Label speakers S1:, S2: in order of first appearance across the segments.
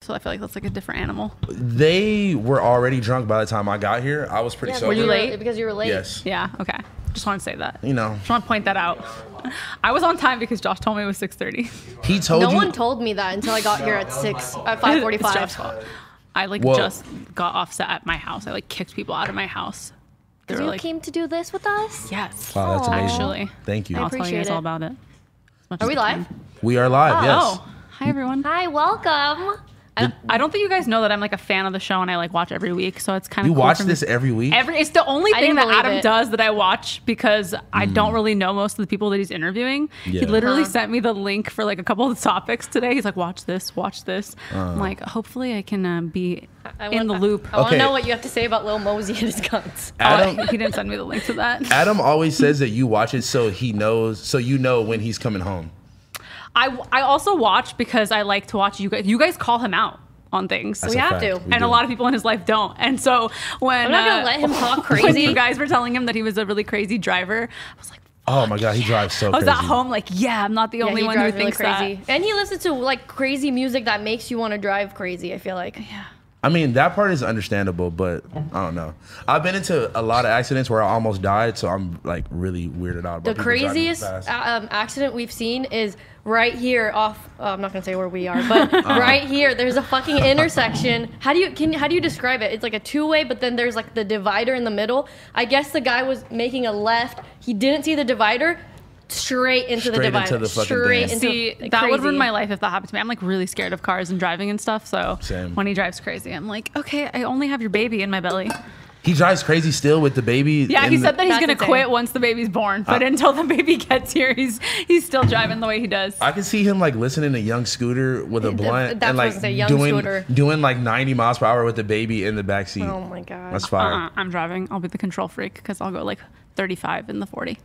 S1: So I feel like that's like a different animal.
S2: They were already drunk by the time I got here. I was pretty
S1: Were
S2: sober.
S1: you late?
S3: Because you were late.
S2: Yes.
S1: Yeah. Okay. Just want to say that.
S2: You know,
S1: Just want to point that out. I was on time because Josh told me it was 6:30.
S2: he told
S3: No
S2: you.
S3: one told me that until I got here at six at five
S1: It's Josh's
S3: forty-five.
S1: fault. I like
S2: Well-
S1: just got offset at my house. I like kicked people out of my house. They were
S3: You
S1: like,
S3: came to do this with us.
S1: yes.
S2: Wow, that's amazing.
S1: Actually.
S2: Thank you.
S1: I'll tell you
S3: appreciate
S1: guys all
S3: it.
S1: about it. As much
S3: Are
S1: as
S3: we
S1: I
S3: live?
S1: can.
S2: We are live. yes.
S1: Oh, hi everyone.
S3: Hi, welcome.
S1: I, I don't think you guys know that I'm like a fan of the show and I like watch every week, so it's kind of
S2: You
S1: cool
S2: watch
S1: for me.
S2: this every week.
S1: Every it's the only
S3: I
S1: thing
S3: didn't
S1: that
S3: believe
S1: Adam
S3: it.
S1: does that I watch because I don't really know most of the people that he's interviewing. He
S2: Mm-hmm. Yeah.
S1: literally sent me the link for like a couple of topics today. He's like, "Watch this, watch this."
S2: Uh.
S1: I'm like, hopefully, I can um, be
S3: I
S1: in
S3: want- Oh,
S1: the loop.
S3: I want
S2: Okay.
S3: to know what you have to say about Lil Mosey and his guns.
S2: Adam.
S1: he didn't send me the link to that.
S2: Adam always says that you watch it so he knows, so you know when he's coming home.
S1: I I also watch because I like to watch you guys. You guys call him out on things.
S2: That's
S3: We
S2: a
S3: have
S2: fact.
S3: to.
S2: We
S1: and
S2: do.
S1: a lot of people in his life don't. And so when
S3: I'm not gonna
S1: uh,
S3: let him talk
S1: when you
S3: crazy.
S1: guys were telling him that he was a really crazy driver, I was like,
S2: Oh my god, he drives so
S1: I was
S2: crazy.
S1: at home like, yeah, I'm not the
S3: Yeah,
S1: only
S3: he
S1: one who
S3: drives really
S1: thinks
S3: crazy. And he listens to like crazy music that makes you want to drive crazy. I feel like.
S2: I mean, that part is understandable, but I don't know. I've been into a lot of accidents where I almost died, so I'm like really weirded out. About
S3: The
S2: people driving
S3: craziest
S2: fast.
S3: uh, um, accident we've seen is right here off. Uh, I'm not gonna say where we are, but
S2: Uh-huh.
S3: right here, there's a fucking intersection. How do you can how do you describe it? It's like a two way, but then there's like the divider in the middle. I guess the guy was making a left. He didn't see the divider. Straight into the
S2: Straight into
S3: divider.
S2: the fucking
S3: straight
S2: thing.
S3: into
S1: See,
S3: like,
S1: that would
S3: crazy.
S1: ruin my life if that happened to me. I'm like really scared of cars and driving and stuff. So
S2: Same.
S1: when he drives crazy, I'm like, okay, I only have your baby in my belly.
S2: he drives crazy still with the baby.
S1: Yeah,
S2: in
S1: he
S2: the-
S1: said that he's
S3: That's
S1: gonna
S3: insane.
S1: quit once the baby's born, but until the baby gets here, he's he's still driving the way he does.
S2: I can see him like listening to Young Scooter with a
S3: Th-
S2: blunt
S3: that's
S2: and
S3: what
S2: like
S3: I was gonna say, Young
S2: doing
S3: Scooter.
S2: doing like 90 miles per hour with the baby in the back seat.
S3: Oh my god.
S2: That's fire.
S1: Uh-uh, I'm driving. I'll be the control freak because I'll go like 35 in the 40.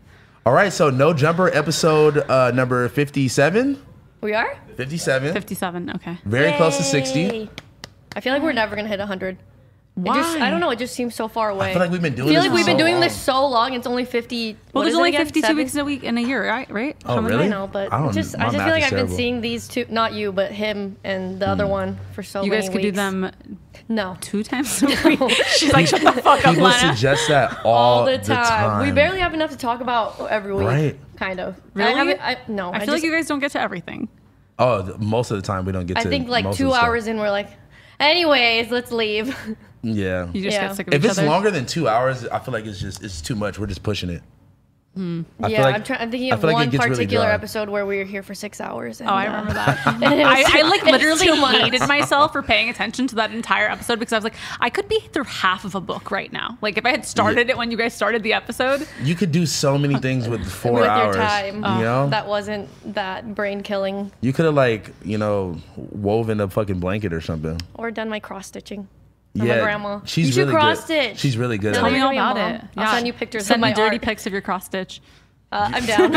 S2: All right, so no jumper episode uh, number 57.
S3: we are
S2: 57.
S1: 57. Okay.
S2: Very close to
S3: Yay.
S2: 60.
S3: I feel like we're never gonna hit 100. It
S1: Why?
S3: just, I don't know. It just seems so far
S2: I
S3: away.
S2: feel like we've been doing
S3: I feel
S2: this
S3: like
S2: for
S3: we've been
S2: so
S3: doing
S2: long.
S3: this so long. It's only 50.
S1: Well,
S3: what
S1: there's
S3: is it
S1: only
S3: again?
S1: 52
S3: Seven?
S1: weeks in a week in a year, right? Right?
S2: Oh,
S1: many-
S2: really?
S3: I know, but
S2: I don't-
S3: just
S2: my
S3: I just
S2: math
S3: feel like
S2: is
S3: I've
S2: terrible. Hmm.
S3: been seeing these two, not you, but him and the other one for so
S1: You
S3: many
S1: guys could do
S3: weeks.
S1: them
S3: No.
S1: two times a week. She's like, shut the fuck up,
S2: People
S1: Lana.
S2: suggest that all,
S3: All the time. We
S2: time.
S3: barely have enough to talk about every week.
S2: Right.
S3: Kind of.
S1: Really?
S3: I haven't, I, no.
S1: I feel like
S3: just-
S1: you guys don't get to everything.
S2: Oh, th- most of the time we don't get
S3: I
S2: to.
S3: think like
S2: most of
S3: two
S2: the stuff.
S3: hours in, we're like, anyways, let's leave.
S2: Yeah.
S1: You just
S3: Yeah.
S1: get sick of
S2: If
S1: each
S2: it's
S1: other.
S2: longer than two hours, I feel like it's just it's too much. We're just pushing it. I
S3: yeah,
S2: feel like-
S3: I'm, trying. I'm thinking
S2: I
S3: of
S2: feel like it
S3: one
S2: gets really
S3: particular
S2: dry.
S3: episode where we were here for six hours. And,
S1: Oh, I
S3: uh,
S1: remember that.
S3: and it was-
S1: I, I like
S3: it was
S1: literally
S3: too much.
S1: hated myself for paying attention to that entire episode because I was like, I could be through half of a book right now. Like if I had started it when you guys started the episode,
S2: You could do so many things with four
S3: Uh, with
S2: hours.
S3: your time.
S1: Uh,
S2: You know,
S3: That wasn't that brain killing
S2: you could have like you know woven a fucking blanket or something.
S3: or done my cross stitching.
S2: yeah,
S3: a grandma.
S2: She's
S3: You should
S2: really
S3: cross
S2: good.
S3: stitch.
S2: She's really good.
S3: Tell
S2: at
S1: tell
S3: me
S1: me
S2: it.
S1: all
S3: your
S1: about
S3: mom.
S1: it.
S3: I'll send you pictures of
S1: Send me
S3: my
S1: dirty
S3: art.
S1: pics of your cross stitch.
S3: Uh, I'm down.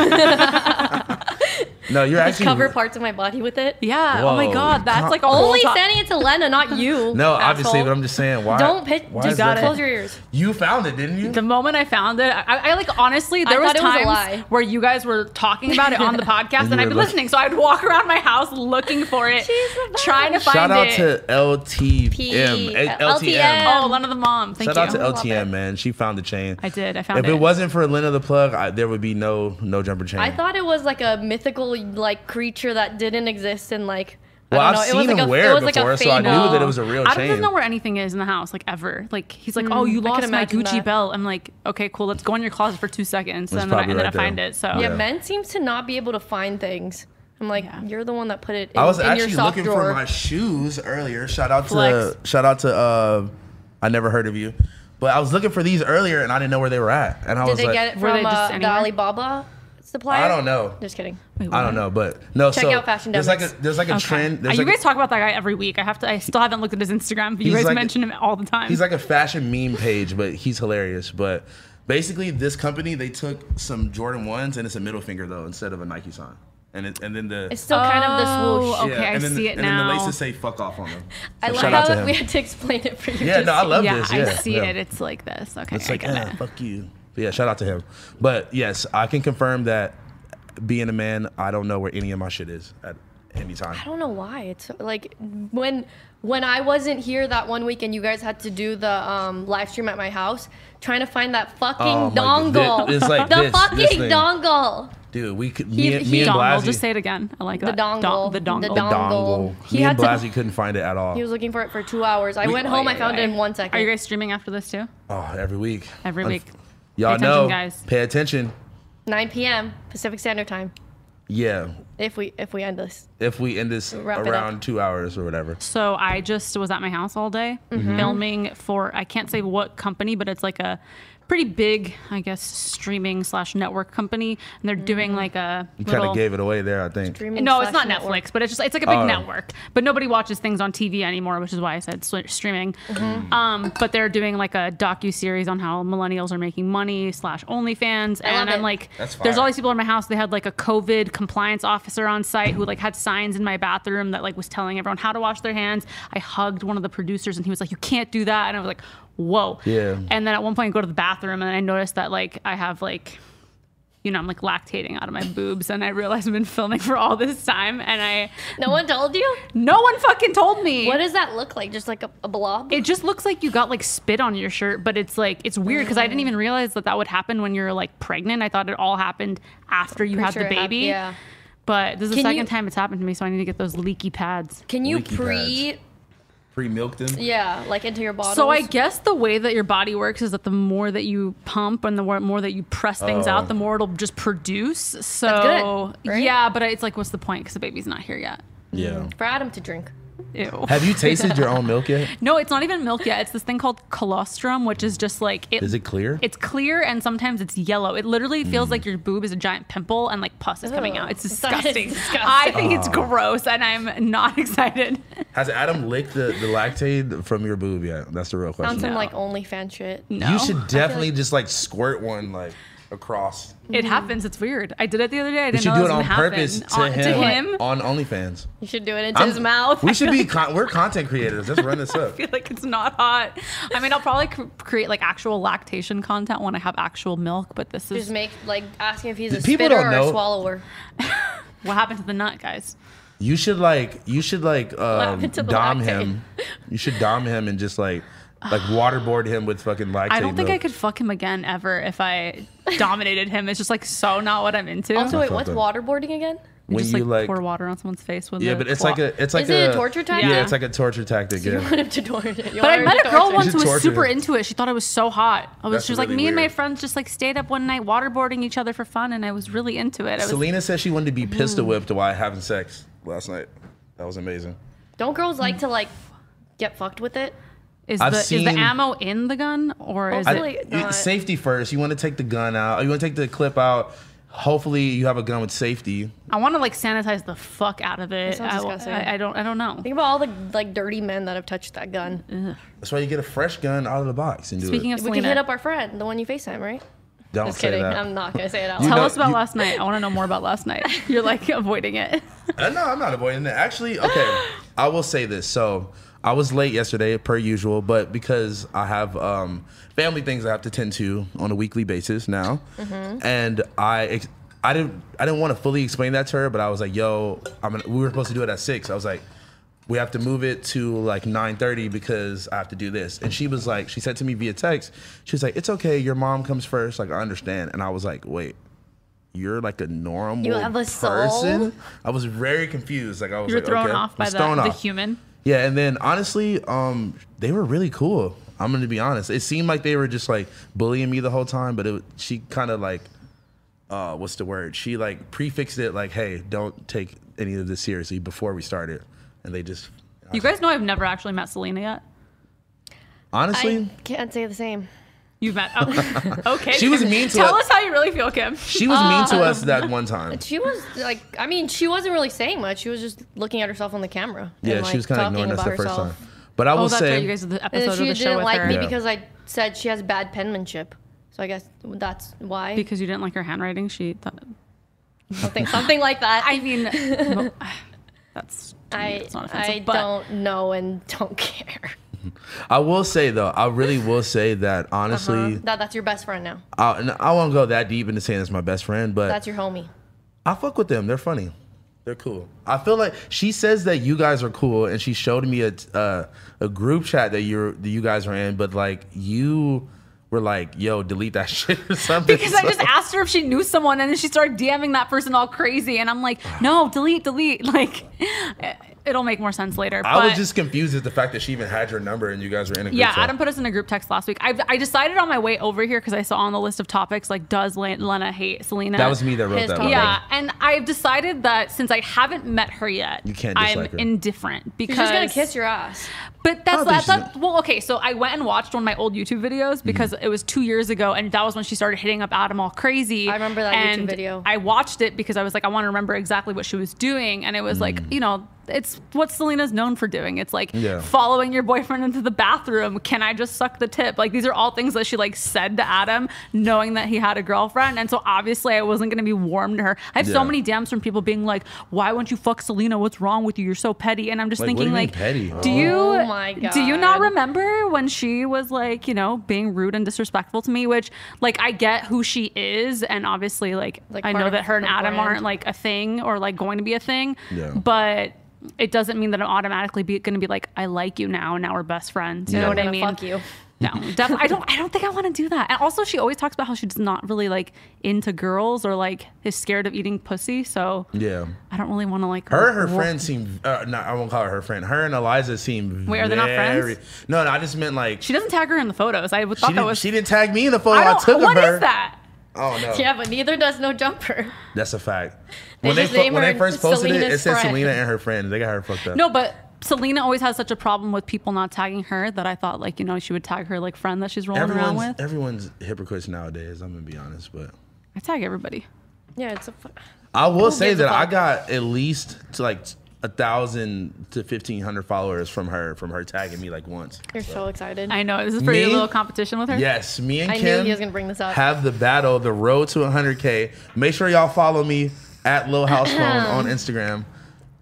S2: No, you're actually
S3: Cover parts of my body with it.
S1: Yeah. Oh
S2: Whoa.
S1: my god, that's like a whole
S3: Only
S1: to-
S3: sending it to Lena, not you.
S2: No, obviously,
S3: asshole.
S2: but I'm just saying why.
S3: Don't pitch.
S2: why
S3: Just
S2: is that-
S3: close your ears.
S2: You found it, didn't you?
S1: The moment I found it, I, I like honestly, there
S3: I
S1: was
S3: thought it was a
S1: times
S3: lie.
S1: where you guys were talking about it on the podcast, and,
S2: And you
S1: I'd
S2: were
S1: be
S2: like-
S1: listening. So I'd walk around my house looking for it,
S3: She's the best.
S1: trying to find
S2: Shout out
S1: it.
S2: to LTM.
S3: P-
S2: eh, LTM.
S3: LTM.
S1: oh, Lana the mom. Thank
S2: Shout out
S1: you.
S2: to
S3: love it.
S2: LTM, man. She found the chain.
S1: I did. I found
S2: If
S1: it.
S2: it wasn't for Lena the plug, I, there would be no no jumper chain.
S3: I thought it was like a mythical like creature that didn't exist and like.
S2: Well,
S3: I
S2: I've
S3: don't
S2: seen
S3: know. it was like
S2: him
S3: a,
S2: wear
S3: it
S2: it
S3: was
S2: before,
S3: like a
S2: so I
S3: fake
S2: knew
S3: doll.
S2: that it was a real
S1: Adam
S2: chain.
S1: doesn't know where anything is in the house, like ever. Like he's like, "Oh, you
S3: Mm, I can
S1: lost my
S3: imagine
S1: Gucci
S3: that.
S1: belt." I'm like, "Okay, cool. Let's go in your closet for two seconds, and then, I,
S2: probably
S1: and then
S2: right
S1: I find
S2: there.
S1: it." So
S3: Yeah,
S2: Yeah.
S3: men seems to not be able to find things. I'm like,
S1: Yeah.
S3: you're the one that put it. In,
S2: I was
S3: in
S2: actually
S3: your sock
S2: looking
S3: drawer.
S2: for my shoes earlier. Shout out to
S3: Flex.
S2: shout out to uh, I never heard of you, but I was looking for these earlier and I didn't know where they were at, and I
S3: Did
S2: was
S3: they
S2: like,
S3: get it
S1: Were they
S3: from
S1: just
S3: uh, the
S1: anywhere?
S3: Alibaba supplier?
S2: I don't know.
S3: Just kidding.
S1: Wait,
S2: I
S1: what?
S2: don't know, but no.
S3: Check
S2: so
S3: out Fashion
S2: there's like a
S3: Devils.
S2: there's like a
S1: Okay.
S2: trend.
S1: Uh,
S2: There's
S1: you
S2: like
S1: guys talk about that guy every week. I have to. I still haven't looked at his Instagram, but you
S2: He's
S1: guys
S2: like-
S1: mention him all the time.
S2: He's like a fashion meme page, but he's hilarious. But basically, this company they took some Jordan ones and it's a middle finger though instead of a Nike sign, and it, and then the
S3: It's still kind of the
S1: Oh,
S3: swoosh.
S1: okay, I
S2: and then,
S1: see it
S2: and
S1: now.
S2: then the laces say "fuck off" on them.
S3: I
S2: So
S3: love
S2: shout out to
S3: how
S2: him.
S3: we had to explain it for you.
S2: Yeah,
S3: to
S2: no, I
S3: see.
S2: love
S1: yeah,
S2: this.
S1: I
S2: Yeah,
S1: see
S2: yeah.
S1: it. It's like this. Okay,
S2: It's
S1: I
S2: like,
S1: get
S2: ah,
S1: it.
S2: fuck you. But yeah, shout out to him. But yes, I can confirm that being a man, I don't know where any of my shit is at anytime.
S3: I don't know why. It's like when when I wasn't here that one weekend, you guys had to do the um, live stream at my house, trying to find that fucking
S2: Oh my
S3: dongle.
S2: g- thi- it's like
S3: the
S2: this-
S3: fucking
S2: this thing.
S3: dongle.
S2: Dude, we could. Me, and-
S3: he-
S2: me and
S1: Dongle.
S2: Blasey.
S1: Just say it again. I like
S3: The
S1: that. Don-
S3: dongle.
S1: the dongle.
S3: The
S2: dongle.
S3: dongle. He
S2: me and
S3: had to-
S2: Blasey couldn't find it at all.
S3: He was looking for it for two hours. I
S2: We-
S1: Oh,
S3: went home.
S2: Oy,
S3: I found
S2: oy,
S3: it in one second.
S1: Are you guys streaming after this too?
S2: oh, every week.
S1: Every
S2: Unf-
S1: week.
S2: Y'all
S1: attention,
S2: know.
S1: guys.
S2: Pay attention.
S3: 9 p.m. Pacific Standard Time.
S2: Yeah.
S3: If we if we end this,
S2: If we end this
S3: Wrap it up.
S2: around two hours or whatever.
S1: So I just was at my house all day
S3: Mm-hmm.
S1: filming for I can't say what company, but it's like a pretty big, I guess, streaming slash network company, and they're doing like a
S2: You kind
S1: little.
S2: of gave it away there, I think.
S3: streaming
S1: no, it's
S3: Mm-hmm. slash
S1: not
S3: network.
S1: Netflix, but it's just it's like a big
S2: Oh.
S1: network. But nobody watches things on TV anymore, which is why I said swi- streaming.
S3: Mm-hmm.
S1: Um, but they're doing like a docu series on how millennials are making money slash OnlyFans,
S3: love
S1: and I'm
S3: it.
S1: like,
S2: That's
S1: there's all
S2: fire.
S1: these people in my house. They had like a COVID compliance officer on site who like had signs in my bathroom that like was telling everyone how to wash their hands. I hugged one of the producers, and he was like, "You can't do that," and I was like, "Whoa!"
S2: Yeah.
S1: And then at one point, I go to the bathroom, and I noticed that like I have like you know, I'm like lactating out of my boobs, and I realize I've been filming for all this time, and I
S3: No one told you.
S1: no one fucking told me.
S3: What does that look like? Just like a, a blob.
S1: It just looks like you got like spit on your shirt, but it's like it's weird because I didn't even realize that that would happen when you're like pregnant. I thought it all happened after you had
S3: Sure,
S1: the
S3: it hap-
S1: baby.
S3: Yeah.
S1: But this is the
S3: Can
S1: second
S3: you-
S1: time it's happened to me, so I need to get those leaky pads.
S3: Can you
S2: Leaky
S3: pre?
S2: Pre milked them.
S3: Yeah, like into your bottle.
S1: So I guess the way that your body works is that the more that you pump and the wor- more that you press things
S2: Oh.
S1: out, the more it'll just produce. So
S3: good, right?
S1: yeah, but it's like, what's the point? Because the baby's not here yet.
S2: Yeah.
S3: for Adam to drink.
S1: Ew.
S2: Have you tasted your own milk yet?
S1: No, it's not even milk yet. It's this thing called colostrum, which is just like it.
S2: Is it clear? Mm.
S1: It's clear and sometimes it's yellow. It literally feels like your boob is a giant pimple and like pus is coming
S3: Ew.
S1: out. It's
S3: That is
S1: disgusting.
S3: disgusting.
S1: I think
S2: Oh.
S1: it's gross and I'm not excited.
S2: Has Adam licked the, the lactate from your boob yet? That's the real
S3: On
S2: question.
S3: some
S1: No.
S3: like OnlyFans shit.
S1: No.
S2: You should definitely just like squirt one like across.
S1: It happens. It's weird. I did it the other day. I
S2: We
S1: didn't
S2: should
S1: know
S2: Mm. do
S1: that was
S2: it on
S1: gonna happen.
S2: purpose to,
S1: On-
S2: him,
S1: To him.
S2: on OnlyFans.
S3: You should do it into his
S2: I'm-
S3: mouth.
S2: We should be con- we're content creators. Let's run this up.
S1: I feel like it's not hot. I mean, I'll probably cr- create like actual lactation content when I have actual milk, but this
S3: Just
S1: is
S3: make like ask him if he's
S2: The
S3: a
S2: people
S3: spitter
S2: don't
S3: or
S2: know.
S3: a swallower.
S1: what happened to the nut, guys.
S2: You should like you should like um,
S3: happened to the
S2: dom
S3: lactate?
S2: him. You should dom him and just like like waterboard him with fucking lactate.
S1: I don't think I
S2: milk.
S1: could fuck him again ever if I dominated him. It's just like so not what I'm into.
S3: Also, wait, what's
S2: fucked
S3: waterboarding again?
S1: You
S2: when
S1: just
S2: you like,
S1: pour water on someone's face with
S2: yeah,
S1: a
S2: but it's
S1: claw.
S2: like a it's like
S3: Is it a
S2: a
S3: torture tactic?
S2: Yeah,
S1: Yeah.
S2: it's like a torture tactic.
S3: You
S2: Yeah.
S3: want him to torture.
S1: But I met a girl once
S2: should
S1: who was
S2: torture
S1: super
S2: him.
S1: into it. She thought I was so hot. I was,
S2: That's
S1: she was like,
S2: really
S1: me and my
S2: weird.
S1: friends just like stayed up one night waterboarding each other for fun, and I was really into it. I was,
S2: Selena says she wanted to be
S1: Mm.
S2: pistol whipped while having sex last night. That was amazing.
S3: Don't girls like to like get fucked with it?
S1: is,
S2: I've
S1: the, is
S2: seen-
S1: the ammo in the gun or is
S3: Oh, I-
S1: it?
S3: Really
S2: you-
S3: not.
S2: safety first. You want to take the gun out. You want to take the clip out. Hopefully, you have a gun with safety.
S1: I want to like sanitize the fuck out of it.
S3: sounds
S1: I,
S3: disgusting.
S1: I, I don't. I don't know.
S3: Think about all the like dirty men that have touched that gun.
S1: Mm-hmm.
S2: That's why you get a fresh gun out of the box and do
S1: Speaking
S2: it.
S1: of
S3: We can hit
S1: Selena,
S3: up our friend, the one you Facetime, right?
S2: of, don't
S3: Just
S2: say
S3: kidding. um,
S2: that.
S3: I'm not gonna say it out
S2: You
S3: loud.
S1: tell
S2: know,
S1: us about
S2: you-
S1: last night. I want to know more about last night. You're like avoiding it.
S2: Uh, no, I'm not avoiding that. Actually, okay, I will say this. So I was late yesterday, per usual, but because I have um, family things I have to tend to on a weekly basis now, and I. Ex- I didn't. I didn't want to fully explain that to her, but I was like, "Yo, I'm gonna, we were supposed to do it at six. I was like, we have to move it to like 9.30 because i have to do this and she was like she said to me via text she was like it's okay your mom comes first like i understand and i was like wait you're like a normal
S3: have a soul?
S2: person i was very confused like i was
S1: You're
S2: like,
S1: thrown
S2: okay.
S1: off
S2: I
S1: by
S2: was
S1: the,
S2: thrown
S1: the
S2: off.
S1: human.
S2: yeah and then honestly um they were really cool i'm gonna be honest it seemed like they were just like bullying me the whole time but it she kind of like uh, what's the word? She like prefixed it like, "Hey, don't take any of this seriously." Before we started, and they just
S1: You guys know I've never actually met Selena yet.
S2: honestly,
S3: I can't say the same.
S1: You've met. Oh, okay.
S2: She was mean to
S1: Tell
S2: us.
S1: us how you really feel, Kim.
S2: she was mean to us that one time.
S3: She was like, I mean, she wasn't really saying much. She was just looking at herself on the camera.
S2: Yeah,
S3: and, like,
S2: she was kind of
S3: talking
S2: ignoring us
S3: about
S2: the first
S3: herself.
S2: time. But I will
S1: Oh, that's
S2: say,
S1: right. You guys did the
S3: And
S1: episode
S3: then
S1: of
S3: she
S1: the show
S3: didn't
S1: with
S3: like
S1: her.
S3: me
S2: Yeah.
S3: because I said she has bad penmanship. So I guess that's why.
S1: Because you didn't like her handwriting, she thought.
S3: something, something like that.
S1: I mean, mo- that's. to me,
S3: I,
S1: it's not offensive,
S3: I
S1: but
S3: don't know and don't care.
S2: I will say though, I really will say that honestly,
S1: Uh-huh.
S3: That that's your best friend now.
S2: I, and I won't go that deep into saying it's my best friend, but
S3: That's your homie.
S2: I fuck with them. They're funny. They're cool. I feel like she says that you guys are cool, and she showed me a uh, a group chat that you're that you guys are in, but like you were like, "Yo, delete that shit" or something.
S1: Because I
S2: So-
S1: just asked her if she knew someone, and then she started DMing that person all crazy, and I'm like, no, delete, delete. Like, eh, it'll make more sense later.
S2: I was
S1: but-
S2: just confused at the fact that she even had your number and you guys were in a group
S1: Yeah,
S2: chat.
S1: Adam put us in a group text last week. I, I decided on my way over here because I saw on the list of topics like does Len- Lena hate Selena?
S2: that was me that wrote
S3: His
S2: that.
S3: topic.
S2: letter.
S1: Yeah, and I've decided that since I haven't met her yet,
S2: You can't
S1: I'm
S2: dislike her.
S1: indifferent because
S3: She's just gonna kiss your ass.
S1: But
S2: I
S1: that's
S2: don't think
S1: that's,
S2: she's
S1: that's well, okay. So I went and watched one of my old YouTube videos because
S2: Mm-hmm.
S1: it was two years ago, and that was when she started hitting up Adam all crazy.
S3: I remember that YouTube
S1: and
S3: video.
S1: I watched it because I was like, I want to remember exactly what she was doing, and it was like, you know, it's what Selena's known for doing. It's like
S2: Mm. Yeah.
S1: following your boyfriend into the bathroom. Can I just suck the tip? Like these are all things that she like said to Adam, knowing that he had a girlfriend, and so obviously I wasn't going to be warm to her. I have
S2: Yeah.
S1: so many DMs from people being like, Why won't you fuck Selena? What's wrong with you? You're so petty, and I'm just
S2: Like, what do
S1: thinking
S2: you mean
S1: like,
S2: petty?
S1: do you?
S3: Oh my
S1: Do you not
S3: God.
S1: remember when she was like, you know, being rude and disrespectful to me? Which, like, I get who she is, and obviously, like,
S3: Like,
S1: I
S3: part
S1: know
S3: of
S1: that her and
S3: her
S1: Adam
S3: brand.
S1: aren't like a thing or like going to be a thing.
S2: Yeah.
S1: But it doesn't mean that I'm automatically be, going to be like, I like you now, and now we're best friends. You
S2: Yeah.
S1: know what
S3: I'm
S1: I
S3: gonna
S1: mean?
S3: fuck you.
S1: No, def- I don't. I don't think I want to do that. And also, she always talks about how she's not really like into girls or like is scared of eating pussy. So
S2: Yeah.
S1: I don't really want to like
S2: Her and her
S1: wo-
S2: friend seem. Uh, no, I won't call her her friend. Her and Eliza
S1: Wait,
S2: seem. very,
S1: are they not friends?
S2: No, no. I just meant like
S1: She
S2: she,
S1: doesn't tag her in the photos. I thought that
S2: didn't,
S1: was.
S2: she didn't tag me in the photo
S1: I
S2: I,
S1: don't.
S2: took
S1: What
S2: of her.
S1: is that?
S2: Oh no.
S3: Yeah, but neither does no jumper.
S2: That's a fact.
S3: They
S2: when they
S3: just
S2: fu-
S3: name
S2: when
S3: her
S2: they first posted it, it
S3: Selena's
S2: said
S3: friend.
S2: Selena and her friends. They got her fucked up.
S1: No, but Selena always has such a problem with people not tagging her that I thought like you know she would tag her like friend that she's rolling around
S2: everyone's
S1: with.
S2: everyone's hypocrites nowadays. I'm gonna be honest, but
S1: I tag everybody.
S3: Yeah, it's a. fu-
S2: I will say
S3: gives a
S2: that I
S3: fuck?
S2: got at least to like a thousand to fifteen hundred followers from her from her tagging me like once.
S3: You're so excited.
S1: I know this is pretty
S2: Me?
S1: little competition with her.
S2: Yes, me and
S3: I knew
S2: Kim
S3: he was gonna bring this up.
S2: have the battle, the road to 100K. Make sure y'all follow me at Lil House Phone on Instagram.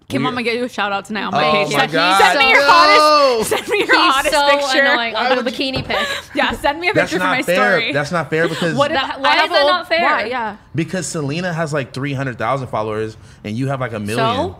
S1: Kim,
S2: We're-
S1: I'm gonna get you a shout out tonight on
S2: Oh
S1: my page.
S2: my
S1: Send me-
S2: God,
S1: Send me your
S2: no!
S1: hottest. Send me your
S3: He's
S1: hottest
S3: so
S1: picture.
S3: annoying.
S2: Why
S3: I'll do
S2: would
S3: a bikini pic.
S1: Yeah, send me a
S2: That's
S1: picture for my
S2: not fair.
S1: story.
S2: That's not fair because
S1: what if,
S3: That-
S1: I
S3: why
S1: have
S3: is that
S1: a-
S3: not fair?
S1: why? Yeah.
S2: because Selena has like 300,000 followers and you have like a million.
S3: So,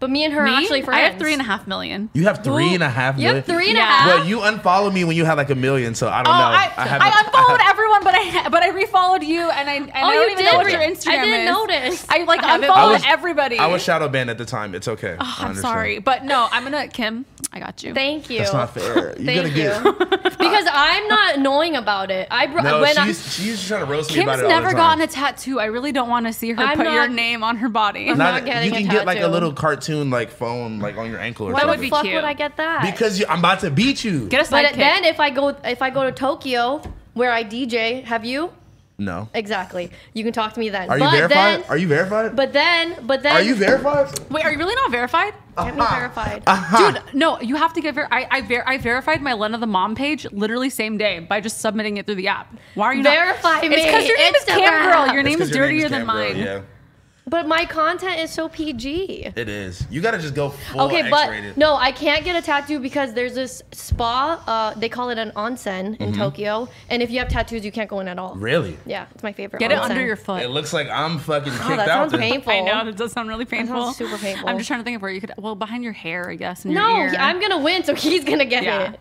S3: but me and her are
S1: Me?
S3: actually friends.
S1: I have three and a half million.
S2: you have three and a half
S3: You have
S2: million.
S3: three and a
S1: Yeah.
S3: half.
S2: But you unfollow me when you had like a million, so I don't
S1: Oh,
S2: know.
S1: I, I,
S2: haven't-
S1: unfollowed
S2: I have-
S1: everyone, but I but I refollowed you, and I and I
S3: Oh, you
S1: don't even know what
S3: did.
S1: your Instagram is.
S3: I didn't notice.
S1: I like
S3: I haven't-
S1: unfollowed
S2: I was-
S1: everybody.
S2: I was shadow banned at the time. It's okay. I
S1: I'm
S2: understand.
S1: sorry, but no, I'm gonna Kim. I got you.
S3: Thank you.
S2: That's not fair. You're gonna
S3: Thank you.
S2: get.
S3: because I'm not annoying about it. I brought
S2: No,
S3: when
S2: she
S3: I.
S2: used, she used to try to roast me about
S1: Kim's
S2: it all the
S1: never
S2: time.
S1: gotten a tattoo. I really don't want to see her
S3: I'm
S1: put your
S3: not-
S1: name on her body.
S3: I'm
S2: Not-
S3: not getting
S2: you
S3: a
S2: can get like a
S3: tattoo.
S2: little cartoon like phone like on your ankle or
S3: Why
S2: something.
S1: would
S3: the
S1: be
S3: fuck
S1: cute.
S3: would I get that?
S2: Because you, I'm about to beat you.
S1: Get a
S3: but
S1: sidekick.
S3: then if I go if I go to Tokyo where I DJ, have you?
S2: no.
S3: Exactly. You can talk to me then.
S2: Are you
S3: but
S2: verified?
S3: then
S2: Are you verified?
S3: but then but then
S2: Are you verified?
S1: Wait, are you really not verified?
S3: Get me verified.
S2: Uh-huh.
S1: Dude, no, you have to get ver- I I, ver- I verified my Lena the Mom page literally same day by just submitting it through the app. Why are you not-
S3: Verify
S1: It's
S3: me.
S1: because your name is Cam
S3: Instagram.
S1: Girl. Your name
S2: It's
S1: is
S2: 'cause your
S1: dirtier
S2: is
S1: than
S2: Cam Girl,
S1: mine.
S2: Yeah,
S3: But my content is so PG.
S2: it is. You gotta just go full
S3: Okay,
S2: X-rated.
S3: but no, I can't get a tattoo because there's this spa. Uh, they call it an onsen in
S2: Mm-hmm.
S3: Tokyo, and if you have tattoos, you can't go in at all.
S2: Really?
S3: Yeah, it's my favorite.
S1: Get it
S3: onsen.
S1: under your foot.
S2: It looks like I'm fucking kicked
S3: Oh, that
S2: out.
S3: sounds
S2: then.
S3: painful.
S1: I know that does sound really painful.
S3: super painful.
S1: I'm just trying to think of where you could. Well, behind your hair, I guess. And
S3: No,
S1: your ear.
S3: he- I'm gonna win, so he's gonna get
S1: Yeah.
S3: it.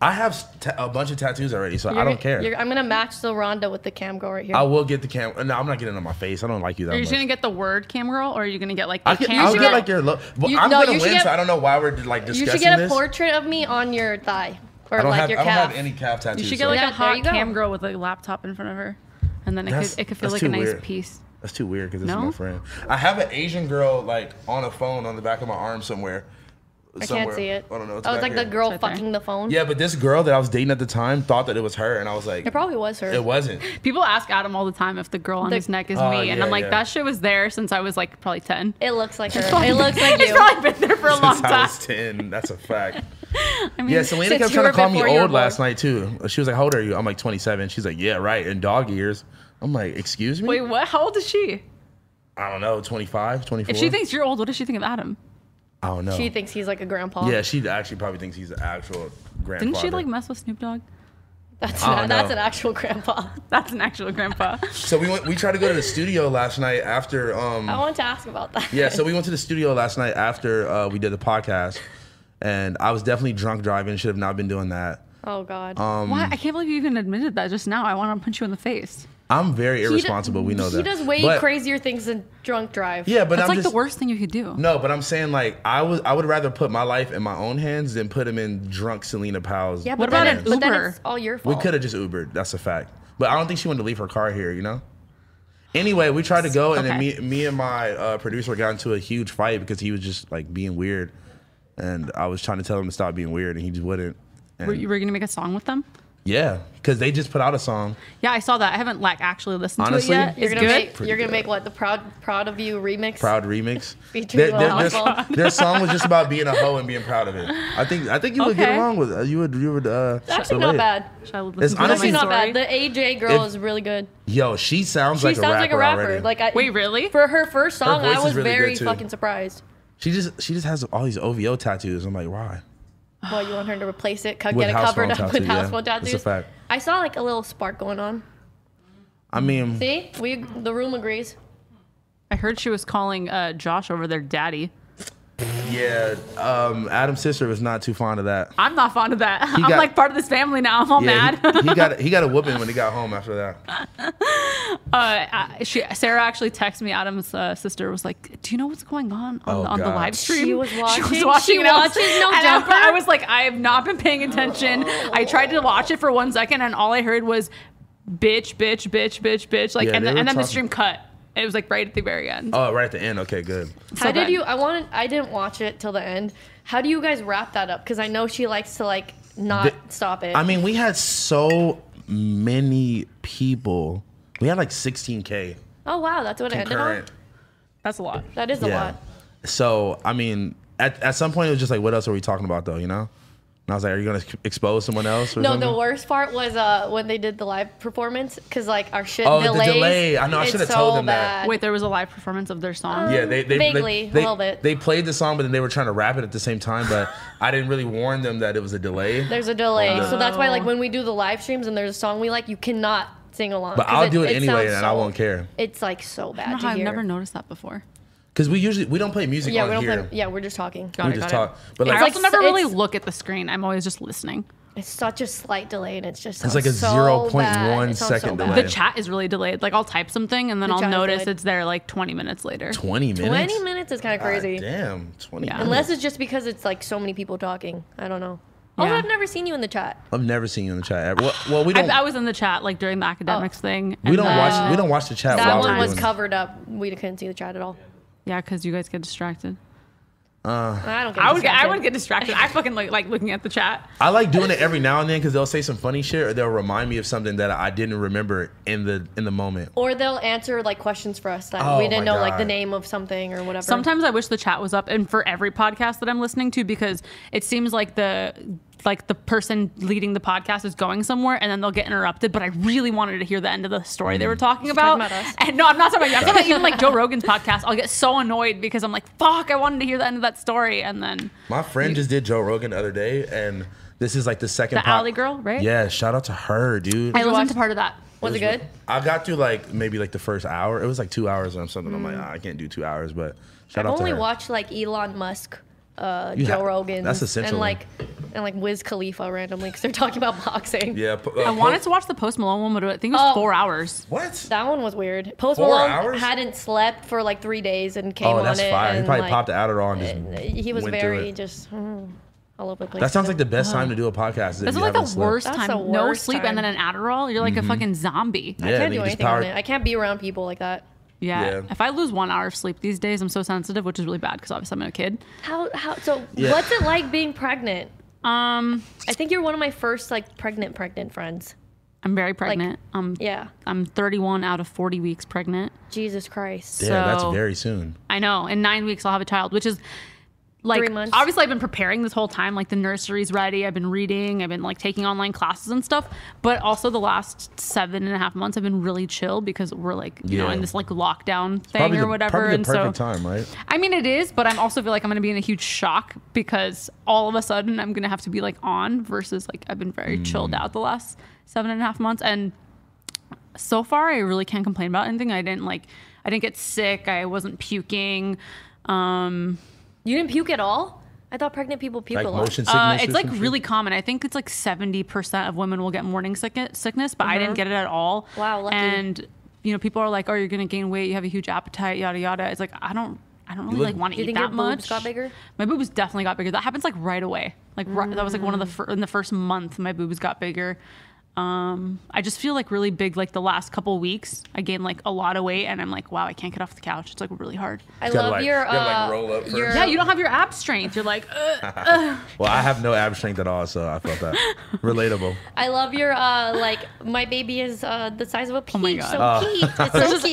S2: I have s- ta- a bunch of tattoos already, so I
S3: You're-
S2: don't
S3: you're-
S2: care.
S3: I'm gonna match the Ronda with the cam girl right here.
S2: I will get the camera. No, I'm not getting it on my face. I don't like you that
S1: Are you
S2: much.
S1: just gonna get the word cam girl, or are you gonna get like the
S2: I can,
S1: cam
S2: I'll
S1: girl?
S2: get like your look. But
S3: you-
S2: I'm
S3: no, you
S2: gonna
S3: should
S2: win,
S3: get-
S2: so I don't know why we're like discussing
S3: you should get a
S2: this.
S3: portrait of me on your thigh or
S2: I don't
S3: like
S2: have.
S3: your
S2: I don't
S3: calf.
S2: have any calf tattoos.
S1: you should
S2: so-
S1: get like
S3: Yeah,
S1: a
S3: there
S1: hot
S3: you go.
S1: cam girl with a laptop in front of her, and then it
S2: That's-
S1: could it could feel
S2: that's
S1: like a
S2: too
S1: nice
S2: weird.
S1: piece.
S2: That's too weird because
S1: No?
S2: it's my friend. I have an Asian girl like on a phone on the back of my arm somewhere.
S3: I can't
S2: Somewhere.
S3: see it.
S2: I don't know. It's
S3: I was
S2: back
S3: like the
S2: here.
S3: girl
S1: It's right
S3: fucking the phone.
S2: Yeah, but this girl that I was dating at the time thought that it was her, and I was like,
S3: It probably was her.
S2: it wasn't.
S1: People ask Adam all the time if the girl on
S3: The-
S1: his neck is
S2: Oh,
S1: me, and
S2: yeah,
S1: I'm like,
S2: yeah.
S1: that shit was there since I was like probably ten.
S3: It looks like her. it looks like
S1: it's
S3: you.
S1: probably been there for a long
S2: Since I
S1: time.
S2: was ten, that's a fact.
S1: I mean,
S2: Yeah, Selena
S3: Since
S2: kept
S3: you
S2: trying to
S3: were
S2: call me
S3: before you were
S2: old
S3: born.
S2: last night too. She was like, "How old are you?" I'm like 27. She's like, "Yeah, right." In dog years. I'm like, "Excuse me."
S1: wait, what? How old is she?
S2: I don't know. 25, 24.
S1: If she thinks you're old, what does she think of Adam?
S2: I don't know.
S3: She thinks he's like a grandpa.
S2: yeah, she actually probably thinks he's the actual grandfather.
S1: Didn't she like mess with Snoop Dogg?
S3: That's
S2: Oh,
S3: not, that's
S2: no.
S3: an actual grandpa.
S1: That's an actual grandpa.
S2: So we went. We tried to go to the studio last night after. Um,
S3: I
S1: Oh.
S3: want to ask about that.
S2: yeah, so we went to the studio last night after uh, we did the podcast, and I was definitely drunk driving. Should have not been doing that.
S3: oh God.
S2: Um,
S1: Why? I can't believe you even admitted that just now. I want to punch you in the face.
S2: I'm very
S3: He d-
S2: irresponsible. we know that.
S3: He does way
S2: But-
S3: crazier things than drunk drive.
S2: Yeah, but
S1: That's
S2: I'm
S1: like
S2: just
S1: the worst thing you could do.
S2: no. But I'm saying like I was. I would rather put my life in my own hands than put them in drunk Selena Powell's.
S3: Yeah,
S1: What
S3: but then
S1: about
S3: it-
S1: an
S3: But then
S1: Uber?
S3: it's all your
S2: We
S3: fault.
S2: could have just Ubered. That's a fact. But I don't think she wanted to leave her car here. You know. Anyway, we tried to go, and then
S1: Okay.
S2: me, me and my uh, producer got into a huge fight because he was just like being weird, and I was trying to tell him to stop being weird, and he just wouldn't.
S1: Were you were gonna make a song with them?
S2: Yeah, because they just put out a song.
S1: Yeah, I saw that. I haven't like actually listened to
S2: Honestly,
S1: it yet.
S3: You're
S1: It's
S3: gonna
S1: good.
S3: make
S2: Pretty
S3: you're gonna
S2: good.
S3: make what the proud proud of you remix.
S2: Proud remix.
S3: Featuring Lil
S2: their,
S3: Jon Paul.
S2: their song was just about being a hoe and being proud of it. I think I think you would get
S1: Okay.
S2: along with you would you would. Uh,
S3: Actually,
S2: relate.
S3: not bad.
S1: Should I listen
S2: It's
S1: to it on
S2: honestly-
S3: Actually,
S1: my
S3: not
S1: story?
S3: bad. The AJ girl
S2: If-
S3: is really good.
S2: Yo, she sounds
S3: She
S2: like
S3: sounds
S2: a rapper
S3: like a rapper.
S2: already.
S3: Like I,
S1: Wait, really?
S3: For her first song,
S2: voice
S3: I
S2: is
S3: was
S2: really
S3: very
S2: good, too.
S3: fucking surprised.
S2: she just she just has all these OVO tattoos. I'm like, why?
S3: Well, you want her to replace it, co-
S2: With
S3: get it
S2: house
S3: covered up
S2: phone
S3: with
S2: tattoo, yeah.
S3: house phone
S2: That's a
S3: tattoos.
S2: fact.
S3: I saw like a little spark going on.
S2: I mean,
S3: See, we the room agrees.
S1: I heard she was calling uh, Josh over there daddy.
S2: yeah. Um, Adam's sister was not too fond of that.
S1: I'm not fond of that. I'm
S2: got-
S1: like part of this family now. I'm all
S2: Yeah,
S1: mad.
S2: He, he got he got a whooping when he got home after that.
S1: uh, I- she, Sarah actually texted me. Adam's uh, sister was like, "Do you know what's going on on,
S2: Oh,
S1: on the
S2: God.
S1: live stream?"
S3: She was
S1: She was
S3: watching?
S1: watching.
S3: She
S1: and I was-
S3: watches No
S1: and I-
S3: Jumper?
S1: I was like, "I have not been paying attention." I tried to watch it for one second, and all I heard was, "Bitch, bitch, bitch, bitch, bitch." Like,
S2: Yeah,
S1: and,
S2: they
S1: then-
S2: were
S1: and then the
S2: talking-
S1: stream cut. It was like right at the very end.
S2: Oh, right at the end. Okay, good.
S1: So
S3: How did
S1: bad.
S3: you? I wanted. I didn't watch it till the end. How do you guys wrap that up? Because I know she likes to like not
S2: The-
S3: stop it.
S2: I mean, we had so many people. We had like 16k
S3: oh wow, that's what it ended on.
S2: concurrent.
S1: That's a lot.
S3: That is a
S2: Yeah.
S3: lot.
S2: So I mean, at, at some point it was just like, what else are we talking about though? You know? And I was like, are you gonna expose someone else? Or
S3: No,
S2: something?
S3: the worst part was uh, when they did the live performance because like our shit
S2: Oh, the
S3: delays.
S2: delay. I know, I
S3: It's
S2: should've
S3: so
S2: told them that.
S3: bad.
S1: Wait, there was a live performance of their song.
S2: Yeah, they they,
S3: Um, Vaguely,
S2: they,
S3: a
S2: they-
S3: little bit.
S2: They played the song, but then they were trying to rap it at the same time. But I didn't really warn them that it was a delay.
S3: There's a delay,
S2: Oh.
S3: so that's why like when we do the live streams and there's a song we like, you cannot sing along.
S2: But
S3: 'cause
S2: I'll do it anyway,
S3: sounds
S2: and I won't care.
S3: It's like so
S1: I
S3: bad
S1: don't know
S3: to
S1: how I've
S3: hear.
S1: never noticed that before.
S2: Because we usually we don't play music
S3: yeah,
S2: on
S3: we don't
S2: here.
S3: play. Yeah, we're just talking.
S1: Got
S2: We
S1: it, got
S2: just
S1: it.
S2: talk. But like,
S1: I
S3: It's
S1: also
S3: like
S1: never
S3: s-
S1: really
S3: it's-
S1: look at the screen. I'm always just listening.
S3: It's such a slight delay, and it's just
S2: It's like a
S3: so
S2: 0.1
S3: bad. It sounds
S2: second
S3: so
S2: delay.
S3: bad.
S1: The chat is really delayed. Like I'll type something and then
S3: The
S1: I'll
S3: chat is
S1: notice
S3: delayed.
S1: it's there like 20 minutes later.
S2: twenty minutes.
S3: Twenty minutes is kind of
S2: God
S3: crazy.
S2: damn, twenty.
S1: Yeah.
S2: Minutes.
S3: Unless it's just because it's like so many people talking. I don't know. Also,
S1: Yeah.
S3: I've never seen you in the chat.
S2: I've never seen you in the chat ever. Well, well we
S1: I,
S2: don't.
S1: I was in the chat like during the academics thing.
S2: we
S1: and uh,
S2: don't
S1: then-
S2: watch. We don't watch the chat.
S3: Uh, That
S2: while
S3: one
S2: we're
S3: was
S2: doing it.
S3: covered up. We couldn't see the chat at all.
S1: Yeah, because you guys get distracted.
S3: I don't. Get
S1: I would get. I
S3: distracted.
S1: would get distracted. I fucking like, like looking at the chat.
S2: I like doing it every now and then because they'll say some funny shit or they'll remind me of something that I didn't remember in the in the moment.
S3: Or they'll answer like questions for us that
S2: Oh
S3: we didn't
S2: my
S3: know, like the
S2: God.
S3: name of something or whatever.
S1: Sometimes I wish the chat was up and for every podcast that I'm listening to because it seems like the like the person leading the podcast is going somewhere and then they'll get interrupted. But I really wanted to hear the end of the story they were talking about.
S3: Mm. talking about us.
S1: And no, I'm not talking about you. I'm talking about even like Joe Rogan's podcast. I'll get so annoyed because I'm like, fuck, I wanted to hear the end of that story. And then
S2: My friend just did Joe Rogan the other day, and this is like the second.
S1: the alley girl, right?
S2: Yeah, shout out to her, dude.
S1: I listened
S3: watch-
S1: to part of that.
S3: was it good?
S2: I got through like maybe like the first hour. It was like two hours or something. I'm like, ah, I can't do two hours, but shout
S3: Mm. I've
S2: out to
S3: only
S2: her.
S3: watched like Elon Musk, uh,
S2: You
S3: Joe
S2: ha-
S3: Rogan,
S2: that's essential.
S3: and like and like Wiz Khalifa randomly because they're talking about boxing.
S2: yeah, po- uh,
S1: I wanted to watch the Post Malone one, but I think it was
S3: Oh.
S1: four hours.
S2: What?
S3: That one was weird. Post
S2: Four
S3: Malone
S2: hours?
S3: hadn't slept for like three days and came
S2: Oh,
S3: on
S2: that's
S3: it.
S2: fire. He
S3: and,
S2: probably
S3: like, uh,
S2: popped the Adderall and just.
S3: He was
S2: went through
S3: very
S2: it.
S3: just Uh-huh. mm, all over the place.
S2: That sounds like the best time to do a podcast. is if
S1: That's
S2: you
S1: like the
S2: haven't slept. Mm-hmm.
S1: worst
S3: That's
S1: time.
S3: the
S1: no
S3: worst
S1: sleep and
S3: time.
S1: then an Adderall. You're like a fucking zombie.
S2: Yeah,
S3: I
S2: and
S3: can't
S2: then
S3: do
S2: you just
S3: anything
S2: power.
S3: on it. I can't be around people like that.
S1: Yeah.
S2: Yeah.
S1: If I lose one hour of sleep these days, I'm so sensitive, which is really bad because obviously I'm a kid.
S3: How how so?
S2: Yeah.
S3: What's it like being pregnant?
S1: Um,
S3: I think you're one of my first like pregnant pregnant friends.
S1: I'm very pregnant. um,
S3: Yeah.
S1: I'm 31 out of 40 weeks pregnant.
S3: Jesus Christ.
S2: Damn, that's
S1: so-
S2: very soon.
S1: I know. In nine weeks, I'll have a child, which is like
S3: Three months.
S1: obviously I've been preparing this whole time. Like the nursery's ready. I've been reading. I've been like taking online classes and stuff. But also the last seven and a half months have been really chill because we're like you know
S2: Yeah.
S1: in this like lockdown thing
S2: Probably
S1: or
S2: the,
S1: whatever.
S2: Probably the
S1: and so
S2: perfect time, right?
S1: I mean, it is, but I'm also feel like I'm going to be in a huge shock because all of a sudden I'm going to have to be like on versus like I've been very chilled out the last seven and a half months. And so far, I really can't complain about anything. I didn't like, I didn't get sick. I wasn't puking. Um,
S3: You didn't puke at all? I thought pregnant people puke
S2: Like
S3: a lot.
S2: motion sickness.
S1: uh,
S2: or
S1: it's like
S2: some shit?
S1: really common. I think it's like 70% of women will get morning sick- sickness, but
S2: Uh-huh.
S1: I didn't get it at all.
S3: Wow, lucky.
S1: And, you know, people are like, oh, you're going to gain weight. You have a huge appetite, yada, yada. It's like, I don't. I don't really
S2: look-
S1: like want to
S3: Do
S1: eat
S3: you think
S1: that
S3: your
S1: much.
S3: boobs got bigger?
S1: My boobs definitely got bigger. That happens like right away. Like ri- that was like one of the
S3: Mm.
S1: fir- in the first month my boobs got bigger. Um, I just feel like really big. Like the last couple weeks, I gained like a lot of weight, and I'm like, wow, I can't get off the couch. It's like really hard.
S3: I
S2: gotta,
S3: love
S2: like-
S3: your.
S2: you gotta, like,
S3: uh,
S2: roll up
S3: your-
S2: first.
S1: Yeah, you don't have your ab strength. You're like, Ugh.
S2: Well, I have no ab strength at all, so I felt that relatable.
S3: I love your uh like my baby is uh the size of a peach.
S1: my God.
S3: So
S2: Uh,
S3: cute. It's so
S1: there's this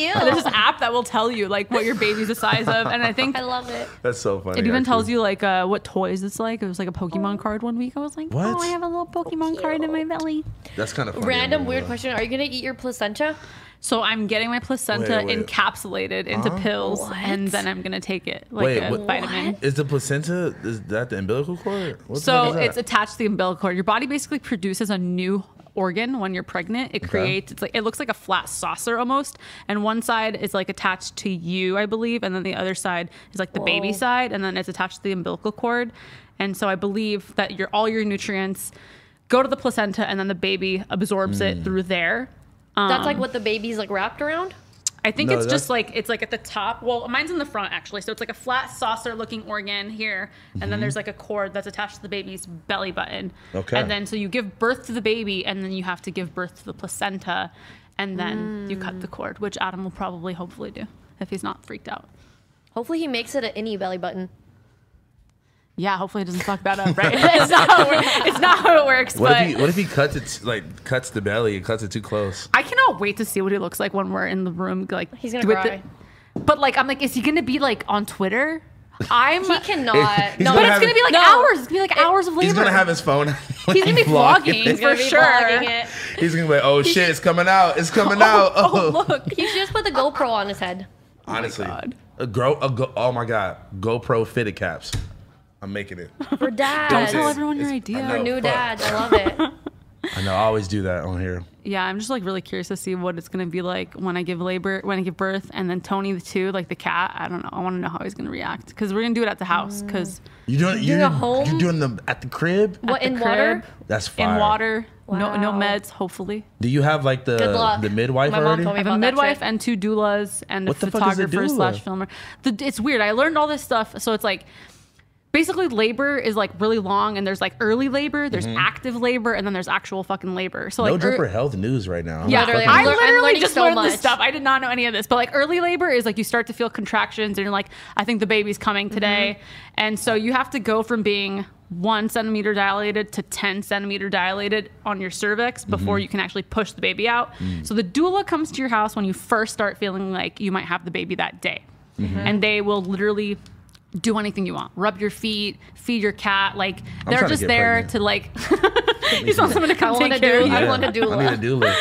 S3: cute.
S1: app that will tell you like what your baby's the size of, and I think
S3: I love it.
S2: That's so funny.
S1: it even
S2: actually.
S1: tells you like uh, what toys it's like. It was like a Pokemon card one week. I was like,
S2: What?
S1: oh, I have a little Pokemon card in my belly.
S2: That's kind of funny.
S3: Random
S2: I'm
S3: weird
S2: gonna lie.
S3: question. Are you gonna eat your placenta?
S1: So I'm getting my placenta
S2: Wait, wait.
S1: encapsulated into pills,
S3: What?
S1: and then I'm gonna take it like
S2: Wait,
S1: a
S2: what-
S1: vitamin.
S2: Is the placenta is that the umbilical cord? What the
S1: So
S2: fuck is
S1: it's
S2: that?
S1: attached to the umbilical cord. Your body basically produces a new organ when you're pregnant. It creates it's like it looks like a flat saucer almost, and one side is like attached to you, I believe, and then the other side is like the baby
S3: Whoa.
S1: side, and then it's attached to the umbilical cord. And so I believe that your all your nutrients go to the placenta, and then the baby absorbs it
S2: Mm.
S1: through there.
S3: That's
S1: Um.
S3: like what the baby's like wrapped around.
S1: I think
S2: No,
S1: it's just
S2: that's-
S1: like it's like at the top. Well, mine's in the front actually, so it's like a flat saucer-looking organ here, and then there's like a cord that's attached to the baby's belly button.
S2: Mm-hmm. Okay.
S1: And then so you give birth to the baby, and then you have to give birth to the placenta, and then you cut the cord, which Adam will probably hopefully do if he's not freaked out.
S3: Hopefully he makes it at any belly button.
S1: Yeah, hopefully he doesn't fuck that up, right? it's, not how it works, it's not how it works.
S2: what
S1: but
S2: if he what if he cuts it like cuts the belly and cuts it too close?
S1: I cannot wait to see what he looks like when we're in the room. Like
S3: He's gonna
S1: with the-
S3: cry.
S1: but like, I'm like, is he gonna be like on Twitter? I'm.
S3: He cannot.
S2: He's
S3: no,
S1: but
S2: gonna
S1: it's
S2: have-
S1: gonna be like
S3: No.
S1: hours. It's gonna be like hours of labor.
S2: He's gonna have his phone.
S1: He's gonna be vlogging
S2: it.
S1: for
S3: gonna be
S1: sure.
S3: vlogging it.
S2: He's gonna be like, oh shit, it's coming out. It's coming out.
S1: oh, look.
S3: He should just put the GoPro on his head.
S2: Honestly,
S1: God.
S2: a grow a go, oh my god, GoPro fitted caps. I'm making it.
S3: For
S1: Don't tell
S3: dad.
S1: everyone your
S2: It's-
S1: idea.
S2: I
S1: Our
S2: know,
S3: New
S2: Oh, fuck.
S3: dad. I love it.
S2: I know. I always do that on here.
S1: Yeah, I'm just like really curious to see what it's gonna be like when I give labor, when I give birth, and then Tony the two, like the cat. I don't know. I want to know how he's gonna react because we're gonna do it at the house. Because
S2: You doing? You
S3: a home?
S2: You doing them at the crib?
S3: What in water?
S2: That's
S1: In
S2: fine.
S1: water. No, no
S3: Wow.
S1: meds. Hopefully,
S2: Do you have like the
S3: Good luck.
S2: the midwife
S3: My mom
S2: already?
S3: told me
S1: I have a
S3: about that
S1: midwife
S3: shit.
S1: and two doulas and
S2: What
S1: a
S2: the fuck is a
S1: photographer slash
S2: doula?
S1: filmer. The, it's weird. I learned all this stuff. So it's like basically labor is like really long and there's like early labor, there's active labor, and then there's actual fucking labor. So
S2: Mm-hmm. No
S1: like er, ear-
S2: dripper health news right now. I'm
S1: yeah,
S3: Literally,
S1: I
S3: I'm lear- I'm
S1: literally
S3: learning
S1: just
S3: so
S1: learned this
S3: much.
S1: stuff. I did not know any of this. But like early labor is like you start to feel contractions and you're like, I think the baby's coming
S3: Mm-hmm.
S1: today. And so you have to go from being one centimeter dilated to 10 centimeter dilated on your cervix
S2: Mm-hmm.
S1: before you can actually push the baby out.
S2: Mm.
S1: So the doula comes to your house when you first start feeling like you might have the baby that day.
S2: Mm-hmm.
S1: And they will literally do anything you want. Rub your feet, feed your cat. Like
S2: trying
S1: they're
S2: to
S1: just
S2: get
S1: there
S2: pregnant.
S1: to like, you just want someone to come
S3: I wanna
S1: take care of
S3: do-
S1: you.
S3: I want a doula.
S2: I need a doula.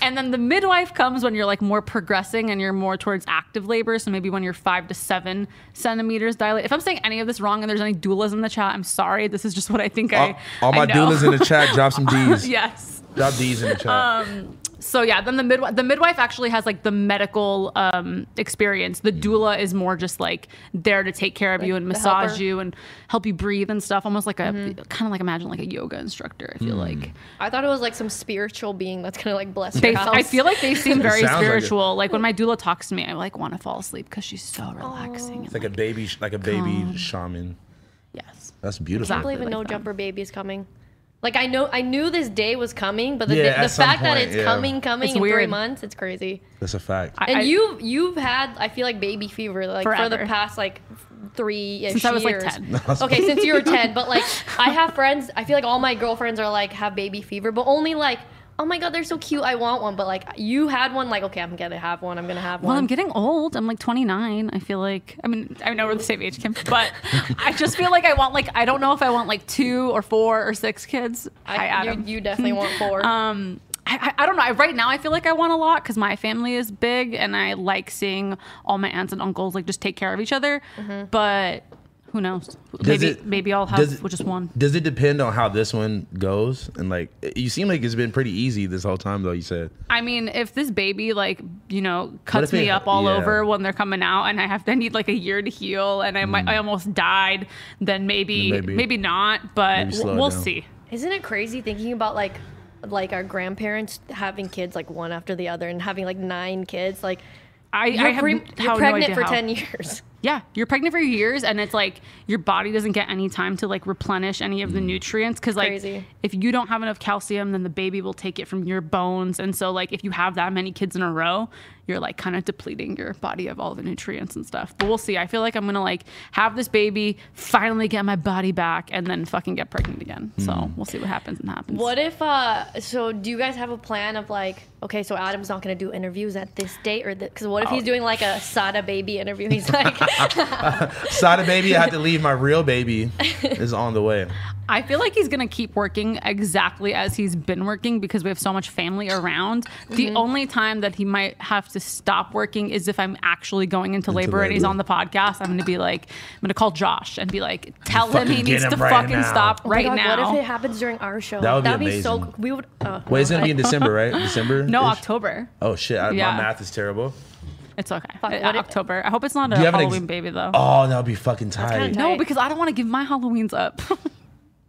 S1: And then the midwife comes when you're like more progressing and you're more towards active labor. So maybe when you're five to seven centimeters dilated. If I'm saying any of this wrong and there's any doulas in the chat, I'm sorry. This is just what I think
S2: all,
S1: I.
S2: all my
S1: I know.
S2: doulas in the chat, drop some D's.
S1: yes.
S2: Drop D's in the chat.
S1: Um, So yeah, then the midwife the midwife actually has like the medical um, experience. The doula is more just like there to take care of you and
S3: the
S1: massage
S3: helper. Mm-hmm.
S1: you and help you breathe and stuff. Almost like a kind of like imagine like a yoga instructor. I feel
S2: Hmm.
S1: like
S3: I thought it was like some spiritual being that's gonna like bless
S1: They,
S3: your house.
S1: I feel like they seem very
S2: sounds like it.
S1: spiritual. Like, when my doula talks to me, I like want to fall asleep because she's so relaxing.
S2: it's like a baby, sh- like a baby shaman.
S1: yes,
S2: That's beautiful.
S1: Exactly.
S3: don't even
S1: like
S3: know
S1: that.
S3: jumper baby is coming. Like I know, I knew this day was coming, but the,
S2: Yeah,
S3: day-
S2: at
S3: the
S2: some
S3: fact that
S2: point,
S3: it's
S2: yeah.
S3: coming, coming
S1: It's
S3: in three
S1: weird.
S3: months, it's crazy.
S2: That's a fact.
S1: I-
S3: And you, you've had, I feel like baby fever, like for the
S1: Forever.
S3: past like three years.
S1: Since I was, like, 10.
S3: okay, since you were ten, but like I have friends. I feel like all my girlfriends are like have baby fever, but only like oh my god, they're so cute. I want one. But like you had one, like okay, I'm gonna have one. I'm gonna have
S1: Well,
S3: one.
S1: I'm getting old. I'm like 29. I feel like I mean I know we're the same age, Kim, but I just feel like I want like I don't know if I want like two or four or six kids. Hi,
S3: I, you,
S1: Adam.
S3: you definitely want four.
S1: um, I, I I don't know. I- Right now, I feel like I want a lot because my family is big, and I like seeing all my aunts and uncles like just take care of each other. But who knows? maybe
S2: it-
S1: maybe I'll have
S2: does it-
S1: just one.
S2: Does it depend on how this one goes? And like, you seem like it's been pretty easy this whole time, though. You said
S1: I mean, if this baby like you know cuts
S2: if it-
S1: me up all
S2: yeah.
S1: over when they're coming out, and I have to I need like a year to heal, and I might I almost died, then maybe
S2: Mm. Then maybe-
S1: maybe, not, but
S2: maybe
S1: w-
S2: slow it
S1: we'll
S2: down.
S1: see.
S3: Isn't it crazy thinking about like like our grandparents having kids like one after the other and having like nine kids? Like
S1: I,
S3: you're,
S1: I have
S3: pre-
S1: n-
S3: you're
S1: how- no
S3: pregnant
S1: idea
S3: for
S1: how.
S3: ten years.
S1: Yeah, you're pregnant for years, and it's like your body doesn't get any time to like replenish any of the nutrients because like
S3: Crazy.
S1: if you don't have enough calcium, then the baby will take it from your bones, and so like if you have that many kids in a row, you're like kind of depleting your body of all the nutrients and stuff. But we'll see. I feel like I'm gonna like have this baby, finally get my body back, and then fucking get pregnant again. So we'll see what happens and happens.
S3: What if uh so do you guys have a plan of like okay so Adam's not gonna do interviews at this date or because what
S1: Oh.
S3: if he's doing like a Sada baby interview? He's like oh
S2: Sada baby, I have to leave. My real baby is on the way.
S1: I feel like he's gonna keep working exactly as he's been working because we have so much family around. The
S2: Mm-hmm.
S1: only time that he might have to stop working is if I'm actually going into, labor, and he's
S2: labor.
S1: on the podcast. I'm gonna be like, I'm gonna call Josh and be like, tell him
S2: fucking
S1: he
S2: get
S1: needs
S2: him
S1: to
S2: right
S1: fucking
S2: now.
S1: stop
S3: Oh my
S1: right
S3: God,
S1: now.
S3: What if it happens during our show?
S2: That would be
S3: so
S2: amazing.
S3: we would. Uh,
S2: Wait, it's gonna be in
S3: I-
S2: December, right? December?
S1: no, October.
S2: Oh shit, I,
S1: Yeah.
S2: my math is terrible.
S1: It's okay.
S3: Fuck,
S1: Uh,
S3: what if-
S1: October. I hope it's not a
S2: you have an ex-
S1: Halloween baby though.
S2: Oh, that would be fucking
S3: kinda
S2: tight.
S3: tight.
S1: no, because I don't want to give my Halloween's up.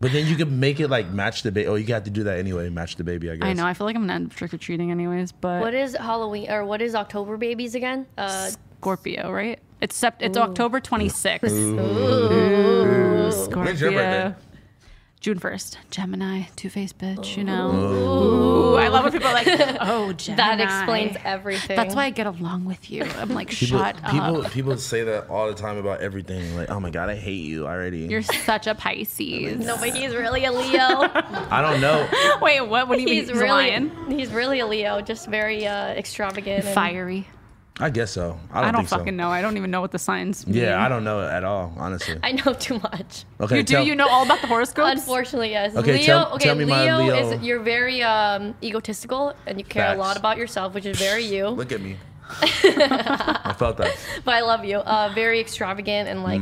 S2: But then you could make it like match the baby. Oh, you have to do that anyway. Match the baby, I guess.
S1: I know. I feel like I'm gonna end up trick or treating anyways. But
S3: What is Halloween or what is October babies again? Uh,
S1: Scorpio, right? It's sept- it's October 26th. Ooh, Scorpio.
S2: When's your birthday?
S1: June 1st. Gemini, two faced bitch, you know. Ooh. I love when people are like, oh, Gemini.
S3: that explains everything.
S1: That's why I get along with you. I'm like,
S2: People,
S1: shut
S2: people,
S1: up.
S2: people say that all the time about everything. Like, oh my god, I hate you already.
S1: You're such a Pisces.
S3: Nobody's really a Leo.
S2: I don't know.
S1: Wait, what? What do you mean?
S3: he's
S1: He's a
S3: really
S1: lion?
S3: he's really a Leo, just very uh, extravagant. and-
S1: Fiery.
S2: I guess so. I
S1: I
S2: don't,
S1: don't,
S2: think
S1: fucking
S2: so.
S1: know. I don't even know what the signs mean.
S2: Yeah, I don't know at all, honestly.
S3: I know too much.
S2: Okay,
S1: you do?
S2: tell-
S1: you know all about the horoscopes?
S3: Unfortunately, yes.
S2: Okay,
S3: Leo.
S2: tell-
S3: okay,
S2: tell me my
S3: Leo,
S2: Leo.
S3: is you're very um, egotistical and you care a lot
S2: Facts.
S3: about yourself, which is very you.
S2: Look at me. I felt that.
S3: but I love you. Uh, very extravagant and like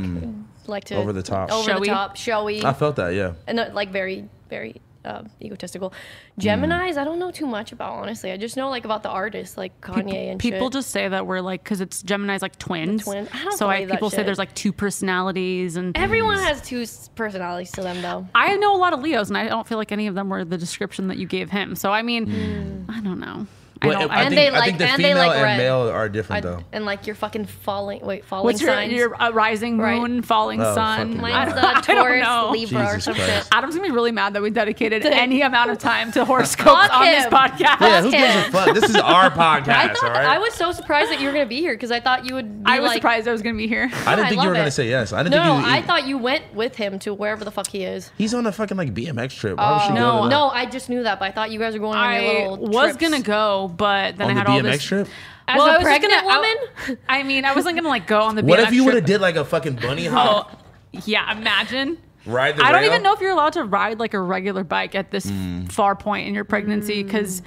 S3: like to
S2: Hmm. Over the top. Ah.
S3: over
S1: Showy.
S3: the top, showy,
S2: I felt that. Yeah.
S3: and uh, like very very um, egotistical.
S2: Hmm.
S3: Gemini's, I don't know too much about honestly. I just know like about the artists, like Kanye and
S1: people
S3: shit.
S1: just say that we're like because it's Gemini's like twins.
S3: twins. I don't
S1: so I
S3: believe that
S1: people say
S3: shit.
S1: there's like two personalities and
S3: Everyone
S2: Hmm.
S3: has two s- personalities to them though.
S1: I know a lot of Leos, and I don't feel like any of them were the description that you gave him. So I mean, I don't know. I
S2: Hmm. Well,
S1: don't.
S2: I,
S1: I
S2: think,
S3: And they
S2: I
S3: like-
S2: think the
S3: and they
S2: female
S3: like
S2: and
S3: red.
S2: male are different
S3: I-
S2: though.
S3: and like you're fucking falling. Wait, falling
S1: what's your,
S3: signs.
S1: your uh, rising
S3: Right.
S1: moon, falling
S2: Oh,
S1: sun?
S2: fucking
S1: I
S3: Mine's
S1: don't-
S3: the
S1: I don't
S3: Taurus,
S1: know.
S3: Libra, or
S2: Jesus
S3: some
S2: Christ.
S3: shit.
S1: Adam's gonna be really mad that we dedicated any amount of time to horoscopes
S3: Fuck
S1: on this
S3: him.
S1: podcast.
S2: Yeah, who gives a
S3: him.
S2: fuck? This is our podcast,
S3: I thought
S2: all right?
S3: I was so surprised that you were gonna be here because I thought you would. Be
S1: I was
S3: like,
S1: surprised I was gonna be here.
S2: I didn't
S3: I
S2: think you
S3: love
S2: were gonna
S3: it.
S2: say yes. I didn't
S3: No,
S2: think
S3: no,
S2: you.
S3: I thought you went with him to wherever the fuck he is.
S2: he's on a fucking like BMX trip. Why would she
S1: no,
S2: go to
S3: Oh, No, I just knew that, but I thought you guys were going on
S1: I
S3: your little.
S1: was
S3: trips.
S1: gonna go, but then I
S2: that? on the
S1: had all
S2: BMX
S1: this.
S2: trip?
S3: As
S1: Well,
S3: a
S1: I was just
S3: pregnant
S1: gonna-
S3: woman.
S1: I mean, I wasn't gonna like go on the.
S2: What
S1: BMX
S2: if you would
S1: trip.
S2: have did like a fucking bunny hop?
S1: Oh, yeah. Imagine.
S2: Ride the
S1: I don't
S2: rail? Mm.
S1: even know if you're allowed to ride like a regular bike at this far point in your pregnancy
S3: Mm.
S1: because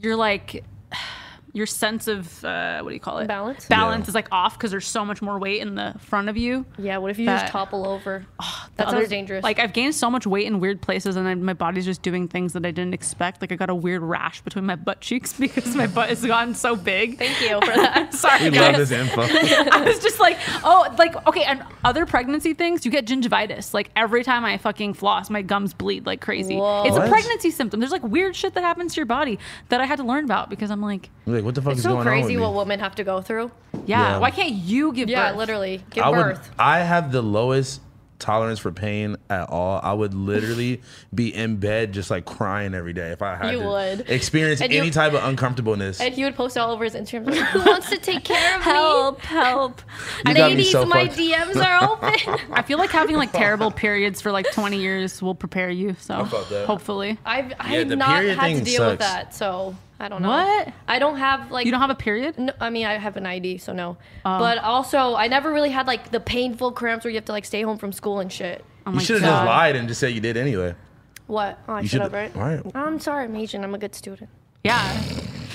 S1: you're like. Your sense of uh, what do you call it?
S3: Balance?
S1: Balance
S2: Yeah.
S1: is like off because there's so much more weight in the front of you.
S3: Yeah, what if you
S1: That-
S3: just topple over?
S1: The
S3: that
S1: other-
S3: sounds dangerous.
S1: Like I've gained so much weight in weird places, and I, my body's just doing things that I didn't expect. Like I got a weird rash between my butt cheeks because my butt has gotten so big.
S3: thank you for that.
S1: Sorry,
S2: We
S1: guys.
S2: love this info.
S1: I was just like, oh, like okay, and other pregnancy things, you get gingivitis. Like every time I fucking floss, my gums bleed like crazy.
S3: Whoa.
S1: It's
S2: What?
S1: a pregnancy symptom. There's like weird shit that happens to your body that I had to learn about because I'm like,
S2: like, what the fuck
S3: It's
S2: is
S3: so
S2: going
S3: crazy
S2: on with
S3: what
S2: me?
S3: women have to go through.
S1: yeah,
S2: Yeah.
S1: why can't you give
S3: Yeah,
S1: birth?
S3: literally, give
S2: I would.
S3: birth.
S2: I have the lowest tolerance for pain at all. I would literally be in bed just like crying every day if I had
S3: You
S2: to
S3: would.
S2: experience
S3: And you-
S2: any type of uncomfortableness.
S3: And he would post all over his Instagram, like, who wants to take care of
S1: Help, help.
S2: You
S3: me?
S2: got me
S3: Ladies,
S2: so
S3: my
S2: fucked.
S3: DMs are open.
S1: I feel like having like terrible periods for like 20 years will prepare you. So
S2: felt that.
S1: hopefully.
S3: I've,
S2: the
S3: I've not
S2: period
S3: had to
S2: thing
S3: deal with
S2: sucks.
S3: that, so I don't know.
S1: What?
S3: I don't have, like,
S1: You don't have Oh. a period?
S3: No, I mean, I have an ID, so no. but also, I never really had like the painful cramps where you have to like stay home from school and shit.
S1: Oh
S2: you
S1: my
S2: should have
S1: God.
S2: just lied and just said you did anyway.
S3: What? Oh, I
S2: You
S3: should
S2: should
S3: have, right?
S2: have. Right.
S3: I'm sorry, I'm Asian. I'm a good student.
S1: Yeah.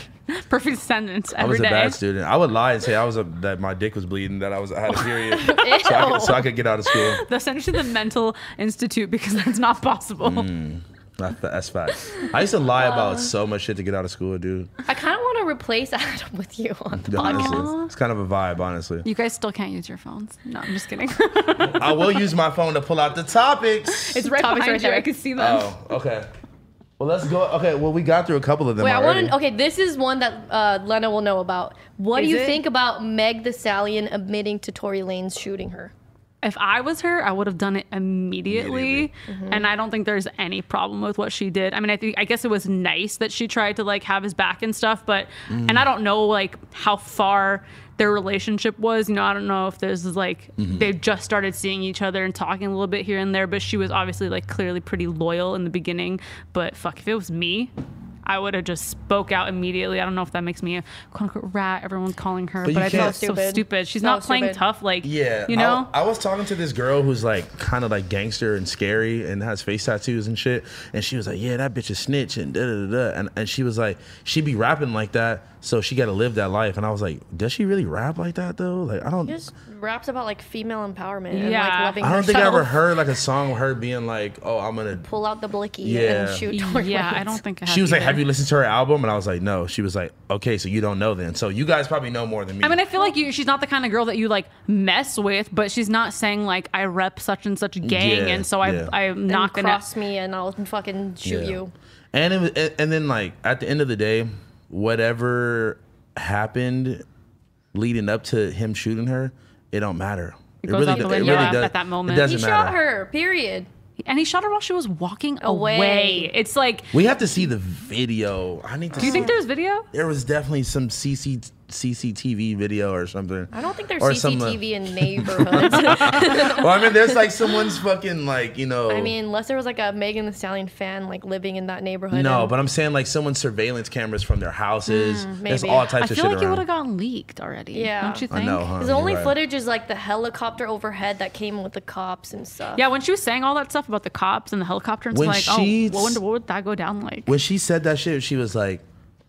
S1: Perfect sentence
S2: I
S1: every
S2: was a
S1: day.
S2: bad student. I would lie and say I was a, that my dick was bleeding, that I was I had a period, so, I could,
S3: Oh.
S2: so I could get out of school.
S1: That's actually the mental institute because that's not possible.
S2: Mm. That's, that's facts. I used to lie about so much shit to get out of school, dude.
S3: I kind of want to replace Adam with you on the podcast.
S2: Honestly, it's kind of a vibe. Honestly,
S1: You guys still can't use your phones. No, I'm just kidding.
S2: I will use my phone to pull out the topics.
S1: it's right
S3: Topics
S1: behind
S3: right
S1: you.
S3: there.
S1: I can see them.
S2: oh, okay. Well, let's go. Okay, well, we got through a couple of them.
S3: Wait, I want
S2: already.
S3: to. Okay, this is one that uh, Lena will know about. What
S1: Is
S3: do you
S1: it?
S3: think about Meg the Stallion admitting to Tory Lanez shooting her?
S1: If I was her, I would have done it immediately,
S3: Mm-hmm.
S1: and I don't think there's any problem with what she did. I mean, I think I guess it was nice that she tried to like have his back and stuff, but
S2: Mm.
S1: and I don't know like how far their relationship was. You know, I don't know if this is like
S2: Mm-hmm.
S1: they've just started seeing each other and talking a little bit here and there, but she was obviously like clearly pretty loyal in the beginning. But fuck, if it was me. I would have just spoke out immediately. I don't know if that makes me a quote unquote rat. Everyone's calling her, but,
S2: you
S1: I think
S2: can't-
S1: it's so
S3: Stupid.
S1: stupid. She's
S3: So
S1: not playing
S3: stupid.
S1: tough, like
S2: Yeah,
S1: you know.
S2: I, I was talking to this girl who's like kind of like gangster and scary and has face tattoos and shit, and she was like, "Yeah, that bitch is snitch and da da da,", da. and and she was like, "She be rapping like that, so she got to live that life." And I was like, "Does she really rap like that though? Like, I don't,
S3: Just raps about like female empowerment and like
S1: Yeah.
S3: loving
S2: I don't think I
S3: herself.
S2: ever heard like a song with her being like, "Oh, I'm gonna."
S3: Pull out the blicky
S2: Yeah.
S3: and shoot Tory
S1: yeah,
S3: Lanez.
S1: I don't think I have
S2: She was like,
S1: either.
S2: "Have you listened to her album?" And I was like, "No." She was like, "Okay, so you don't know then. So you guys probably know more than me."
S1: I mean, I feel like you, she's not the kind of girl that you like mess with, but she's not saying like I rep such and such gang,
S2: Yeah,
S1: and so I,
S2: yeah.
S1: I'm
S3: And
S1: not gonna.
S3: cross me and I'll fucking shoot
S2: Yeah.
S3: you.
S2: And it was, and- and then like at the end of the day, whatever happened leading up to him shooting her, it don't matter. It,
S1: goes out the
S2: do-
S1: window at-
S2: does-
S1: at that moment.
S2: It doesn't
S3: He
S2: matter.
S3: shot her. Period.
S1: and he shot her while she was walking away.
S3: Away.
S1: It's like, do
S2: We have to see the video. I need to.
S1: you
S2: see-
S1: think there's video?
S2: there was definitely some CC, CCTV video or something?
S3: I don't think there's
S2: Or some, uh,
S3: CCTV in neighborhoods.
S2: Well, I mean, there's like someone's fucking like you know.
S3: I mean, unless there was like a Megan the Stallion fan like living in that neighborhood.
S2: No,
S3: and-
S2: but I'm saying like someone's surveillance cameras from their houses. There's
S3: maybe.
S2: all
S1: Mm, I
S2: types of
S1: feel
S2: shit
S1: like it would
S2: around.
S1: have gotten leaked already.
S3: Yeah.
S1: don't you think?
S2: I know, huh?
S3: His
S2: You're
S3: only
S2: right.
S3: footage is like the helicopter overhead that came with the cops and stuff.
S1: Yeah, when she was saying all that stuff about the cops and the helicopter and
S2: When
S1: stuff, like,
S2: she's-
S1: oh, I wonder what would that go down like?
S2: when she said that shit, she was like,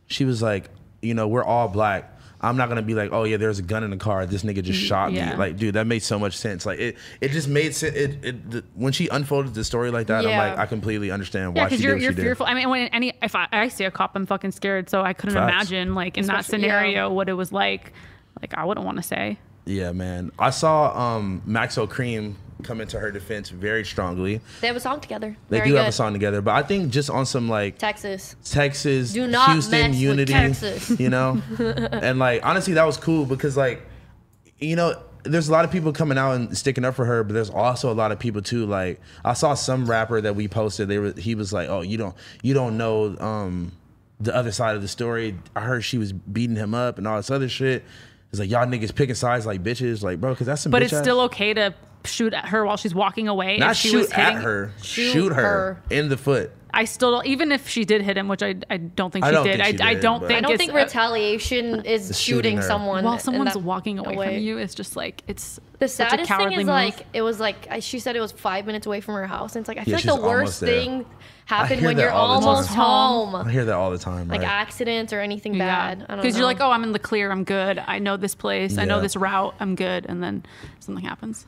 S2: she was like, you know, we're all black. I'm not gonna be like, oh yeah, there's a gun in the car. This nigga just shot
S1: Mm, yeah.
S2: me. Like, dude, that made so much sense. Like, it, it just made sense. It, it, the, when she unfolded the story like that,
S3: Yeah.
S2: I'm like, I completely understand
S1: Yeah,
S2: why she
S1: because
S2: did
S1: you're
S2: what
S1: you're
S2: she
S1: fearful. I mean, when any if I, I see a cop, I'm fucking scared. So I couldn't
S2: Facts.
S1: imagine like in that
S3: Especially- yeah.
S1: scenario what it was like. Like I wouldn't want to say.
S2: did. Yeah, man. I saw um, Max O'Cream come into her defense very strongly.
S3: They have a song together.
S2: They
S3: Very
S2: do
S3: good.
S2: have a song together, but I think just on some like
S3: Texas.
S2: Texas,
S3: Do not mess
S2: Houston
S3: with
S2: unity,
S3: Texas.
S2: you know? and like honestly that was cool because like you know there's a lot of people coming out and sticking up for her, but there's also a lot of people too. Like I saw some rapper that we posted. They were he was like, "Oh, you don't you don't know um, the other side of the story." I heard she was beating him up and all this other shit. It's like y'all niggas picking sides like bitches, like bro, because that's some.
S1: But
S2: bitch
S1: it's
S2: ass-
S1: still okay to shoot at her while she's walking away.
S2: not
S1: if she
S2: shoot
S1: was hitting,
S2: at her, shoot,
S3: Shoot
S2: her,
S3: her.
S2: in the foot.
S1: I still don't, even if she did hit him, which I, I don't think
S2: I
S1: she
S2: don't
S1: did.
S2: think
S1: I,
S2: she
S1: I
S2: did,
S1: don't
S2: but-
S1: think
S3: I don't
S1: it's,
S3: think retaliation is
S2: shooting
S3: shooting
S2: her.
S3: someone
S1: uh, while
S3: in
S1: someone's
S3: that
S1: walking away,
S3: way.
S1: from you. It's just like it's
S3: The
S1: such a
S3: saddest thing
S1: cowardly
S3: is
S1: move.
S3: like it was like I- she said it was five minutes away from her house, and it's like I feel
S2: Yeah,
S3: like
S2: she's
S3: the worst
S2: almost there.
S3: thing
S2: I
S3: happened
S2: hear
S3: when
S2: that
S3: you're
S2: all the
S3: almost
S1: time. Almost
S3: home,
S2: I hear that all the time.
S3: like
S2: right?
S3: accidents or anything bad. I don't
S1: because you're
S3: know.
S1: like, oh, I'm in the clear. I'm good. I know this place. I know
S2: Yeah.
S1: this route. I'm good. And then something happens.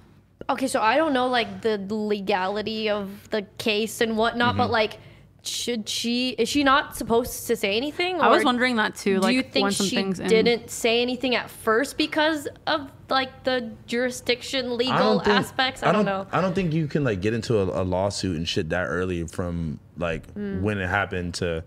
S3: Okay, so I don't know like the legality of the case and whatnot,
S2: Mm-hmm.
S3: but like, should she? Is she not supposed to say anything? Or
S1: I was wondering that too.
S3: Do
S1: like,
S3: you think
S1: when some
S3: she
S1: things in-
S3: didn't say anything at first because of like the jurisdiction, legal
S2: think-
S3: aspects? I, don't, know.
S2: I don't think you can like get into a, a
S3: Mm.
S2: lawsuit and shit that early from like when it happened to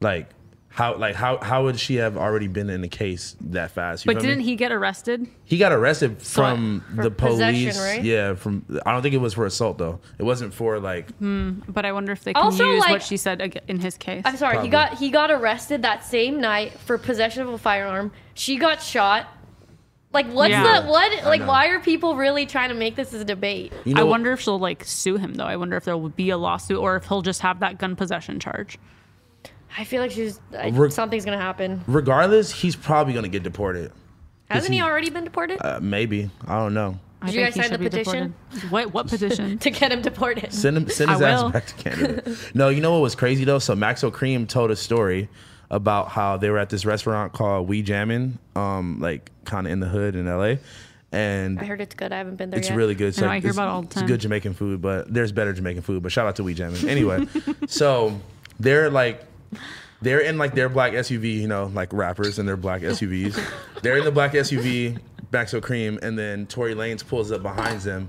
S2: like How like how how would she have already been in the case that fast? You
S1: But
S2: feel me?
S1: didn't he get arrested?
S2: He got arrested from
S3: For
S2: the
S3: possession,
S2: police.
S3: right?
S2: Yeah, from I don't think it was for assault though. It wasn't for like
S3: Hmm.
S1: But I wonder if they can
S3: Also,
S1: use
S3: like-
S1: what she said ag- in his case.
S3: I'm sorry.
S2: Probably.
S3: He got he got arrested that same night for possession of a firearm. She got shot. Like what's
S1: Yeah.
S3: the what?
S2: I
S3: Like
S2: know.
S3: why are people really trying to make this as a debate?
S2: you know
S1: I wonder if she'll like sue him though. I wonder if there will be a lawsuit or if he'll just have that gun possession charge.
S3: I feel like she's I-
S2: Re-
S3: something's gonna happen.
S2: regardless, he's probably gonna get deported.
S3: Hasn't
S2: he-
S3: he already been deported?
S2: Uh, maybe. I don't know.
S1: I
S3: Did you
S1: think
S3: guys
S1: he
S3: sign the
S1: should be
S3: petition?
S1: deported. What what petition?
S3: to get him deported.
S2: Send him send
S1: I
S2: his ass
S1: will.
S2: back to Canada. no, you know what was crazy though? So Max O'Cream told a story about how they were at this restaurant called We Jammin', um, like kinda in the hood in LA. And
S3: I heard it's good. I haven't been there
S2: It's
S3: yet.
S2: really good. So
S1: know, I hear
S2: it's,
S1: about it all the
S2: it's
S1: time.
S2: good Jamaican food, but there's better Jamaican food. But shout out to We Jammin. Anyway, so they're like, they're in like their black SUV, you know, like rappers in their black SUVs. they're in the black SUV, Maxo Cream, and then Tory Lanez pulls up behind them,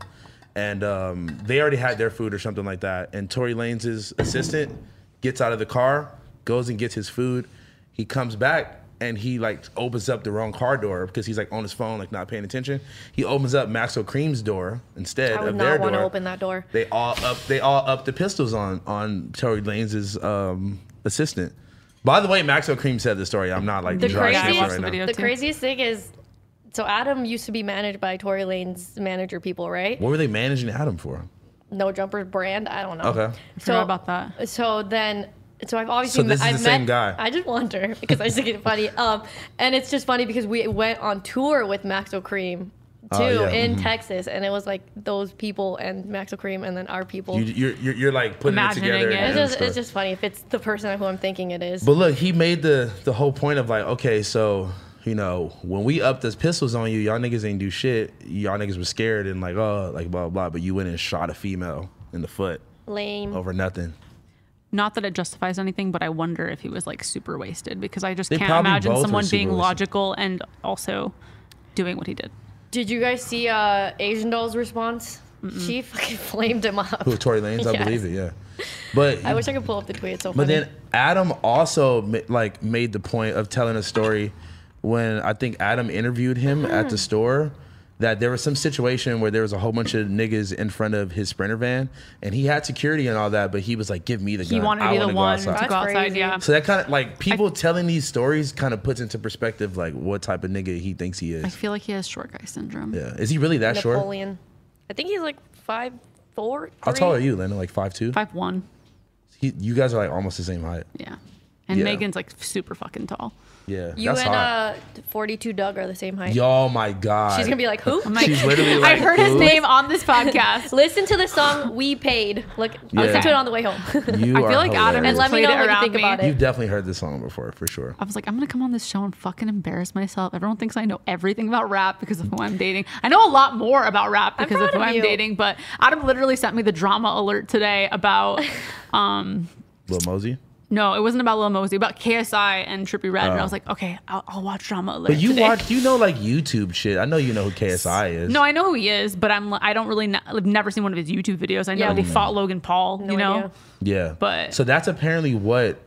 S2: and um, they already had their food or something like that. And Tory Lanez's assistant gets out of the car, goes and gets his food. He comes back and he like opens up the wrong car door because he's like on his phone, like not paying attention. He opens up Maxo Cream's door instead
S3: I would
S2: of their
S3: not
S2: door.
S3: want to open that door.
S2: They all up. They all up the pistols on on Tory Lanez's um, assistant. By the way, Max O'Cream said the story. I'm not like
S3: The
S2: dry snitching
S3: craziest- Yeah, I watched
S2: right
S1: the
S2: now.
S1: video.
S3: The
S1: too.
S3: craziest thing is, so Adam used to be managed by Tory Lane's manager people, right?
S2: What were they managing Adam for?
S3: No Jumpers brand. I don't know.
S2: Okay.
S1: Forgot about that.
S3: So then, so I've obviously
S2: So this is
S3: I've
S2: the same guy.
S3: I just wonder because I just think it's funny. Um, and it's just funny because we went on tour with Max O'Cream too
S2: Oh, yeah.
S3: in Texas, and it was like those people and Max O'Cream and then our people.
S2: You, you're, you're you're like putting
S1: Imagining
S2: it together.
S1: it. It's
S2: and
S3: it's
S2: doing
S3: just,
S2: stuff.
S3: it's just funny if it's the person who I'm thinking it is.
S2: But look, he made the the whole point of like, okay, so you know, when we up those pistols on you, y'all niggas ain't do shit. Y'all niggas was scared and like, oh, like blah blah. But you went and shot a female in the foot
S3: Lame.
S2: over nothing.
S1: Not that it justifies anything, but I wonder if he was like super wasted because I just
S2: They
S1: can't
S2: probably
S1: imagine
S2: both were
S1: someone
S2: super
S1: being
S2: wasted.
S1: logical and also doing what he did.
S3: Did you guys see uh, Asian Doll's response? She fucking flamed him up.
S2: Who Tory Lanez? I
S3: Yes.
S2: believe it. Yeah, but
S3: I wish I could pull up the tweet. It's so
S2: But
S3: funny.
S2: then Adam also ma- like made the point of telling a story when I think Adam interviewed him at
S1: Hmm.
S2: the store that there was some situation where there was a whole bunch of niggas in front of his sprinter van and he had security and all that, but he was like, "Give me the gun."
S1: He wanted to
S2: I
S1: be the
S2: wanna go
S1: one
S2: outside."
S1: to
S3: That's
S1: go outside.
S3: crazy.
S1: Yeah.
S2: So that kind of like people telling these stories kind of puts into perspective like what type of nigga he thinks he
S1: I
S2: is.
S1: feel like he has short guy syndrome.
S2: Yeah, is he really that short?
S3: Napoleon. I think he's like five four.
S2: How tall
S3: three.
S2: are you, Lena? Like five two.
S1: Five one.
S2: He, you guys are like almost the same height.
S1: Yeah. And
S2: Yeah.
S1: Megan's like super fucking tall.
S2: Yeah,
S3: You
S2: that's
S3: and
S2: hot.
S3: uh, 42 Doug are the same
S1: uh,
S3: height.
S2: Yo, my God.
S3: She's gonna be like, who?
S1: I'm like,
S2: She's literally like,
S1: I've heard his
S2: "Who?"
S1: name on this podcast.
S3: listen to the song "We Paid." Look,
S2: Yeah.
S3: listen to it on the way home.
S2: You
S1: I
S2: are
S1: feel like Adam
S2: hilarious.
S1: has
S3: And let me
S1: played
S3: know
S1: it
S3: what you
S1: around
S3: think
S1: me.
S3: about it.
S2: You've definitely heard this song before, for sure.
S1: I was like, I'm gonna come on this show and fucking embarrass myself. Everyone thinks I know everything about rap because of who I'm dating. I know a lot more about rap because of
S3: proud
S1: who
S3: of
S1: I'm
S3: you.
S1: dating, but Adam literally sent me the drama alert today about um
S2: Lil Mosey.
S1: no, it wasn't about Lil Mosey, about KSI and Trippy Red. And I
S2: Oh.
S1: was like, okay, I'll, I'll watch drama alert.
S2: But you
S1: today.
S2: watch, you know, like YouTube shit. I know you know who KSI is.
S1: No, I know who he is, but I'm I don't really kn- I've never seen one of his YouTube videos. I know
S3: Yeah,
S1: that he
S2: Mm.
S3: we-
S1: fought Logan Paul,
S3: No
S1: you know.
S3: idea.
S2: yeah,
S1: but-
S2: so that's apparently what.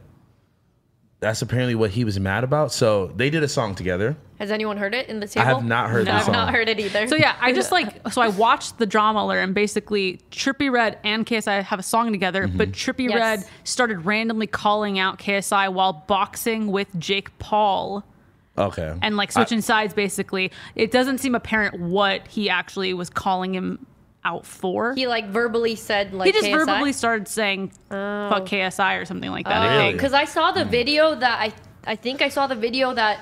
S2: That's apparently what he was mad about. So they did a song together.
S3: Has anyone heard it in the
S2: I
S3: table?
S2: have not heard
S1: No.
S2: the
S3: I've
S2: song.
S3: not heard it either.
S1: So yeah, I just like so I watched the drama alert and basically Trippy Red and KSI have a song together,
S2: Mhm.
S1: but Trippy
S3: Yes.
S1: Red started randomly calling out KSI while boxing with Jake Paul
S2: Okay.
S1: and like switching sides basically. It doesn't seem apparent what he actually was calling him out for. He,
S3: He like verbally said like
S1: just
S3: KSI.
S1: verbally started saying
S3: Oh.
S1: fuck KSI or something like that. I
S2: Oh, Really? Mm.
S1: think.
S3: Because I saw the video that I I think I saw the video that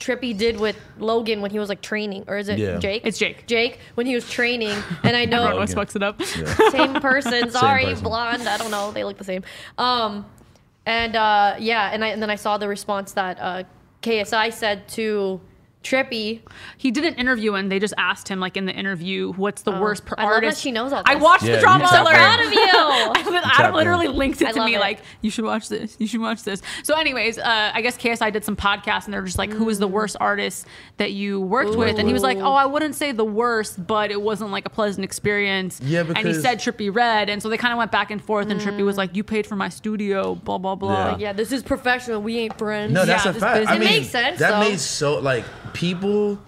S3: Trippy did with Logan when he was like training, or is it
S2: Yeah.
S3: Jake?
S1: It's Jake.
S3: Jake when he was training, and I
S1: Everyone
S3: know
S1: always
S2: Logan.
S1: fucks Oh, it up.
S3: same person. Sorry,
S2: person.
S3: blonde. I don't know. They look the same. Um, and uh, yeah, and I and then I saw the response that uh, KSI said to trippy.
S1: He did an interview and they just asked him like in the interview, "What's the worst per-
S3: Oh. I love that
S1: artist?"
S3: she knows all
S1: I
S3: this.
S1: watched
S2: Yeah,
S1: the drama
S2: you tapped
S1: alert.
S2: in.
S3: Proud of you.
S1: Adam
S2: tapped in.
S1: literally links it
S3: I
S1: to
S3: love
S1: me
S3: it.
S1: like you should watch this you should watch this so anyways uh, i guess ksi did some podcasts and they're just like who was the
S3: Mm.
S1: worst artist that you worked with and he was like
S3: Ooh.
S1: oh i wouldn't say the worst but it wasn't like a pleasant experience
S2: Yeah,
S1: and he
S2: because-
S1: said trippy red and so they kind of went back and forth and trippy
S3: Mm.
S1: was like you paid for my studio blah blah blah
S2: Yeah.
S3: yeah, this is professional. We ain't friends.
S2: No, that's
S1: Yeah,
S2: a
S1: this
S2: fact.
S1: business-
S2: I
S1: It
S2: mean,
S3: makes sense,
S2: That
S3: though.
S2: made so like people.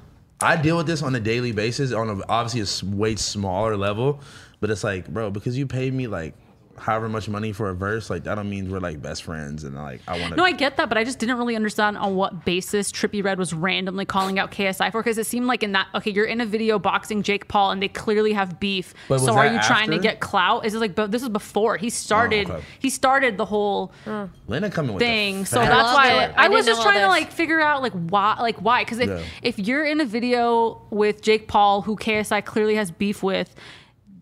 S2: I deal with this on a daily basis on a, obviously a s- way smaller level, but it's like, bro, because you paid me like however much money for a verse, like that don't mean we're like best friends and like I want to.
S1: No, I get that, but I just didn't really understand on what basis Trippy Red was randomly calling out KSI for because it seemed like in that okay, you're in a video boxing Jake Paul and they clearly have beef.
S2: But was
S1: so are
S2: that
S1: you trying to
S2: after? Oh,
S1: get clout? Is it like but this is before he started
S2: okay.
S1: he started the whole
S2: Lena coming with the
S1: thing. So
S2: facts.
S1: that's
S3: love
S1: why
S3: it. I
S1: I, was just
S3: didn't know all
S1: trying to
S3: this.
S1: like figure out like why like why because if
S2: Yeah.
S1: if you're in a video with Jake Paul who KSI clearly has beef with.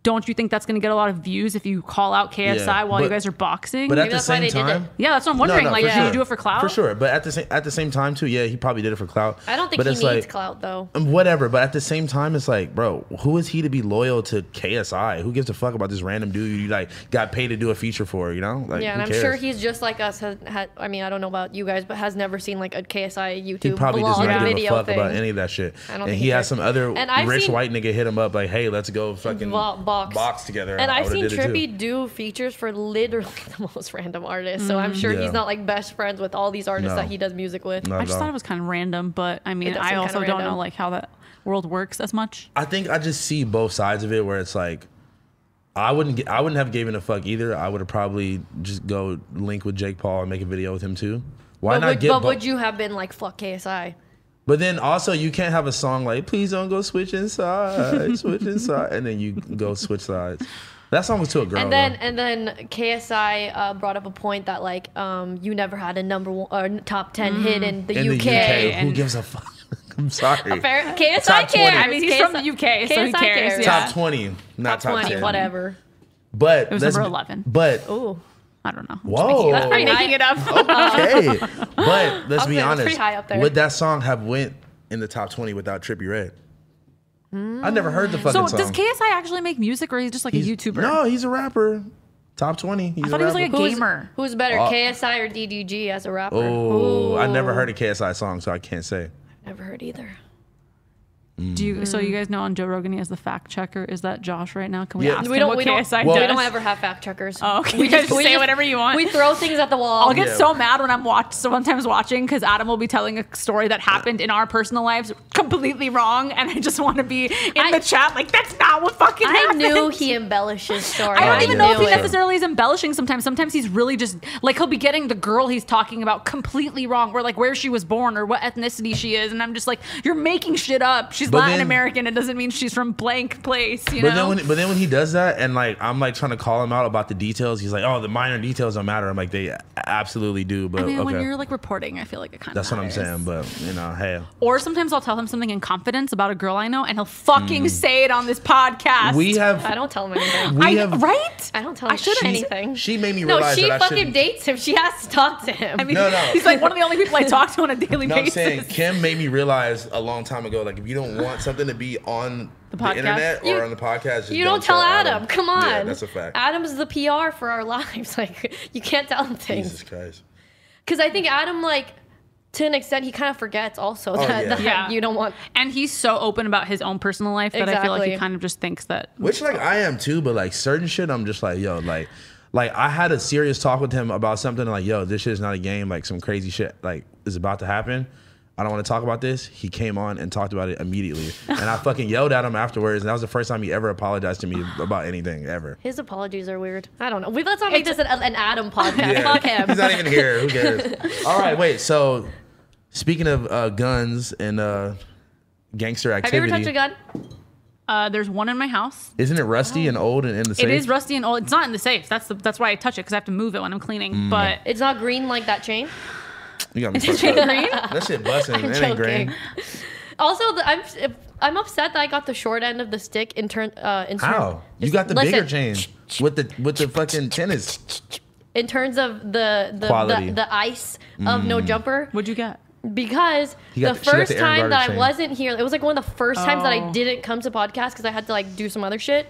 S1: Don't you think that's going to get a lot of views if you call out KSI
S2: Yeah,
S1: while you
S2: but-
S1: guys are boxing?
S2: But at
S3: Maybe
S2: the
S3: that's why
S2: same
S3: they did it.
S2: time,
S1: yeah, that's what I'm wondering. like,
S2: for
S1: did
S2: sure.
S1: you do it for clout?
S2: For sure, but at the same at the same time too, yeah, he probably did it for clout.
S3: I don't think
S2: but
S3: he
S2: it's
S3: needs
S2: like,
S3: clout though.
S2: Um, Whatever, but at the same time, it's like, bro, who is he to be loyal to KSI? Who gives a fuck about this random dude you like got paid to do a feature for? You know, like who
S3: Yeah, and I'm
S2: cares?
S3: sure he's just like us. Has, had, I mean, I don't know about you guys, but has never seen like a KSI YouTube
S2: He probably does
S3: vlog
S2: not
S3: or
S2: give a
S3: video
S2: fuck
S3: thing.
S2: about any of that shit.
S3: I don't
S2: and
S3: think
S2: he
S3: he
S2: has
S3: cares.
S2: some other
S3: And I've
S2: rich
S3: seen-
S2: white nigga hit him up like, hey, let's go fucking
S3: Vo- box.
S2: together.
S3: And
S2: I
S3: I've
S2: would've
S3: seen
S2: did it, too.
S3: Trippy do features for literally the most random artists. So I'm sure
S2: Yeah.
S3: he's not like best friends with all these artists
S2: Mm-hmm. No.
S3: that he does music with.
S2: Not
S1: I
S2: at
S1: just
S2: all.
S1: thought it was kind of random, but I mean,
S3: It does
S1: I
S3: seem
S1: also
S3: kinda
S1: don't know
S3: random.
S1: like how that world works as much.
S2: I think I just see both sides of it where it's like I wouldn't gi- I wouldn't have given a fuck either. I would have probably just go link with Jake Paul and make a video with him too. Why
S3: But,
S2: not
S3: would,
S2: get Oh,
S3: but
S2: bo-
S3: would you have been like fuck KSI?
S2: But then also you can't have a song like please don't go switch inside, switch inside and then you go switch sides. That song was to a girl.
S3: And then
S2: though.
S3: and then KSI uh, brought up a point that like um, you never had a number one or top ten
S1: Mm.
S3: hit in the
S2: in the
S3: UK.
S2: UK, who
S1: and-
S2: gives a fuck? I'm sorry.
S3: Fair- KSI
S2: Top 20.
S3: cares.
S2: I
S1: mean, he's from
S3: KSI
S1: the UK, so he cares, yeah.
S2: Top 20, not top,
S3: 20,
S2: 10.
S3: whatever.
S2: But it
S1: was number 11.
S2: But
S3: Ooh.
S1: I don't know. I'm just
S2: Whoa.
S1: making it up.
S2: That's
S1: I'm
S2: pretty
S1: making
S3: high.
S1: it up.
S2: okay. But let's be
S3: say that's
S2: honest.
S3: pretty high up there.
S2: Would that song have went in the top twenty without Trippy Red? I never heard the fucking
S1: Hmm. so
S2: song.
S1: does KSI actually make music, or is he just like
S2: He's-
S1: a YouTuber?
S2: No, he's a rapper. Top twenty. He's
S1: I thought he
S2: a
S1: was
S2: rapper.
S1: like a gamer.
S3: Who's better,
S2: Uh,
S3: KSI or DDG as a rapper?
S2: Oh, I never
S3: Ooh.
S2: heard a KSI song, so I can't say.
S3: Never heard either.
S1: Do you?
S3: Mm.
S1: So you guys know on Joe Rogan he has the fact checker. Is that Josh right now? Can we
S2: Yeah.
S1: ask
S3: We
S1: him
S3: don't.
S1: what
S3: We don't,
S1: KSI
S2: Well-
S1: does?
S3: we don't ever have fact checkers.
S1: Oh, okay. You guys say whatever you want.
S3: We throw things at the wall.
S1: I'll get
S2: Yeah.
S1: so mad when I'm watch sometimes watching because Adam will be telling a story that happened in our personal lives completely wrong, and I just want to be in
S3: I-
S1: the chat like that's not what fucking
S3: I
S1: happened.
S3: knew he embellishes stories.
S1: I don't
S2: I
S1: even
S2: know
S1: know if he
S2: it.
S1: necessarily is embellishing sometimes. Sometimes he's really just like he'll be getting the girl he's talking about completely wrong, or like where she was born or what ethnicity she is, and I'm just like, you're making shit up. She's
S2: But
S1: Latin
S2: then-
S1: American. It doesn't mean she's from blank place. You
S2: But
S1: know.
S2: then, when, but then when he does that, and like I'm like trying to call him out about the details, he's like, "Oh, the minor details don't matter." I'm like, "They absolutely do." But
S1: I mean, when
S2: okay,
S1: you're like reporting, I feel like it kind of
S2: that's what I'm saying. But you know, hey,
S1: Or sometimes I'll tell him something in confidence about a girl I know, and he'll fucking say it on this podcast.
S2: Mm. we have
S3: I don't tell him anything.
S2: we
S1: I,
S2: have
S1: right?
S3: I don't tell him
S1: I shouldn't.
S2: she-
S3: anything.
S2: She made me
S3: no,
S2: realize
S3: she
S2: that I
S3: fucking
S2: shouldn't-
S3: dates him. She has to talk to him.
S1: I mean,
S2: No, no.
S1: he's like one of the only people I talk to on a daily
S2: No, I'm
S1: basis.
S2: saying Kim made me realize a long time ago, like if you don't want something to be on the,
S1: podcast?
S2: internet or
S3: You-
S2: on the podcast, just
S3: you don't, tell Adam. Come on.
S2: Yeah, that's a fact.
S3: Adam's the PR for our lives. Like you can't tell him things.
S2: Jesus Christ.
S3: Because I think Adam, like to an extent, he kind of forgets also that,
S2: Oh, yeah.
S3: that
S1: Yeah.
S3: you don't want.
S1: And he's so open about his own personal life that I feel like
S3: Exactly.
S1: he kind of just thinks that
S2: Which like I am too, but like certain shit, I'm just like, yo, like, like I had a serious talk with him about something. Like, yo, this shit is not a game. Like some crazy shit like is about to happen. I don't want to talk about this. He came on and talked about it immediately, and I fucking yelled at him afterwards. And that was the first time he ever apologized to me about anything ever.
S3: His apologies are weird. I don't know. We, let's not make this an, an Adam podcast.
S2: Yeah.
S3: Fuck him.
S2: He's not even here. Who cares? All right, wait. So, speaking of uh, guns and uh, gangster
S3: Have you ever
S2: activity,
S3: touched a gun?
S1: uh, there's one in my house.
S2: isn't it rusty and old and in the safe?
S1: It is rusty and old. It's not in the safe. That's the, that's why I touch it because I have to move it when I'm cleaning.
S2: Mm.
S1: But
S3: It's not green like that chain.
S2: You got me fucked up. That shit busting. It ain't green.
S3: Joking. Also, the, I'm if- I'm upset that I got the short end of the stick in turn. Uh, in turn-
S2: How? You
S3: just
S2: got the bigger
S3: listen.
S2: chain with the with the fucking tennis.
S3: In terms of the the
S2: Quality. Mm.
S3: the, the ice of no jumper,
S1: what'd you get?
S3: because
S2: He
S3: the
S2: got the- she got
S3: first
S2: the Aaron
S3: time
S2: Rodgers
S3: that I
S2: chain.
S3: wasn't here, it was like one of the first times that I
S1: Oh.
S3: didn't come to podcast because I had to like do some other shit.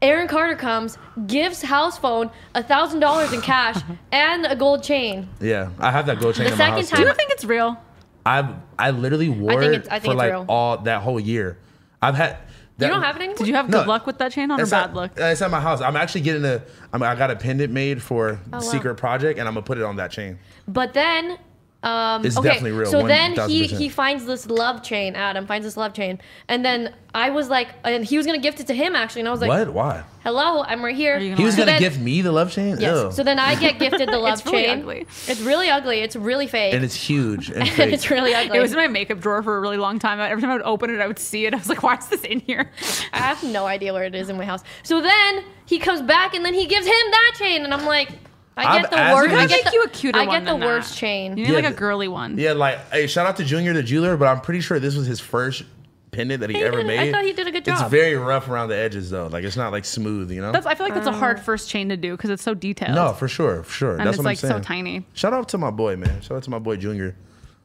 S3: Aaron Carter comes, gives house phone a thousand dollars in cash and a gold chain.
S2: Yeah, I have that gold chain
S3: The
S2: in my
S3: second
S2: house.
S1: Do
S2: too.
S3: time-
S1: you think it's real?
S2: I've I literally wore
S3: think
S2: it
S3: it's- I think
S2: for
S3: it's
S2: like
S3: real.
S2: all that whole year. I've had. That,
S3: You don't have it anymore.
S1: Did you have
S2: No.
S1: good luck with that chain on or
S2: It's
S1: bad
S2: at-
S1: luck?
S2: uh, It's at my house. I'm actually getting a. I'm, I got a pendant made for
S3: Oh, wow.
S2: secret project, and I'm gonna put it on that chain.
S3: But then, um,
S2: It's
S3: okay,
S2: definitely real,
S3: So then he
S2: 1000%.
S3: he finds this love chain. Adam finds this love chain, and then I was like, and he was gonna gift it to him actually, and I was like,
S2: what? Why?
S3: Hello, I'm right here.
S1: Are you
S2: He was
S1: So
S2: gonna
S3: then-
S2: give me the love chain.
S3: Yes.
S2: Ew.
S3: So then I get gifted the love
S1: It's really
S3: chain.
S1: ugly.
S3: It's really ugly. It's really fake.
S2: and it's huge and
S3: And
S2: fake.
S3: it's really ugly.
S1: It was in my makeup drawer for a really long time. Every time I would open it, I would see it. I was like, why is this in here?
S3: I have no idea where it is in my house. So then he comes back and then he gives him that chain, and I'm like, I
S2: I've
S3: get the
S2: asked
S3: worst.
S2: you
S3: I
S2: to-
S3: get
S1: Make
S3: the,
S1: you a cuter
S3: I get
S1: one
S3: the
S1: than
S3: worst
S1: that.
S3: chain.
S1: You need
S2: Yeah,
S1: like a
S2: the-
S1: girly one.
S2: yeah, like hey, shout out to Junior the jeweler, but I'm pretty sure this was his first pendant that he
S3: He
S2: ever
S3: did- I
S2: made.
S3: thought he did a good
S2: It's
S3: job.
S2: very rough around the edges though. Like it's not like smooth, you know.
S1: That's, I feel like
S3: Uh.
S1: that's a hard first chain to do because it's so detailed.
S2: no, for sure, for sure.
S1: and
S2: That's
S1: it's
S2: what
S1: like
S2: I'm saying.
S1: so tiny.
S2: Shout out to my boy, man. Shout out to my boy Junior.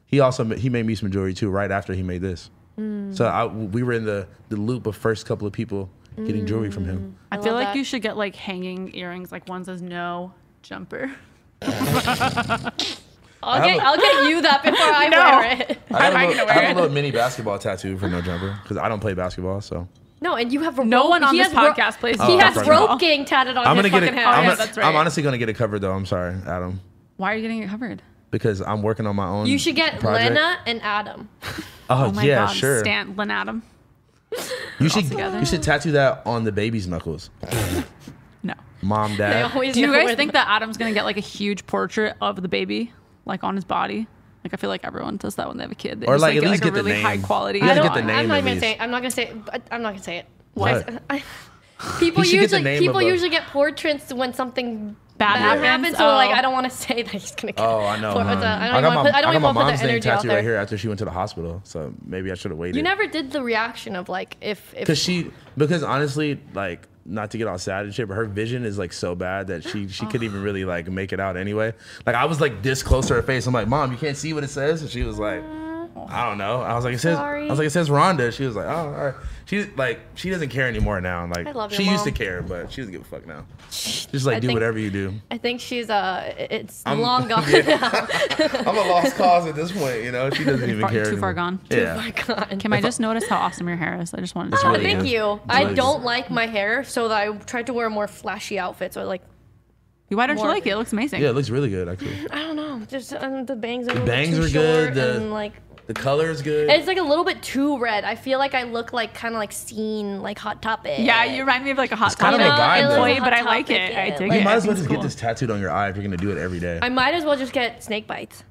S2: He also ma- he made me some jewelry too. Right after he made this,
S3: Mm.
S2: so I, we were in the the loop of first couple of people getting jewelry from him.
S1: I,
S3: I
S1: feel
S3: love
S1: like
S3: that.
S1: you should get like hanging earrings. Like one says no jumper.
S3: I'll
S2: I have
S3: get,
S2: a-
S3: i I'll get you that before I
S1: No.
S3: wear it.
S2: I have,
S1: am I
S2: a
S1: gonna
S2: little, I
S1: wear
S2: have
S1: it?
S2: a little mini basketball tattoo for no jumper because I don't play basketball. So
S3: No, and you have a
S1: No
S3: rope-
S1: one on
S3: he
S1: this
S3: has ro-
S1: podcast plays
S3: He has
S2: basketball.
S3: rope gang tatted on
S2: Oh, I'm
S3: his
S2: gonna get
S3: fucking
S2: it.
S3: head.
S1: Oh,
S2: I'm,
S1: yeah,
S2: gonna-
S1: that's
S2: I'm
S1: right.
S2: honestly gonna get it covered though. I'm sorry, Adam,
S1: Why are you getting it covered?
S2: because I'm working on my own.
S3: You should get
S2: project.
S3: Lena and Adam.
S2: Oh,
S1: Oh my
S2: yeah,
S1: god,
S2: sure.
S1: Stan Lynn Adam.
S2: you should
S1: together.
S2: you should tattoo that on the baby's knuckles.
S1: No.
S2: Mom,
S3: They
S2: dad.
S3: always
S1: Do you
S3: know
S1: guys
S3: where
S1: think
S3: the-
S1: that Adam's gonna get like a huge portrait of the baby, like on his body? Like I feel like everyone does that when they have a kid. They
S2: Or,
S1: just,
S2: like, at
S1: get,
S2: least
S1: like,
S2: get
S1: a
S2: the
S1: really
S2: name.
S1: high quality.
S2: You gotta
S3: I
S2: get
S3: don't-
S2: the
S3: I'm
S2: name
S3: not
S2: at
S3: even
S2: least.
S3: saying. I'm not gonna say. it, but I'm not gonna say it.
S2: What?
S3: I- people
S2: You should get the
S3: usually
S2: name
S3: people
S2: of a-
S3: usually get portraits when something
S1: Bad
S3: bad,
S1: happens?
S3: happens. So
S1: Oh.
S3: like, I don't want to say that he's gonna. Get
S2: Oh, I know.
S3: por-
S2: huh?
S3: what's that?
S2: I
S3: I don't
S2: got
S3: even
S2: my-
S3: want to put. I
S2: I got
S3: don't even
S2: my
S3: want to put
S2: mom's
S3: that
S2: name
S3: energy out
S2: tattooed
S3: there.
S2: right here after she went to the hospital, so maybe I should have waited.
S3: You never did the reaction of like if if
S2: because she because honestly, like not to get all sad and shit, but her vision is like so bad that she she couldn't even really like make it out anyway. Like I was like this close to her face. I'm like, mom, you can't see what it says, and she was like. I don't know. I was like, it says. I
S3: Sorry.
S2: was like, it says Rhonda. She was like, oh, all right. She's like, she doesn't care anymore now. Like,
S3: I love your
S2: she used to
S3: mom.
S2: care, but she doesn't give a fuck now. She's like,
S3: I
S2: do
S3: think-
S2: whatever you do.
S3: I think she's uh it's
S2: I'm-
S3: long gone
S2: Yeah.
S3: now.
S2: I'm a lost cause at this point. You know, she doesn't even
S1: far-
S2: care.
S1: too far
S2: anymore.
S1: gone. Too
S2: Yeah.
S3: Oh My God.
S1: Kim, I just noticed how awesome your hair is. I just wanted to
S3: Oh,
S2: really
S3: thank
S2: good.
S3: you.
S2: Really
S3: I
S2: good.
S3: don't like my hair, so that I tried to wear a more flashy outfit. So like,
S1: Why don't you
S3: More-
S1: like it? It looks amazing.
S2: Yeah, it looks really good actually.
S3: I don't know, just um, the bangs are the
S2: bangs
S3: too
S2: are good,
S3: short
S2: the-
S3: and like
S2: The color is good.
S3: it's like a little bit too red. I feel like I look like kind of like seen like Hot Topic.
S1: Yeah, you remind me of like a hot
S2: kinda
S1: topic
S2: like vibe, though.
S1: employee,
S3: Hot
S1: but I like
S3: Topic,
S1: it.
S3: yeah,
S1: I dig
S3: like-
S1: it.
S2: you might
S1: I
S2: as well
S1: think
S2: just
S1: it's
S2: get
S1: cool.
S2: this tattooed on your eye if you're gonna do it every day.
S3: I might as well just get snake bites.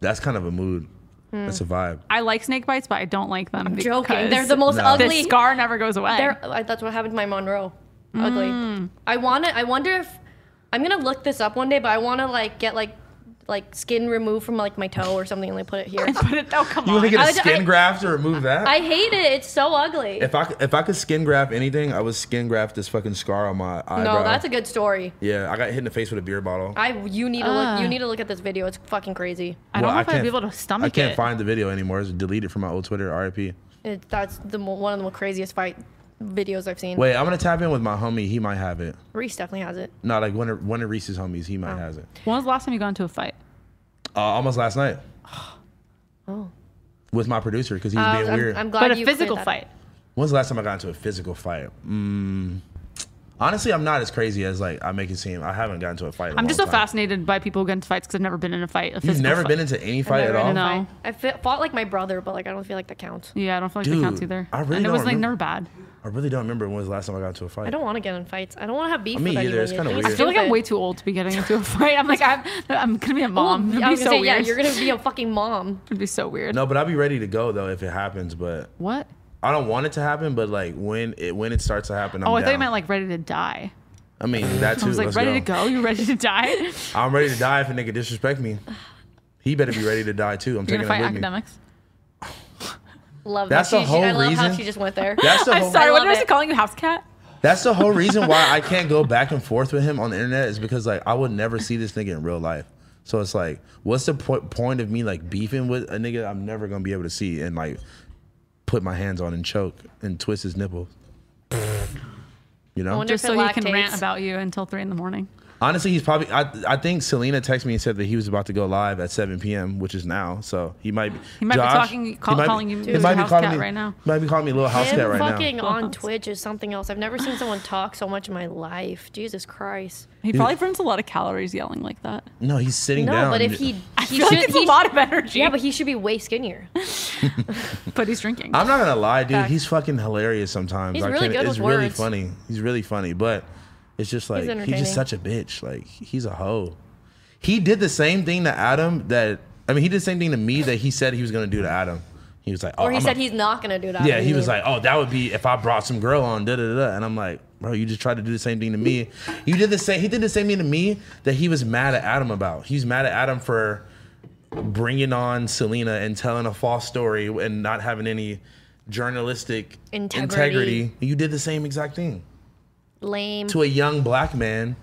S2: That's kind of a mood. That's a vibe.
S1: I like snake bites, but I don't like them. I'm
S3: Joking. They're the most
S2: No.
S1: The
S3: ugly.
S1: scar never goes away.
S3: They're, I, that's what happened to my Monroe. Ugly.
S1: Mm.
S3: I want to. I wonder if I'm gonna look this up one day, but I want to like get like like skin removed from like my toe or something and like put it here.
S1: But it, oh come
S2: You
S1: on.
S2: want to get
S3: I
S2: a
S3: would-
S2: skin
S3: I-
S2: graft to remove that?
S3: I hate it. It's so ugly.
S2: if I c- if I could skin graft anything, I would skin graft this fucking scar on my eyebrow.
S3: no, that's a good story.
S2: yeah. I got hit in the face with a beer bottle.
S3: I you need to
S1: Ah.
S3: look. You need to look at this video. It's fucking crazy.
S1: I don't
S2: Well,
S1: know if I'd
S2: can't-
S1: be able to stomach
S2: I can't
S1: it.
S2: find the video anymore. It's deleted from my old Twitter. RIP.
S3: It, that's the mo- one of the most craziest fight videos I've seen.
S2: Wait, I'm gonna tap in with my homie. He might have it.
S3: Reese definitely has it.
S2: No, like one of one of Reese's homies. He
S1: Oh.
S2: might has it.
S1: when was the last time you got into a fight?
S2: Uh, almost last night.
S3: Oh.
S2: With my producer because he was
S3: Uh,
S2: being
S3: I'm,
S2: weird.
S3: I'm glad
S1: But a
S3: you
S1: physical
S3: cleared that up.
S1: fight.
S2: When's the last time I got into a physical fight? Mm, honestly, I'm not as crazy as like I make it seem. I haven't gotten into a fight. in a
S1: I'm just so
S2: long time.
S1: fascinated by people who get into fights because I've never been in a fight. A
S2: You've
S1: physical
S2: never
S1: fight.
S2: been into any fight at
S3: Never
S2: all.
S3: in a
S1: No.
S3: fight. I fe- fought like my brother, but like I don't feel like that counts.
S1: Yeah, I don't feel like that counts
S2: Dude,
S1: either.
S2: I really
S1: and it
S2: don't
S1: was like
S2: remember-
S1: never bad.
S2: I really don't remember when was the last time I got into a fight.
S3: I don't want to get in fights. I don't want to have beef
S2: Me
S3: with
S2: either.
S3: anyone.
S2: It's kinda
S3: think
S2: weird.
S1: I feel like I'm
S3: stupid.
S1: way too old to be getting into a fight. I'm like I'm, I'm gonna be a
S3: Oh,
S1: mom. It'd
S3: I
S1: be
S3: was
S1: so
S3: gonna say,
S1: weird.
S3: yeah, you're gonna be a fucking mom.
S1: It'd be so weird.
S2: No, but I'd be ready to go though if it happens. But
S1: What?
S2: I don't want it to happen. But like when it when it starts to happen, I'm
S1: Oh, I
S2: down.
S1: thought you meant like ready to die.
S2: I mean that too.
S1: I was like
S2: let's
S1: ready to go. You ready to die? you're
S2: I'm ready to die if a nigga disrespect me. He better be ready to die too. I'm
S1: gonna
S2: taking
S1: fight
S2: it with me.
S1: academics.
S3: Love
S2: That's
S3: that.
S2: the
S3: She- she- I
S2: whole
S3: love how
S2: reason.
S3: she just went there.
S2: That's the
S1: I'm
S2: whole.
S1: sorry. What
S3: I
S1: did Oh, I
S3: love
S1: say?
S3: it.
S1: Calling you house cat?
S2: That's the whole reason why I can't go back and forth with him on the internet is because like I would never see this nigga in real life. So it's like, what's the po- point of me like beefing with a nigga I'm never gonna be able to see and like put my hands on and choke and twist his nipple? You know,
S3: I wonder-
S1: Just so
S3: Different
S1: he can
S3: lactates.
S1: rant about you until three in the morning.
S2: honestly, he's probably. I, I think Selena texted me and said that he was about to go live at 7 p.m., which is now. So he might. Be,
S1: He might be
S2: Josh,
S1: talking- call-
S2: he might be-
S1: calling you
S2: he
S1: Dude.
S2: might be
S1: house
S2: calling
S1: cat
S2: me-
S1: right now.
S2: Might be calling me little house cat
S3: Him
S2: right
S3: fucking
S2: now.
S1: Well,
S3: on Twitch is something else. I've never seen someone talk so much in my life. Jesus Christ.
S1: He probably burns a lot of calories yelling like that.
S2: No, he's sitting
S3: No,
S2: down.
S3: but if he, he
S1: I feel like it's
S3: he
S1: a lot of energy.
S3: Yeah, but he should be way skinnier.
S2: Oh,
S1: but he's drinking.
S2: I'm not gonna lie, dude.
S3: Facts.
S2: He's fucking hilarious sometimes.
S3: He's
S2: I
S3: really
S2: can't-
S3: good
S2: It's
S3: with
S2: really
S3: words.
S2: funny. He's really funny, but it's just like he's,
S3: entertaining.
S2: just such a bitch. Like he's a hoe. He did the same thing to Adam that I mean, he did the same thing to me that he said he was gonna do to Adam. He was like, oh,
S3: Or he
S2: I'm
S3: said
S2: a-
S3: he's not gonna do that.
S2: yeah. He was like, oh, that would be if I brought some girl on, da da da. da." And I'm like, bro, you just tried to do the same thing to me. You did the same. He did the same thing to me that he was mad at Adam about. He was mad at Adam for bringing on Selena and telling a false story and not having any journalistic
S3: Integrity.
S2: You did the same exact thing
S3: lame.
S2: to a young black man.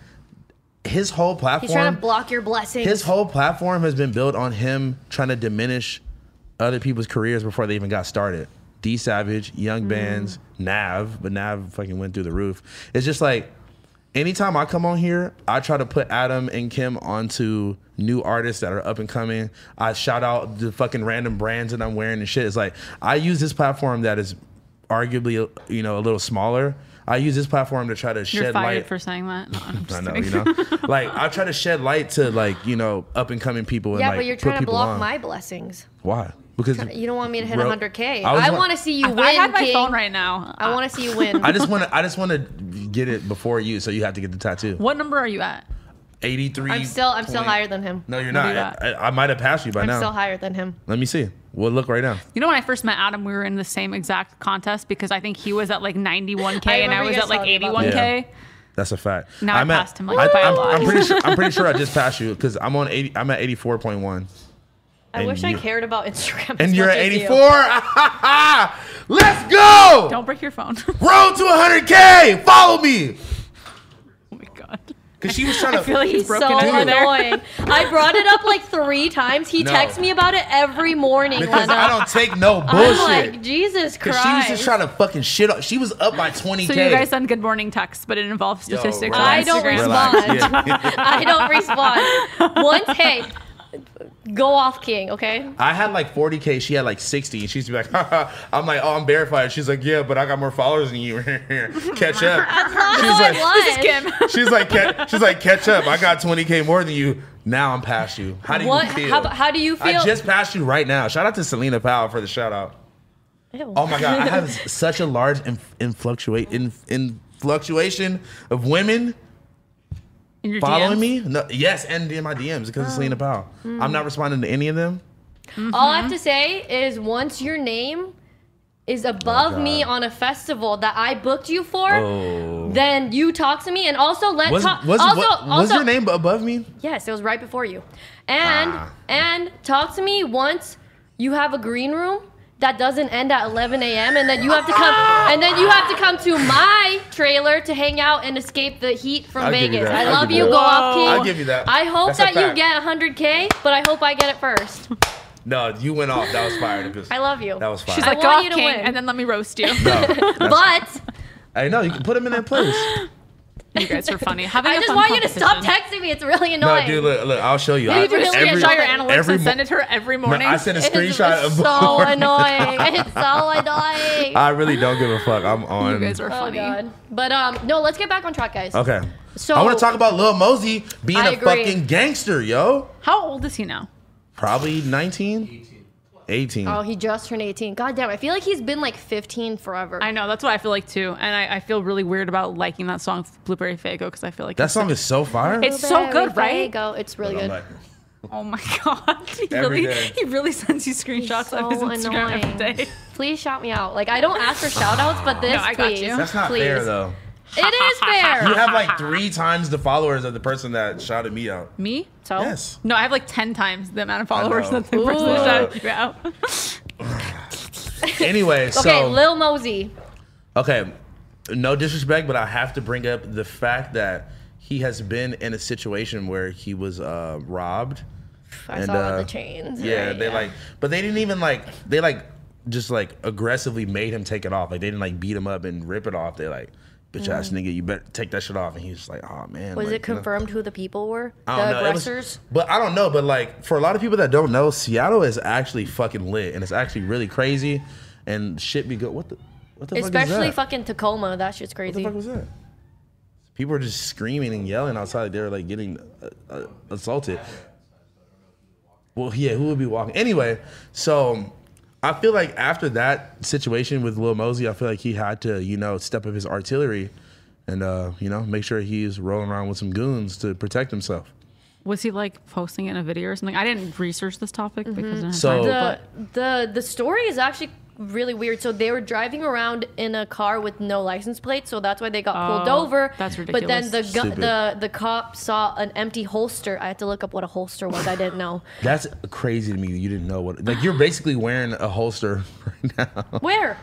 S2: His whole platform.
S3: He's trying to block your blessings.
S2: His whole platform has been built on him trying to diminish other people's careers before they even got started. D Savage, Young
S1: Mm.
S2: Bands, Nav, but Nav fucking went through the roof. It's just like anytime I come on here, I try to put Adam and Kim onto new artists that are up and coming. I shout out the fucking random brands that I'm wearing and shit. It's like I use this platform that is arguably you know a little smaller. I use this platform to try to
S1: You're
S2: shed
S1: fired
S2: light
S1: for saying that. No, I'm
S2: I
S1: just
S2: know,
S1: kidding.
S2: you know. like I try to shed light to like you know up and coming people. And,
S3: yeah,
S2: like,
S3: but you're
S2: put
S3: trying to
S2: people
S3: block
S2: on.
S3: my blessings.
S2: Why? Because
S3: You don't want me to hit
S2: Bro,
S3: 100k.
S2: I was
S3: I
S2: wa- Ah.
S3: want to see you
S1: If
S3: win.
S1: I had my
S3: King.
S1: phone right now.
S3: I want to see you win.
S2: I just want to. I just want to get it before you, so you have to get the tattoo.
S1: Uh, What number are you at?
S2: Eighty three.
S3: I'm still I'm still higher than him.
S2: No, you're
S1: We'll do
S2: not. I,
S1: that.
S2: I might have passed you by
S3: I'm
S2: now.
S3: still higher than him.
S2: Let me see. We'll look right now.
S1: You know, when I first met Adam, we were in the same exact contest because I think he was at like 91k
S3: I
S1: and I
S3: remember you
S1: was
S3: guys
S1: at like
S3: telling me about
S1: 81k.
S2: That's a fact.
S1: Now I
S2: I'm at-
S1: passed him, like, by a
S2: I'm,
S1: lot.
S2: I'm pretty sure. I'm pretty sure I just passed you because I'm on eighty. I'm at eighty four point one.
S3: I
S2: And
S3: wish I
S2: you-
S3: cared about Instagram.
S2: And
S3: as
S2: you're
S3: much
S2: at
S3: as you.
S2: 84. Let's go.
S1: Don't break your phone. oh
S2: Road to 100K. Follow me.
S1: my god.
S2: Cause she was trying to.
S1: I feel like he's
S3: He's
S1: broken
S3: so
S1: over there.
S3: annoying. I brought it up like three times. He
S2: No.
S3: texts me about it every morning.
S2: because
S3: Lena.
S2: I don't take no
S3: I'm
S2: bullshit.
S3: like, Jesus
S2: Cause
S3: Christ.
S2: she was just trying to fucking shit up. She was up by 20k.
S1: So you guys send good morning texts, but it involves
S2: Yo,
S1: statistics. on
S2: relax,
S3: I don't
S1: Instagram.
S2: relax.
S3: respond.
S2: Yeah.
S3: I don't respond. Once, hey, go off king, okay?
S2: I had like 40k. She had like 60. And she's like, Haha. I'm like, oh, I'm verified. She's like, yeah, but I got more followers than you. catch up. She's
S3: how Oh, it
S2: like,
S1: This is Kim.
S2: she's like, catch, she's like, catch up. I got 20k more than you. Now I'm past you. How do
S3: What?
S2: you feel?
S3: How, how do you feel?
S2: I just passed you right now. Shout out to Selena Powell for the shout out.
S3: Ew.
S2: Oh my god, I have such a large in, in fluctuate in, in fluctuation of women
S1: In your
S2: following
S1: DMs.
S2: me. No, yes, and in my DMs because
S3: Oh.
S2: of Selena Powell. I'm
S3: Hmm.
S2: not responding to any of them.
S3: All
S2: Mm-hmm.
S3: I have to say is once your name is above me
S2: Oh, God.
S3: on a festival that I booked you for,
S2: Oh.
S3: then you talk to me and also let
S2: Was,
S3: talk.
S2: was,
S3: also,
S2: what- was
S3: also,
S2: your name above me?
S3: Yes, it was right before you. And
S2: Ah.
S3: and talk to me once you have a green room that doesn't end at 11 a.m. and then you have to come
S2: Ah.
S3: and then you have to come to my trailer to hang out and escape the heat from
S2: I'll give you
S3: Vegas.
S2: that.
S3: I
S2: I'll
S3: love
S2: give
S3: you,
S2: you
S3: go
S2: that.
S3: off
S1: Whoa.
S3: king.
S2: I'll give you that.
S3: I hope
S2: That's a
S3: that you
S2: fact.
S3: get 100k, but I hope I get it first.
S2: No, you went off. That was fire. Because
S3: I love you.
S2: that was fire.
S1: She's
S3: I
S1: like, go
S3: want
S1: off
S3: you
S1: king,
S3: to win.
S1: and then let me roast you.
S2: no,
S3: but
S2: I know you can put him in that place.
S1: you guys are funny. Having
S3: I
S1: a
S3: just
S1: fun
S3: want you to stop
S1: competition.
S3: texting me. It's really
S2: No,
S3: annoying.
S2: dude, look, look, I'll show you.
S3: You
S2: I,
S3: just
S1: Just
S3: Every-
S1: screenshot your analytics
S2: every
S1: and
S2: mo-
S1: send it to her every
S2: man,
S1: morning.
S2: I sent a
S3: It is
S2: screenshot of Uh,
S3: so annoying. It's so annoying.
S2: I really don't give a fuck. I'm on.
S1: you guys are funny.
S3: Oh god. But um, no, let's get back on track, guys.
S2: Okay.
S3: So-
S2: I want to talk about Lil Mosey being
S3: I
S2: a
S3: agree.
S2: fucking gangster, yo.
S1: How old is he now?
S2: Probably 19? 18.
S3: Oh, he just turned 18. God damn, I feel like he's been like 15 forever.
S1: I know that's what I feel like too, and I, I feel really weird about liking that song "Blueberry Fago" because I feel like
S2: that
S1: it's
S2: song is so fire.
S1: It's so good,
S3: There you
S1: right?
S3: Go. It's really
S2: I'm
S3: good.
S2: like,
S1: Oh my god! He
S2: Every
S1: really,
S2: day.
S1: he really sends you screenshots
S3: so
S1: of his Instagram
S3: annoying.
S1: every day.
S3: Please shout me out. Like I don't ask for shout outs, but this
S1: No, I got
S3: please.
S1: you.
S2: That's not
S3: please.
S2: fair though.
S3: It is
S2: You
S3: fair.
S2: have like three times the followers of the person that shouted me out.
S1: Me?
S3: so
S2: Yes.
S1: No, I have like ten times the amount of
S2: know.
S1: followers that the person
S3: Ooh.
S1: shouted you out.
S2: Anyway,
S3: Okay,
S2: so
S3: Lil Mosey.
S2: okay, no disrespect, but I have to bring up the fact that he has been in a situation where he was uh, robbed.
S3: I
S2: And,
S3: saw
S2: uh,
S3: the chains.
S2: Yeah,
S3: right,
S2: they like, but they didn't even like, they like, just like aggressively made him take it off. Like they didn't like beat him up and rip it off. They like, bitch ass nigga, you better take that shit off. And he was like, oh man.
S3: Mm-hmm. Was
S2: like,
S3: it
S2: you know?
S3: confirmed who the people were?
S2: I
S3: the
S2: don't know. It was-
S3: aggressors?
S2: but I don't know. But like for a lot of people that don't know, Seattle is actually fucking lit and it's actually really crazy and shit be good. What the what the fuck
S3: Especially
S2: is that?
S3: fucking Tacoma. That shit's crazy.
S2: what the fuck was that? People were just screaming and yelling outside. like They were like getting uh, uh, assaulted. Well, yeah, who would be walking? Anyway, so I feel like after that situation with Lil Mosey, I feel like he had to, you know, step up his artillery and, uh, you know, make sure he's rolling around with some goons to protect himself.
S1: Was he like posting it in a video or something? I didn't research this topic because I didn't have
S2: So-
S1: time,
S3: Mm-hmm. the
S1: but
S3: the the story is actually really weird. So they were driving around in a car with no license plate, so that's why they got pulled
S1: Oh,
S3: over.
S1: that's
S3: But then the
S1: ridiculous.
S3: gu-
S2: Stupid.
S3: the the cop saw an empty holster. I had to look up what a holster was. I didn't know.
S2: That's crazy to me. that You didn't know what. Like you're basically wearing a holster right now.
S3: Where?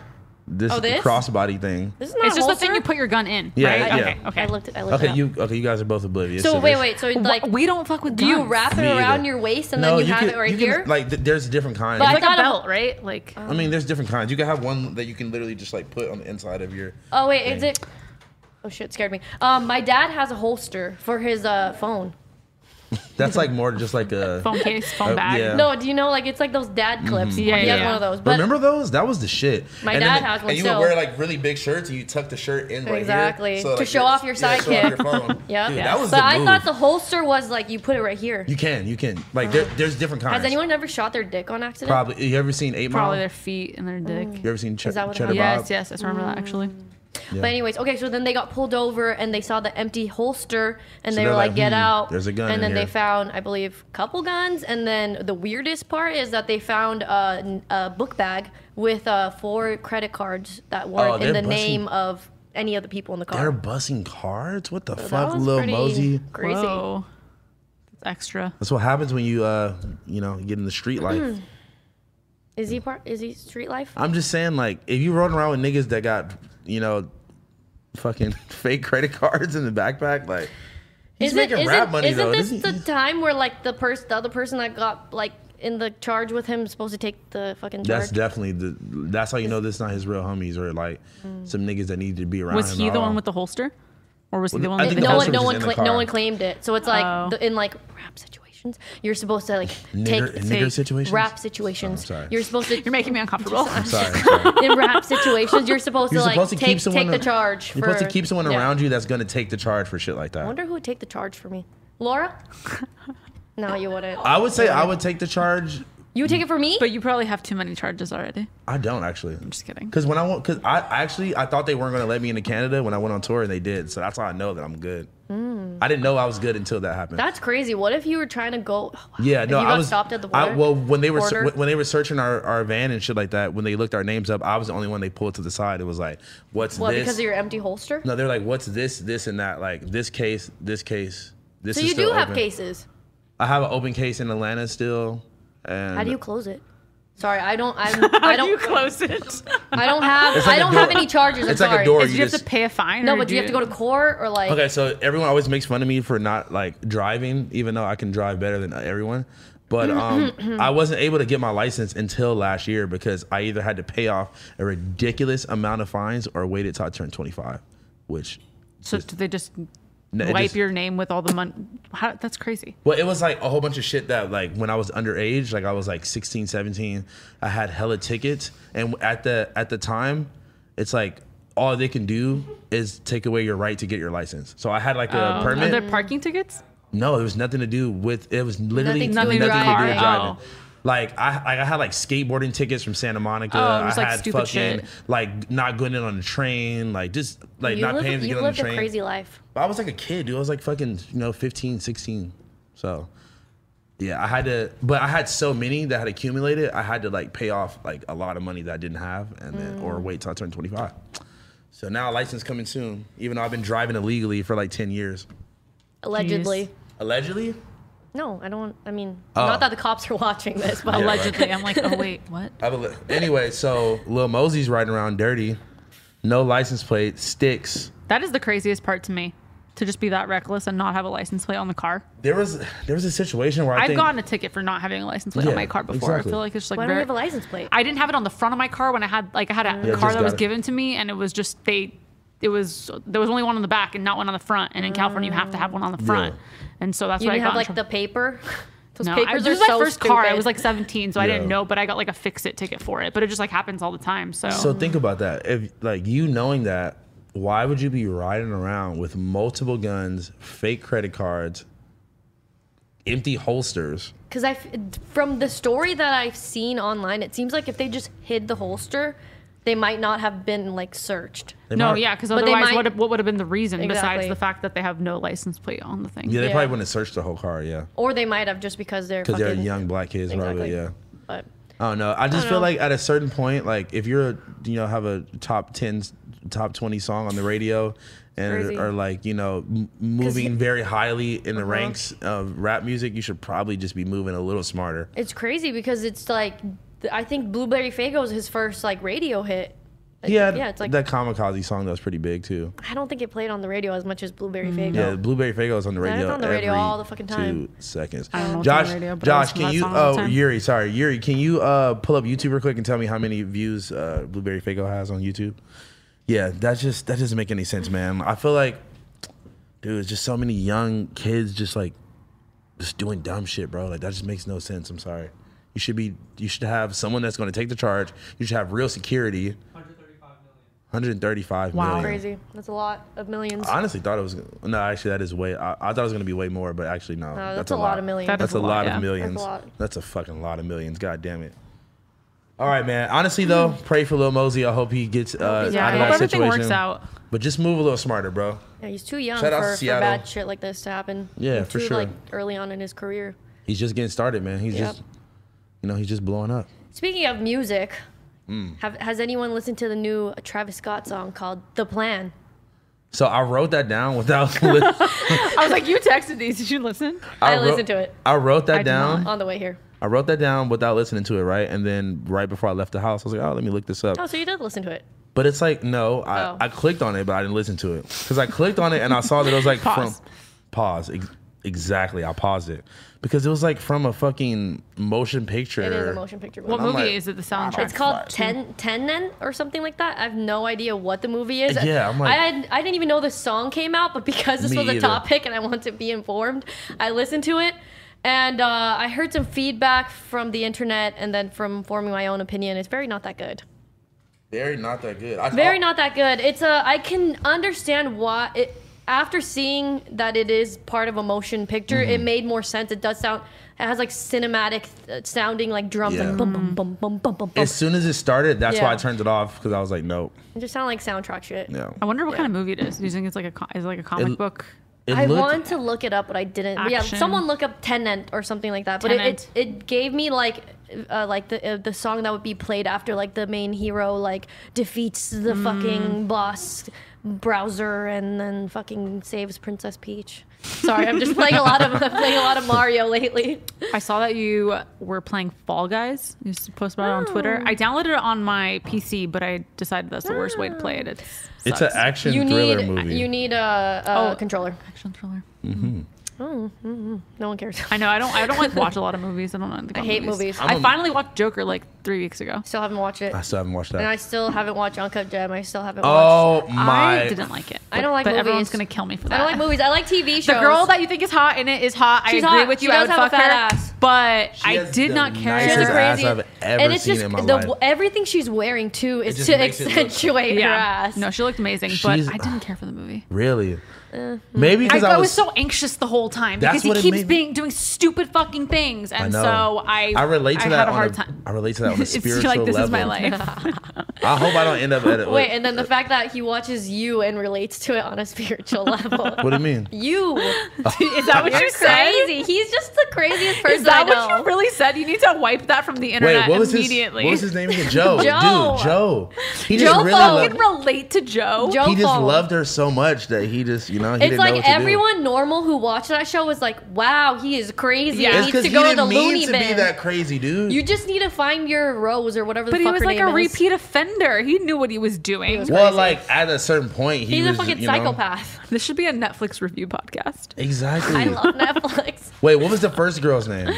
S2: This,
S3: Oh, this?
S2: crossbody thing.
S3: This is not
S1: it's
S3: a
S1: just the
S3: holster.
S1: thing you put your gun in,
S2: Yeah,
S1: right?
S2: yeah.
S1: Okay, okay.
S3: I looked it. I looked it
S2: Okay,
S3: up.
S2: you okay? You guys are both oblivious.
S3: So
S2: to
S3: wait,
S2: this.
S3: wait. So
S1: Wha-
S3: like,
S1: we don't fuck with
S3: do
S1: guns.
S3: you wrap it
S2: Me
S3: around
S2: either.
S3: your waist and
S2: No,
S3: then you, have
S2: can-
S3: it right
S2: you can-
S3: here?
S2: like th- there's different kinds.
S3: But I
S1: It's like
S3: thought
S1: a
S3: a-
S1: belt, right? Like
S2: I mean, there's different kinds. You can have one that you can literally just like put on the inside of your.
S3: oh wait, is
S2: thing.
S3: it? Oh shit, scared me. Um, my dad has a holster for his uh phone.
S2: That's like more just like a.
S1: phone case, phone
S2: Oh,
S1: bag.
S2: yeah. Mm-hmm.
S3: No, do you know like it's like those dad clips?
S1: Yeah,
S3: he has
S1: yeah.
S3: one of those. But
S2: Remember those? That was the shit.
S3: My
S2: then
S3: dad
S2: it-
S3: has one
S2: And you
S3: still.
S2: would wear like really big shirts, and you tuck the shirt in right
S3: Exactly.
S2: here.
S3: To show
S2: your-
S3: off your
S2: yeah, show off
S3: sidekick.
S2: your phone.
S3: Yeah.
S2: Dude,
S3: yeah.
S2: that was
S3: but
S2: the
S3: I
S2: move.
S3: thought the holster was like you put it right here.
S2: you can, you can. Like there, there's different kinds.
S3: Has anyone ever shot their dick on accident?
S2: Probably. You ever seen Eight Mile?
S1: Probably their feet and their dick.
S3: Mm.
S2: You ever seen Ch-
S3: Is that what it
S2: Cheddar
S3: was?
S1: Yes,
S2: Bob?
S1: yes, I just remember that actually.
S3: Mm. But anyways, okay, so then they got pulled over and they saw the empty holster and they
S2: they're
S3: were like,
S2: like,
S3: "Get
S2: "Hmm,
S3: out!"
S2: there's a gun
S3: And
S2: in
S3: then they
S2: here.
S3: found, I believe, a couple guns. And then the weirdest part is that they found a, n- a book bag with uh, four credit cards that weren't
S2: Oh, they're
S3: in the
S2: busting-
S3: name of any of the people in the
S2: They're
S3: car.
S2: bussing cards. What the
S3: So that
S2: fuck,
S3: was
S2: Lil
S3: pretty
S2: Mosey?
S3: Crazy.
S1: Whoa, it's extra.
S2: That's what happens when you, uh, you know, get in the street life.
S3: Is he part? Is he street life?
S2: I'm just saying, like, if you rolling around with niggas that got, you know, fucking fake credit cards in the backpack, like, he's
S3: Isn't-
S2: making rap
S3: isn't-
S2: money
S3: Isn't
S2: though.
S3: this
S2: Doesn't
S3: the
S2: he?
S3: time where like the person, the other person that got like in the charge with him, is supposed to take the fucking charge?
S2: That's definitely the. That's how you know this not his real homies or like some niggas that need to be around.
S1: Mm. Was
S2: him
S1: he
S2: at
S1: the
S2: all.
S1: one with the holster, or was he the one
S2: I
S1: with
S2: think
S1: the
S2: the
S3: no
S2: holster
S3: one, no
S2: was
S3: one,
S2: in the
S3: cla-
S2: car.
S3: no one claimed it. So it's like
S1: Oh.
S3: the, in like rap situations, you're supposed to like take
S2: nigger,
S3: take
S2: nigger situations? Oh,
S3: rap situations.
S2: sorry.
S3: You're supposed to
S1: You're making me uncomfortable.
S2: Sorry, sorry.
S3: in rap situations. You're supposed
S2: You're
S3: to like
S2: supposed to
S3: take,
S2: keep someone.
S3: take the charge.
S2: You're
S3: for,
S2: supposed to keep someone
S3: yeah.
S2: around you that's gonna take the charge for shit like that.
S3: I wonder who would take the charge for me, Laura. no, you wouldn't.
S2: I would say I would take the charge.
S3: you would take it for me.
S1: But you probably have too many charges already.
S2: I don't actually.
S1: I'm just kidding.
S2: Cause when I went, cause I actually I thought they weren't gonna let me into Canada when I went on tour and they did, so that's how I know that I'm good.
S1: Mm.
S2: I didn't know I was good until that happened.
S3: That's crazy. What if you were trying to go?
S2: yeah,
S3: if
S2: no,
S3: you
S2: I
S3: got
S2: was
S3: stopped at the
S2: I-
S3: border?
S2: well when they were
S3: border?
S2: when they were searching our, our van and shit like that. When they looked our names up, I was the only one they pulled to the side. It was like, what's
S3: What
S2: this?
S3: because of your empty holster?
S2: no, they're like, what's this, this and that? Like this case, this case, this.
S3: so
S2: is
S3: you do
S2: still
S3: have
S2: open.
S3: cases.
S2: I have an open case in Atlanta still. And
S3: How do you close it? Sorry, I don't. I'm, I don't.
S1: close it?
S3: I don't have.
S2: like
S3: I
S2: a
S3: don't
S2: door.
S3: have any charges. I'm
S2: It's like
S3: sorry.
S2: a door.
S1: Did
S2: you
S1: you have
S2: just-
S1: to pay a fine?
S3: No,
S1: or
S3: but do you have to go to court or like?
S2: Okay, so everyone always makes fun of me for not like driving, even though I can drive better than everyone. But um, I wasn't able to get my license until last year because I either had to pay off a ridiculous amount of fines or waited till I turned 25, which
S1: So do they just
S2: No, it
S1: wipe
S2: just-
S1: your name with all the money? How, that's crazy.
S2: Well, it was like a whole bunch of shit that like when I was underage, like I was like 16, 17, I had hella tickets and at the at the time, it's like all they can do is take away your right to get your license. So I had like
S3: Oh,
S2: a
S1: Are
S2: permit.
S1: there parking tickets?
S2: No, it was nothing to do with. It was literally
S3: Nothing to
S2: nothing to
S1: do
S2: do
S1: with
S2: with
S1: driving.
S2: driving.
S1: Oh.
S2: Like I, like I had like skateboarding tickets from Santa Monica.
S1: Oh, just,
S2: I
S1: like,
S2: had
S1: stupid
S2: fucking
S1: shit.
S2: like not going in on the train, like just like
S3: you
S2: not
S3: live,
S2: paying to
S3: you
S2: get on the
S3: lived
S2: train.
S3: a crazy life.
S2: But I was like a kid, dude. I was like fucking, you know, 15, 16. So yeah, I had to, but I had so many that had accumulated. I had to like pay off like a lot of money that I didn't have, and then or wait till I turned 25. So now a license coming soon, even though I've been driving illegally for like 10 years.
S3: Allegedly.
S2: Allegedly,
S3: No, I don't. I mean,
S2: Oh.
S3: not that the cops are watching this, but
S2: Yeah.
S3: like,
S1: Allegedly, I'm like, oh wait, what?
S2: I have a- anyway, so Lil Mosey's riding around dirty, no license plate, sticks.
S1: That is the craziest part to me. to just be that reckless and not have a license plate on the car.
S2: There was there was a situation where I
S1: I've
S2: think
S1: gotten a ticket for not having a license plate
S2: Yeah,
S1: on my car before.
S2: exactly.
S1: I feel like it's just like
S3: Why don't
S1: very,
S3: you have a license plate?
S1: I didn't have it on the front of my car when I had like I had a
S2: Yeah,
S1: car
S2: just
S1: that was
S2: gotta-
S1: given to me and it was just they it was there was only one on the back and not one on the front and in California you have to have one on the front and so that's
S3: you
S1: what I
S3: didn't
S1: got
S3: have
S1: in
S3: like
S1: trouble-
S3: the paper. Those
S1: no, I,
S3: papers
S1: this was
S3: are
S1: my
S3: so
S1: first car I
S3: stupid.
S1: was like 17 so I didn't
S2: Yeah.
S1: know but I got like a fix it ticket for it but it just like happens all the time so,
S2: So think about that. If like you knowing that, why would you be riding around with multiple guns, fake credit cards, empty holsters?
S3: Because I, f- from the story that I've seen online, it seems like if they just hid the holster, they might not have been like searched.
S2: They
S1: no
S2: might-
S1: yeah because
S3: But they
S1: otherwise
S3: might-
S1: what what would have been the reason besides
S3: Exactly.
S1: the fact that they have no license plate on the thing
S2: Yeah, they
S3: Yeah.
S2: probably wouldn't search the whole car. Yeah,
S3: Or they might have just because they're
S2: because they're
S3: fucking-
S2: young black kids, probably.
S3: Exactly.
S2: Yeah.
S3: But
S2: I don't know. I just
S3: don't
S2: feel
S3: know.
S2: like at a certain point, like if you're a- you know have a top ten, top twenty song on the radio, and
S3: Crazy. Uh-huh.
S2: are like you know m- moving very highly in the ranks of rap music, you should probably just be moving a little smarter.
S3: it's crazy because it's like th- I think Blueberry Fago is his first like radio hit. Like,
S2: Yeah,
S3: yeah. It's like
S2: that Kamikaze song that was pretty big too.
S3: I don't think it played on the radio as much as Blueberry Fago.
S2: Mm, Yeah, Blueberry Fago is on the
S3: it's
S2: radio.
S3: on the radio
S2: every
S3: all the fucking time.
S2: Two seconds.
S1: don't know what's on
S2: Josh,
S1: the radio, but I
S2: Josh,
S1: listen to
S2: can
S1: that
S2: you?
S1: song all the
S2: Oh,
S1: time.
S2: Yuri, sorry, Yuri, can you uh, pull up YouTube real quick and tell me how many views uh, Blueberry Fago has on YouTube? Yeah, that just that doesn't make any sense, man. I feel like, dude, it's just so many young kids just like just doing dumb shit, bro. Like that just makes no sense. I'm sorry. You should be. You should have someone that's going to take the charge. You should have real security. 135 million.
S1: Wow.
S3: Crazy. That's a lot of millions.
S2: I honestly thought it was no. Actually, that is way. I, I thought it was gonna be way more, but actually no.
S3: that's a lot of millions.
S1: That
S2: That's a lot of
S1: yeah.
S2: millions. That's
S3: That's
S2: a,
S3: a lot.
S2: fucking lot of millions. God damn it. All right, man. Honestly though, pray for Lil Mosey. I hope he gets uh,
S1: yeah
S2: out
S1: I
S2: of
S1: hope
S2: that
S1: everything
S2: situation.
S1: works out
S2: But just move a little smarter, bro.
S3: Yeah, he's too young
S2: Shout out to
S3: for, for
S2: Seattle.
S3: bad shit like this to happen.
S2: Yeah,
S3: And
S2: for
S3: too,
S2: sure.
S3: Like early on in his career.
S2: He's just getting started, man. He's
S3: Yep.
S2: just, you know, he's just blowing up.
S3: Speaking of music,
S2: Hmm.
S3: have, has anyone listened to the new Travis Scott song called "The Plan"?
S2: So I wrote that down without. li- I,
S1: I was like you texted these did you listen
S3: I
S2: wrote-
S3: listened to it.
S2: I wrote that
S1: I did
S2: down.
S3: on the way here.
S2: I wrote that down without listening to it, right? And then right before I left the house, I was like, oh, let me look this up.
S3: Oh, so you did listen to it?
S2: But it's like no, I,
S3: Oh.
S2: I clicked on it, but I didn't listen to it because I clicked on it and I saw that it was like
S1: Pause.
S2: from pause ex- exactly. I paused it because it was like from a fucking motion picture.
S3: It is a motion picture.
S1: what
S3: movie.
S1: movie
S2: like,
S1: is it the soundtrack
S3: It's called Ten Tenen or something like that. I have no idea what the movie is.
S2: Yeah, I'm like-
S3: I had, I didn't even know the song came out, but because this
S2: Me
S3: was a
S2: either.
S3: topic and I wanted to be informed, I listened to it. And uh, I heard some feedback from the internet and then from forming my own opinion. It's very not that good.
S2: Very not that good. I,
S3: Very not that good. It's a. I can understand why. It, after seeing that it is part of a motion picture, it made more sense. It does sound. It has like cinematic uh, sounding like drums,
S2: Yeah.
S3: like bum bum bum bum bum bum. bum.
S2: As soon as it started, that's why I
S3: Yeah.
S2: turned it off because I was like, nope,
S3: It just sound like soundtrack shit.
S2: no.
S1: I wonder what
S3: Yeah.
S1: kind of movie it is. Do you think it's like a co- is it like a comic
S2: It-
S1: book?
S2: It
S3: I
S2: looked-
S3: want to look it up, but I didn't. Yeah,
S1: Action.
S3: someone look up Tenant or something like that. But it,
S1: Tenant.
S3: it it gave me like uh, like the uh, the song that would be played after like the main hero like defeats the
S1: Mm.
S3: fucking boss browser and then fucking saves Princess Peach. Sorry, I'm just playing a lot of I'm playing a lot of Mario lately.
S1: I saw that you were playing Fall Guys. You used to post about it on Twitter.
S3: Oh.
S1: I downloaded it on my PC, but I decided that's the worst way to play
S3: Ah.
S1: it. It's
S2: It's an
S1: sucks.
S2: action
S3: you
S2: thriller
S3: need
S2: movie.
S3: you need a, a
S1: Oh.
S3: controller.
S1: action thriller.
S3: No one cares.
S1: I know. I don't. I don't like watch a lot of movies. I don't know. anything
S3: I
S1: about
S3: hate movies.
S1: I
S2: I'm a-
S1: finally watched Joker like three weeks ago.
S3: Still haven't watched it,
S2: I still haven't watched that.
S3: and I still haven't watched Uncut Gem. I still haven't watched.
S2: oh my!
S1: I didn't like it.
S3: I don't like
S1: But everyone's
S3: movies.
S1: gonna kill me for that.
S3: I don't like movies. I like TV shows.
S1: The girl that you think is hot in it is hot.
S3: She's
S1: I agree
S3: hot.
S1: with you.
S3: She
S1: I
S3: does
S1: would
S3: have a
S1: fuck her.
S3: fat ass.
S1: But I
S2: has
S1: did
S2: the
S1: not care.
S2: nicest
S3: She's
S2: ass
S3: crazy.
S2: I've ever
S3: and it's
S2: seen
S3: just
S2: in my
S3: the,
S2: life.
S3: everything she's wearing too is
S2: just
S3: to
S2: makes it look-
S3: accentuate her ass.
S1: No, she looked amazing,
S2: She's-
S1: but I didn't care for the movie.
S2: really?
S3: Mm-hmm.
S2: Maybe
S1: I,
S2: because
S1: I,
S2: I,
S1: was so anxious the whole time because
S2: That's
S1: he
S2: what it
S1: keeps
S2: made me-
S1: being doing stupid fucking things, and
S2: know.
S1: so I
S2: I relate to
S1: I
S2: that
S1: had a
S2: on
S1: hard
S2: a-
S1: time.
S2: I relate to that on a
S1: it's
S2: spiritual
S1: like this
S2: level.
S1: is my life.
S2: I hope I don't end up at it.
S3: Wait, and then the fact that he watches you and relates to it on a spiritual level.
S2: what do you mean?
S3: You
S1: is that what you said?
S3: crazy. He's just the craziest person
S1: Is that
S3: I know.
S1: what you really said? You need to wipe that from the
S2: Wait,
S1: internet
S2: what was his?
S1: immediately.
S2: What was his name again? Joe.
S3: Joe.
S2: Dude, Joe. He
S3: Joe
S2: just really
S3: Fo.
S1: I
S2: loved.
S1: can relate to Joe.
S3: Joe
S2: He just
S3: Fo.
S2: loved her so much that he just, you know, No, he
S3: it's
S2: didn't know what
S3: like
S2: to do.
S3: everyone normal who watched that show was like, "Wow, he is crazy.
S1: Yeah. It's
S3: He
S2: It's
S3: needs
S2: because
S3: to
S2: he
S3: go to
S2: didn't
S3: the
S2: mean
S3: loony
S2: to
S3: bin."
S2: be that crazy, dude.
S3: you just need to find your rose or whatever
S1: But
S3: the
S1: he
S3: fuck
S1: was
S3: her
S1: like
S3: name
S1: a
S3: is.
S1: repeat offender. He knew what he was doing.
S2: well,
S3: crazy.
S2: like at a certain point, he
S3: He's
S2: was,
S3: a fucking
S2: you know-
S3: psychopath.
S1: this should be a Netflix review podcast.
S2: Exactly.
S3: I love Netflix.
S2: Wait, what was the first girl's name?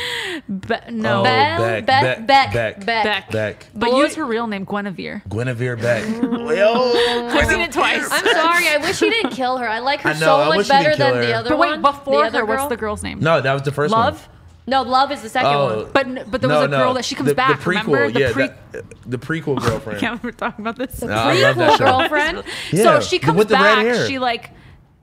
S1: But no,
S2: Oh,
S3: Bell,
S2: Beck,
S3: Beck,
S2: Beck,
S3: Beck,
S2: Beck,
S3: Beck,
S1: Beck.
S2: Beck.
S1: But
S3: Boy-
S1: use her real name, Guinevere.
S2: Guinevere Beck. Yo,
S1: I've seen it twice.
S3: I'm sorry. I wish he didn't kill her. I like her
S2: I know,
S3: so
S2: I wish
S3: much
S2: he didn't
S3: better
S2: kill
S3: than
S2: her.
S3: the other
S1: But wait,
S3: one.
S1: before
S3: the
S1: her,
S3: other
S1: what's
S3: girl.
S1: the girl's name?
S2: No, that was the first one.
S1: Love.
S3: No, love is the second
S2: Oh.
S3: one.
S1: But n- but there was
S2: no,
S1: a girl
S2: no.
S1: that she comes
S2: the,
S1: back.
S2: The prequel,
S1: remember the
S2: yeah,
S1: pre?
S2: that- uh, the prequel girlfriend.
S1: can't remember talking about this.
S2: No, I love that
S3: Prequel
S2: show.
S3: girlfriend.
S2: Yeah,
S1: So she comes
S2: with the red
S1: back.
S2: hair.
S1: She like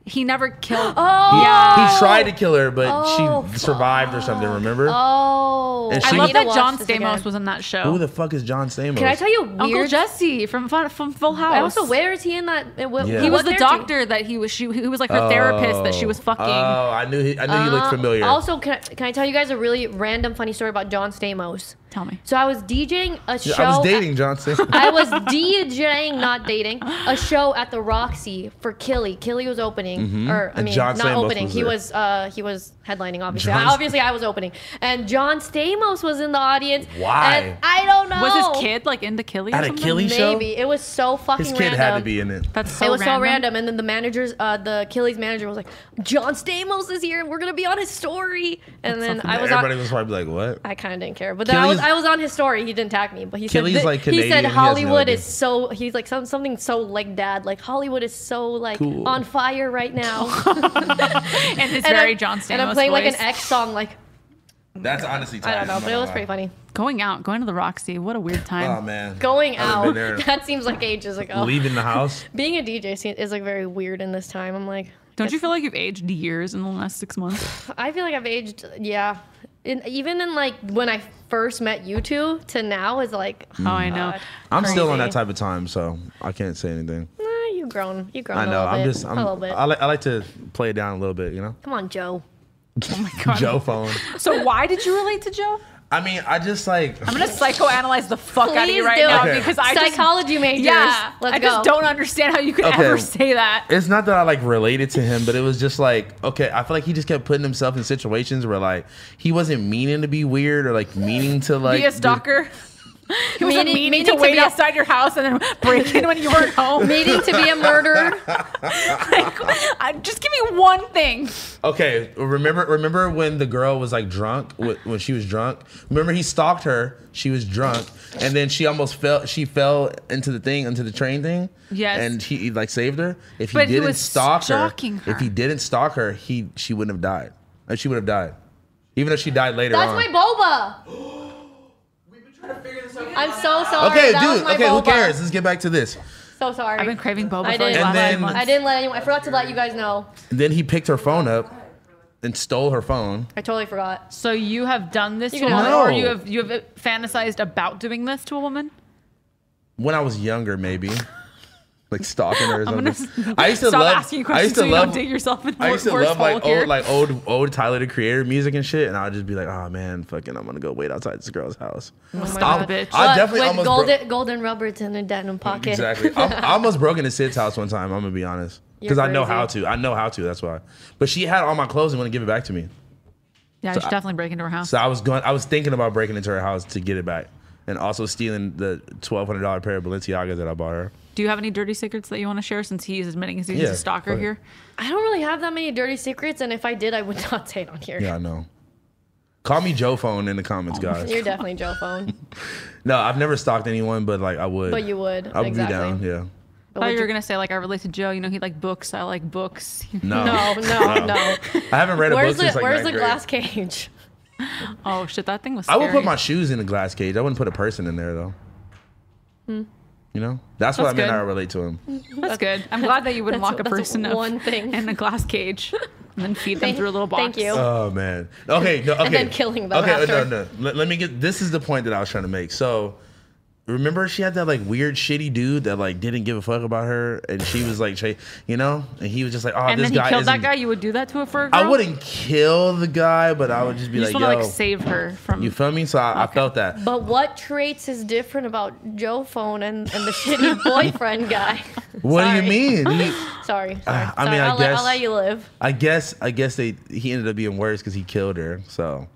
S1: he never killed.
S3: Oh,
S1: Yeah.
S2: He tried to kill her, but
S3: Oh,
S2: she survived or something. Remember?
S3: Oh,
S2: And
S1: I
S2: she-
S1: love
S2: need
S1: that John Stamos was in that show.
S2: Who the fuck is John Stamos?
S3: Can I tell you a weird?
S1: Uncle Jesse from Fun, from Full House.
S3: I also, where is he in that? It, what,
S2: Yeah.
S1: He was
S3: what
S1: the
S3: therapy?
S1: doctor that he was. She he was like her therapist that she was fucking.
S2: Oh, I knew. He, I knew he looked
S3: Uh,
S2: familiar.
S3: Also, can I, can I tell you guys a really random funny story about John Stamos?
S1: Tell me.
S3: So I was DJing a show.
S2: Yeah, I was
S3: at-
S2: dating John Stamos.
S3: I was DJing, not dating, a show at the Roxy for Killy. Killy was opening, or I
S2: Mm-hmm. And
S3: mean,
S2: John
S3: not
S2: Stamos
S3: opening.
S2: was
S3: he
S2: there.
S3: was uh, he was headlining. Obviously,
S2: John-
S3: I- obviously, I was opening, and John Stamos was in the audience.
S2: Why?
S3: And I don't know.
S1: was his kid like into Killy? Or
S2: At a
S1: something?
S2: Killy show?
S3: Maybe it was so fucking
S2: His kid
S3: random.
S2: had to be in it.
S1: That's so
S3: it was so random, and then the managers, uh, the Achilles manager, was like, "John Stamos is here, and we're gonna be on his story." And then I was
S2: Everybody
S3: on.
S2: was probably like, "What?"
S3: I kind of didn't care, but then I was
S2: Achilles-
S3: I was on his story. He didn't tag me, but he
S2: Achilles,
S3: said that-
S2: like,
S3: he
S2: Canadian,
S3: said
S2: he has no
S3: Hollywood
S2: idea.
S3: is so he's like some, something so like dad like Hollywood is so like
S2: Cool.
S3: on fire right now.
S1: And it's
S3: and
S1: very
S3: I'm,
S1: John Stamos.
S3: and I'm playing like
S1: voice.
S3: an X song like
S2: That's honestly.
S3: I
S2: tight.
S3: don't know,
S2: I'm
S3: but it
S2: gonna
S3: was
S2: lie.
S3: pretty funny.
S1: Going out, going to the Roxy. What a weird time.
S2: Oh man.
S3: Going
S2: I would've
S3: out
S2: been there.
S3: that seems like ages ago.
S2: Leaving the house.
S3: Being a DJ se- is like very weird in this time. I'm like,
S1: Don't you feel like you've aged years in the last six months?
S3: I feel like I've aged, yeah. In, even in like when I first met you two to now is like,
S2: Hmm. Mm.
S1: Oh, I know.
S3: God,
S2: I'm still on
S3: crazy.
S2: that type of time, so I can't say anything.
S3: Nah, you grown, you grown.
S2: I know.
S3: A little
S2: I'm
S3: bit.
S2: just.
S3: a little
S2: I'm,
S3: bit.
S2: I, li- I like to play it down a little bit, you know.
S3: Come on, Joe.
S1: Oh my god.
S2: Joe phone.
S1: So why did you relate to Joe?
S2: I mean, I just like.
S1: I'm gonna psychoanalyze the fuck out of
S3: Please
S1: you right
S3: do
S1: now
S2: Okay.
S1: because I just
S3: Psychology majors.
S1: yeah,
S3: let's
S1: I just
S3: go.
S1: don't understand how you could
S2: Okay.
S1: ever say that.
S2: It's not that I like related to him, but it was just like okay. I feel like he just kept putting himself in situations where like he wasn't meaning to be weird or like meaning to like.
S1: Be a stalker. You meaning,
S3: Meaning-
S1: meaning,
S3: meaning
S1: to
S3: to
S1: wait
S3: be a-
S1: outside your house and then break in when you weren't home.
S3: Needing to be a murderer.
S1: like, I, just give me one thing.
S2: Okay, remember remember when the girl was like drunk wh- when she was drunk? Remember he stalked her. She was drunk, and then she almost fell. She fell into the thing, into the train thing.
S1: Yes.
S2: and he, he, like saved her. If he
S1: But he
S2: didn't
S1: was
S2: stalk her,
S1: stalking her.
S2: if he didn't stalk her, he she wouldn't have died. Like, she would have died, even if she died later
S3: That's
S2: on.
S3: my boba. I'm so sorry.
S2: okay,
S3: that was
S2: dude.
S3: my
S2: Okay,
S3: boba.
S2: who cares? Let's get back to this.
S3: So sorry.
S1: I've been craving boba
S3: I
S1: for
S3: didn't.
S1: the last
S2: And then-
S1: five months.
S3: I didn't let anyone. I forgot to let you guys know.
S2: And then he picked her phone up and stole her phone.
S3: I totally forgot.
S1: So you have done this
S3: You
S1: to a
S3: can
S1: woman,
S2: have
S1: or
S2: it.
S1: you have you have fantasized about doing this to a woman?
S2: when I was younger, maybe. Like stalking her or
S1: I'm gonna
S2: something. I used to
S1: stop
S2: love.
S1: asking you
S2: I
S1: questions
S2: used to
S1: so you
S2: love.
S1: don't dig yourself in the
S2: I used to
S1: worst
S2: love
S1: hole
S2: like
S1: here.
S2: old, like old, old Tyler the Creator music and shit, and I'd just be like, "Oh man, fucking, I'm gonna go wait outside this girl's house."
S1: Stop,
S3: God.
S1: bitch.
S2: I
S3: But
S2: definitely
S3: with
S2: almost
S3: golden golden rubbers in a denim pocket.
S2: Exactly. I'm, I almost broke into Sid's house one time. I'm gonna be honest, because
S3: You're
S2: I know
S3: crazy.
S2: how to. I know how to. That's why. But she had all my clothes and wouldn't give it back to me.
S1: yeah, you should definitely break into her house.
S2: So I was going. I was thinking about breaking into her house to get it back, and also stealing the twelve hundred dollar pair of Balenciagas that I bought her.
S1: Do you have any dirty secrets that you want to share since he's admitting he's
S2: Yeah,
S1: a stalker
S2: fuck it.
S1: here?
S3: I don't really have that many dirty secrets, and if I did, I would not say it on here.
S2: Yeah, I know. Call me Joe Phone in the comments, guys.
S3: Oh. You're definitely Joe phone,
S2: No, I've never stalked anyone, but like I would.
S3: but you would.
S2: I would
S3: exactly.
S2: be down.
S1: I
S3: But
S1: thought
S3: would
S1: you were
S3: you-
S1: gonna say like I relate to Joe. You know he like books. I like books.
S2: Yeah. No.
S3: No, no,
S2: No.
S3: no.
S2: I haven't read a
S3: Where's
S2: book since
S3: the
S2: like
S3: Where's
S2: ninth
S3: the
S2: grade.
S3: glass cage?
S1: Oh shit, that thing was.
S2: I
S1: Scary.
S2: would put my shoes in a glass cage. I wouldn't put a person in there though.
S3: Hmm.
S2: You know, that's, what I
S1: That's
S2: meant.
S1: good.
S2: I relate to him.
S1: That's good. I'm glad that you wouldn't lock
S3: that's-
S1: a
S3: that's
S1: person up
S3: one thing.
S1: in a glass cage and then feed them through a little box.
S3: Thank you.
S2: Oh man. Okay. No, okay.
S3: then killing them
S2: Okay. oh, No,
S3: after.
S2: no. Let, let me get. This is the point that I was trying to make. So, remember she had that like weird, shitty dude that like didn't give a fuck about her, and she was like, tra- you know, and he was just like, oh,
S1: And
S2: this
S1: then he
S2: guy
S1: killed that
S2: isn't-
S1: guy. You would do that to a fur girl.
S2: I wouldn't kill the guy, but I would just be
S1: You
S2: like,
S1: just
S2: yo,
S1: want to like save her from.
S2: you feel me? So I, I felt that.
S3: But what traits is different about Joe phone and, and the shitty boyfriend guy?
S2: What do
S3: Sorry.
S2: you mean? He-
S3: Sorry. sorry.
S2: Ah, I mean,
S3: Sorry,
S2: I
S3: I'll, let-
S2: guess-
S3: I'll let you live.
S2: I guess I guess they he ended up being worse because he killed her. So,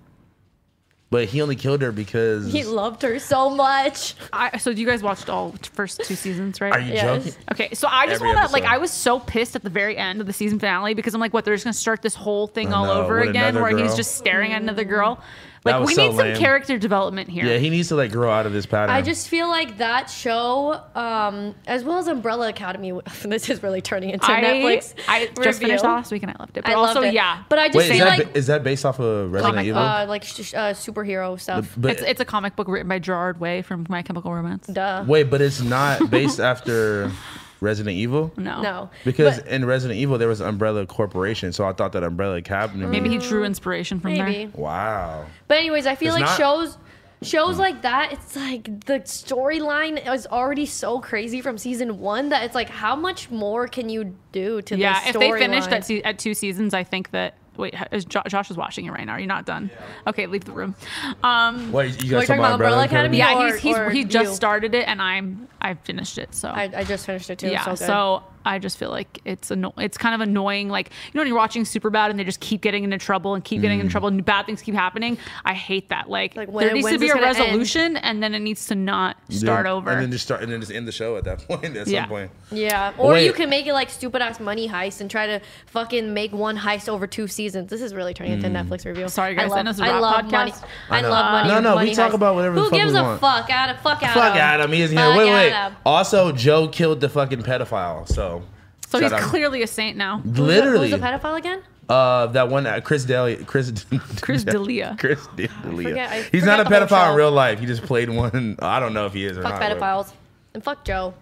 S2: but he only killed her because
S3: He loved her so much.
S1: I, so you guys watched all t- first two seasons, right?
S2: Are you
S3: Yes.
S2: joking?
S1: Okay, so I just
S2: Every
S1: want to like
S2: episode.
S1: I was so pissed at the very end of the season finale because I'm like, what? They're just gonna start this whole thing
S2: I
S1: all
S2: know,
S1: over
S2: with
S1: again,
S2: another
S1: where he's
S2: girl.
S1: just staring at another girl.
S2: That
S1: Like
S2: was
S1: we
S2: so
S1: need
S2: lame.
S1: some character development here.
S2: Yeah, he needs to like grow out of this pattern.
S3: I just feel like that show, um, as well as Umbrella Academy, this is really turning into
S1: I,
S3: Netflix.
S1: I just
S3: review.
S1: finished last week and I loved it. But
S3: I loved
S1: also,
S3: it.
S1: yeah,
S3: But I just
S2: wait. Is
S3: feel
S2: that,
S3: like
S2: ba- is that based off of Resident
S1: Comic,
S2: Evil?
S3: uh, like sh- sh- uh, superhero stuff.
S2: but
S1: it's it's a comic book written by Gerard Way from My Chemical Romance.
S3: Duh.
S2: wait, but it's not based after Resident Evil.
S1: No,
S3: No.
S2: Because
S3: But-
S2: in Resident Evil there was Umbrella Corporation, so I thought that Umbrella Academy.
S1: maybe he drew inspiration from
S3: maybe.
S1: there.
S2: Wow.
S3: But anyways, I feel
S2: It's not- Mm.
S3: like shows shows like that, it's like the storyline is already so crazy from season one that it's like how much more can you do to
S1: Yeah,
S3: this
S1: if they finished
S3: storyline?
S1: at, se- at two seasons, I think that. Wait, h- is jo- Josh is watching it right now. You're not done. Okay, leave the room. Um,
S2: Wait, you
S3: We're
S2: guys talking about
S3: talking about Umbrella
S2: Umbrella
S3: Academy?
S2: Academy?
S1: yeah,
S3: Or-
S1: he's, he's
S3: or
S1: he just
S3: you.
S1: started it, and I'm I've finished it. So
S3: I, I just finished it too.
S1: yeah,
S3: so,
S1: so,
S3: good.
S1: I just feel like it's anno- it's kind of annoying. Like you know when you're watching Superbad and they just keep getting into trouble and keep getting
S2: Mm.
S1: into trouble and bad things keep happening. I hate that. Like,
S3: Like, when-
S1: there needs to
S3: when's
S1: be
S3: this
S1: a
S3: gonna end?
S1: resolution, and then it needs to not start over.
S2: And then just start and then just end the show at that point. At
S1: Yeah.
S2: some point.
S3: yeah, or
S2: Wait.
S3: you can make it like stupid ass money heist and try to fucking make one heist over two seasons. This is really turning into Netflix review.
S1: Sorry, guys,
S3: I love,
S1: and this is
S3: I
S1: our
S3: love
S1: podcast.
S3: money. I,
S2: Mm. know.
S3: love money.
S2: No, no, we
S3: money
S2: talk
S3: heist.
S2: about whatever the
S3: Who
S2: fuck
S3: gives
S2: we
S3: a
S2: want.
S3: fuck? Adam, fuck Adam.
S2: Fuck Adam. He is here.
S3: Fuck
S2: Wait, wait.
S3: Adam.
S2: Also, Joe killed the fucking pedophile. So,
S1: so
S2: Shout
S1: he's
S2: out.
S1: clearly a saint now.
S3: Who's the- Who's
S2: literally
S3: the pedophile again?
S2: uh, that one uh, Chris Daly, Chris
S1: Chris D'Elia.
S2: Chris D'Elia.
S3: forget- I
S2: He's not a
S3: forget the whole
S2: pedophile
S3: show.
S2: in real life. He just played one. I don't know if he is or
S3: Fuck
S2: not. but-
S3: pedophiles. Oh. And fuck Joe.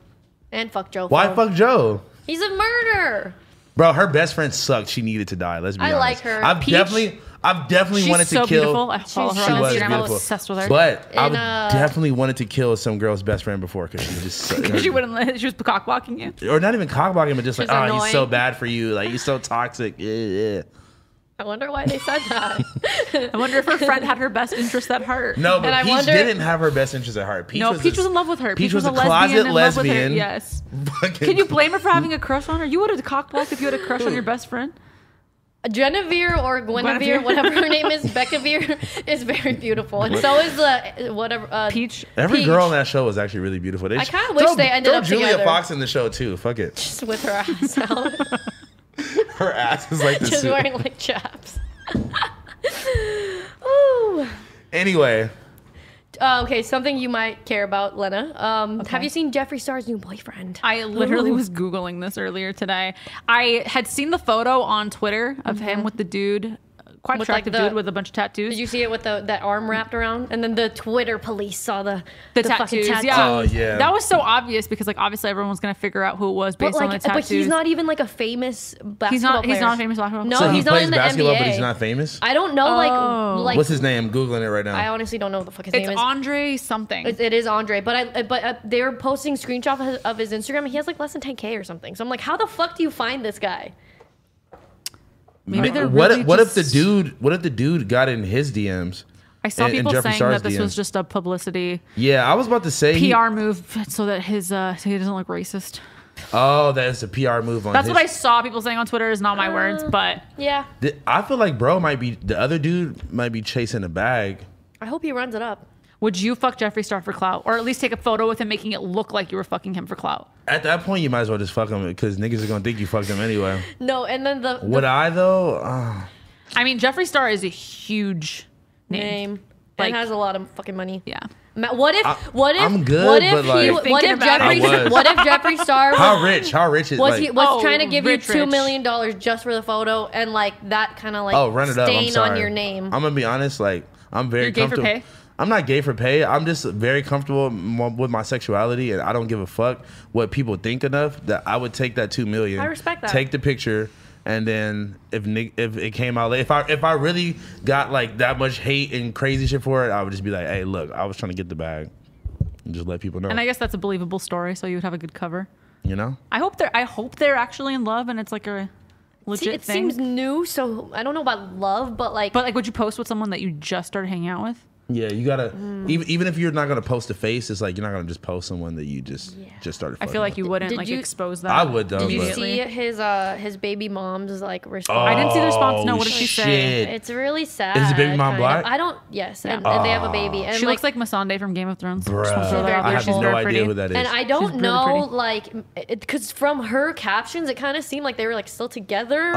S3: And fuck Joe.
S2: Why
S3: Flo.
S2: fuck Joe?
S3: He's a murderer.
S2: Bro, her best friend sucked. She needed to die. Let's be
S3: I
S2: honest.
S3: like her.
S2: I've
S1: Peach.
S2: definitely, I've definitely
S1: She's
S2: wanted
S1: so
S2: to kill.
S1: beautiful. I follow
S3: She's
S1: her
S3: so
S1: on
S2: She was
S1: Instagram. I was
S2: beautiful.
S1: obsessed with her.
S2: But I
S3: And,
S2: would
S3: uh,
S2: definitely wanted to kill some girl's best friend before because she was just so,
S1: she wouldn't let. She was cock blocking you.
S2: or not even cockblocking, but just
S3: She's
S2: like, oh, he's so
S3: annoying.
S2: bad for you. Like he's so toxic. Yeah, yeah.
S3: I wonder why they said that.
S1: I wonder if her friend had her best interest at heart.
S2: No,
S3: And I
S2: but Peach
S3: wonder-
S2: didn't have her best interest at heart. Peach
S1: no.
S2: was
S1: Peach
S2: a-
S1: was in love with her.
S2: Peach was a
S1: lesbian
S2: closet
S1: in love with her.
S2: lesbian.
S1: Yes.
S2: Fucking-
S1: Can you blame her for having a crush on her? You would have cock blocked if you had a crush on your best friend.
S3: Genevieve or Guinevere,
S1: Guinevere.
S3: whatever her name is, Becavere, is very beautiful. And so is the whatever uh,
S1: Peach.
S2: Every
S3: Peach.
S2: girl on that show was actually really beautiful. They
S3: I
S2: should-
S3: kinda wish
S2: throw-
S3: they ended
S2: throw
S3: up
S2: Julia
S3: together.
S2: Fox in the show too. Fuck it.
S3: just with her ass out,
S2: Her ass is like the
S3: just
S2: suit.
S3: wearing like chaps. Ooh.
S2: Anyway,
S3: Uh, okay, something you might care about, Lena. Um, Have you seen Jeffree Star's new boyfriend?
S1: I literally
S3: Ooh.
S1: was googling this earlier today. I had seen the photo on Twitter of him with the dude, quite
S3: With, like,
S1: attractive
S3: the-
S1: dude Mm-hmm. with a bunch of tattoos.
S3: Did you see it with the that arm wrapped around? And then the Twitter police saw the
S1: the,
S3: fucking
S1: tattoos,
S3: tattoo.
S1: yeah.
S2: Oh, yeah.
S1: That was so obvious because like obviously everyone was gonna figure out who it was
S3: But
S1: based on
S3: like,
S1: the tattoos.
S3: but he's not even like a famous basketball
S1: He's not-
S3: Player.
S1: he's not a famous basketball
S3: No,
S1: player.
S2: so
S1: Oh,
S2: he
S3: he's not
S2: plays
S3: in the
S2: basketball,
S3: NBA.
S2: but he's not famous.
S3: I don't know,
S1: Oh.
S3: like, like
S2: What's his name? Googling it right now.
S3: I honestly don't know what the fuck his
S1: it's
S3: name is.
S1: Andre something.
S3: It- it is Andre, but I but uh, they're posting screenshots of his, of his Instagram. And he has like less than 10k or something. So I'm like, how the fuck do you find this guy?
S1: Maybe they're
S2: what
S1: really
S2: if, what if the
S1: just-
S2: dude? What if the dude got in his DMs?
S1: I saw
S2: and- and
S1: people
S2: Jeffree
S1: saying that
S2: Star's
S1: this was
S2: DMs?
S1: just a publicity
S2: Yeah, I was about to say he-
S1: PR move so that his uh so he doesn't look racist.
S2: oh, that's a PR move on.
S1: That's
S2: his,
S1: what I saw people saying on Twitter. Is not my words, but
S3: Yeah,
S2: Th- I feel like bro might be the other dude might be chasing a bag.
S3: I hope he runs it up.
S1: would you fuck Jeffree Star for clout, or at least take a photo with him, making it look like you were fucking him for clout?
S2: At that point, you might as well just fuck him because niggas are gonna think you fucked him anyway.
S3: No, and then the, the
S2: Would I though? Uh,
S1: I mean, Jeffree Star is a huge name.
S3: name
S1: Like-
S3: and has a lot of fucking money.
S1: Yeah,
S3: Ma- What if?
S2: I-
S3: What if?
S2: I'm good,
S3: what if
S2: but, like-
S3: he?
S2: You're
S3: What
S1: thinking
S3: if
S1: about
S2: it. I
S3: Jeffree?
S2: was.
S3: What if Jeffree Star? Was,
S2: how rich? How rich is
S3: was
S2: like?
S3: he was
S1: Oh,
S3: trying to give
S1: rich,
S3: you two
S1: rich.
S3: million dollars just for the photo and like that kind of like
S2: oh, run it up. I'm
S3: stain
S2: sorry.
S3: on your name?
S2: I'm gonna be honest. Like I'm very
S1: You're gay for
S2: comfortable.
S1: pay?
S2: I'm not gay for pay. I'm just very comfortable m- with my sexuality, and I don't give a fuck what people think enough that I would take that two million.
S3: I respect that.
S2: Take the picture, and then if ni- if it came out, if I if I really got like that much hate and crazy shit for it, I would just be like, hey, look, I was trying to get the bag, and just let people know.
S1: and I guess that's a believable story, so you would have a good cover.
S2: you know,
S1: I hope they're I hope they're actually in love, and it's like a legit
S3: See, it
S1: thing.
S3: seems new, so I don't know about love, but like
S1: but like, would you post with someone that you just started hanging out with?
S2: Yeah, you gotta.
S1: Mm.
S2: Even even if you're not gonna post a face, it's like you're not gonna just post someone that you just just started.
S1: I feel
S2: fucking
S1: like you
S2: with.
S1: wouldn't
S3: did
S1: like
S3: you-
S1: expose that.
S2: I would, though,
S3: Did you
S2: but-
S3: see his uh his baby mom's like
S1: I
S3: response?
S1: didn't see the response. No,
S2: Oh,
S1: what did she say?
S2: shit.
S3: It's really sad.
S2: Is the baby mom
S3: kind of.
S2: black?
S3: I don't. Yes, and, and they have a baby. And
S1: She looks like Masande from Game of Thrones. Just wanna throw
S2: Bruh,
S1: that out
S2: I
S1: there.
S2: have
S1: She's
S2: no
S1: very
S2: idea
S1: pretty.
S2: who that is.
S3: And I
S1: She's
S3: don't
S1: really
S3: know,
S1: pretty.
S3: like, because from her captions, it kind of seemed like they were like still together,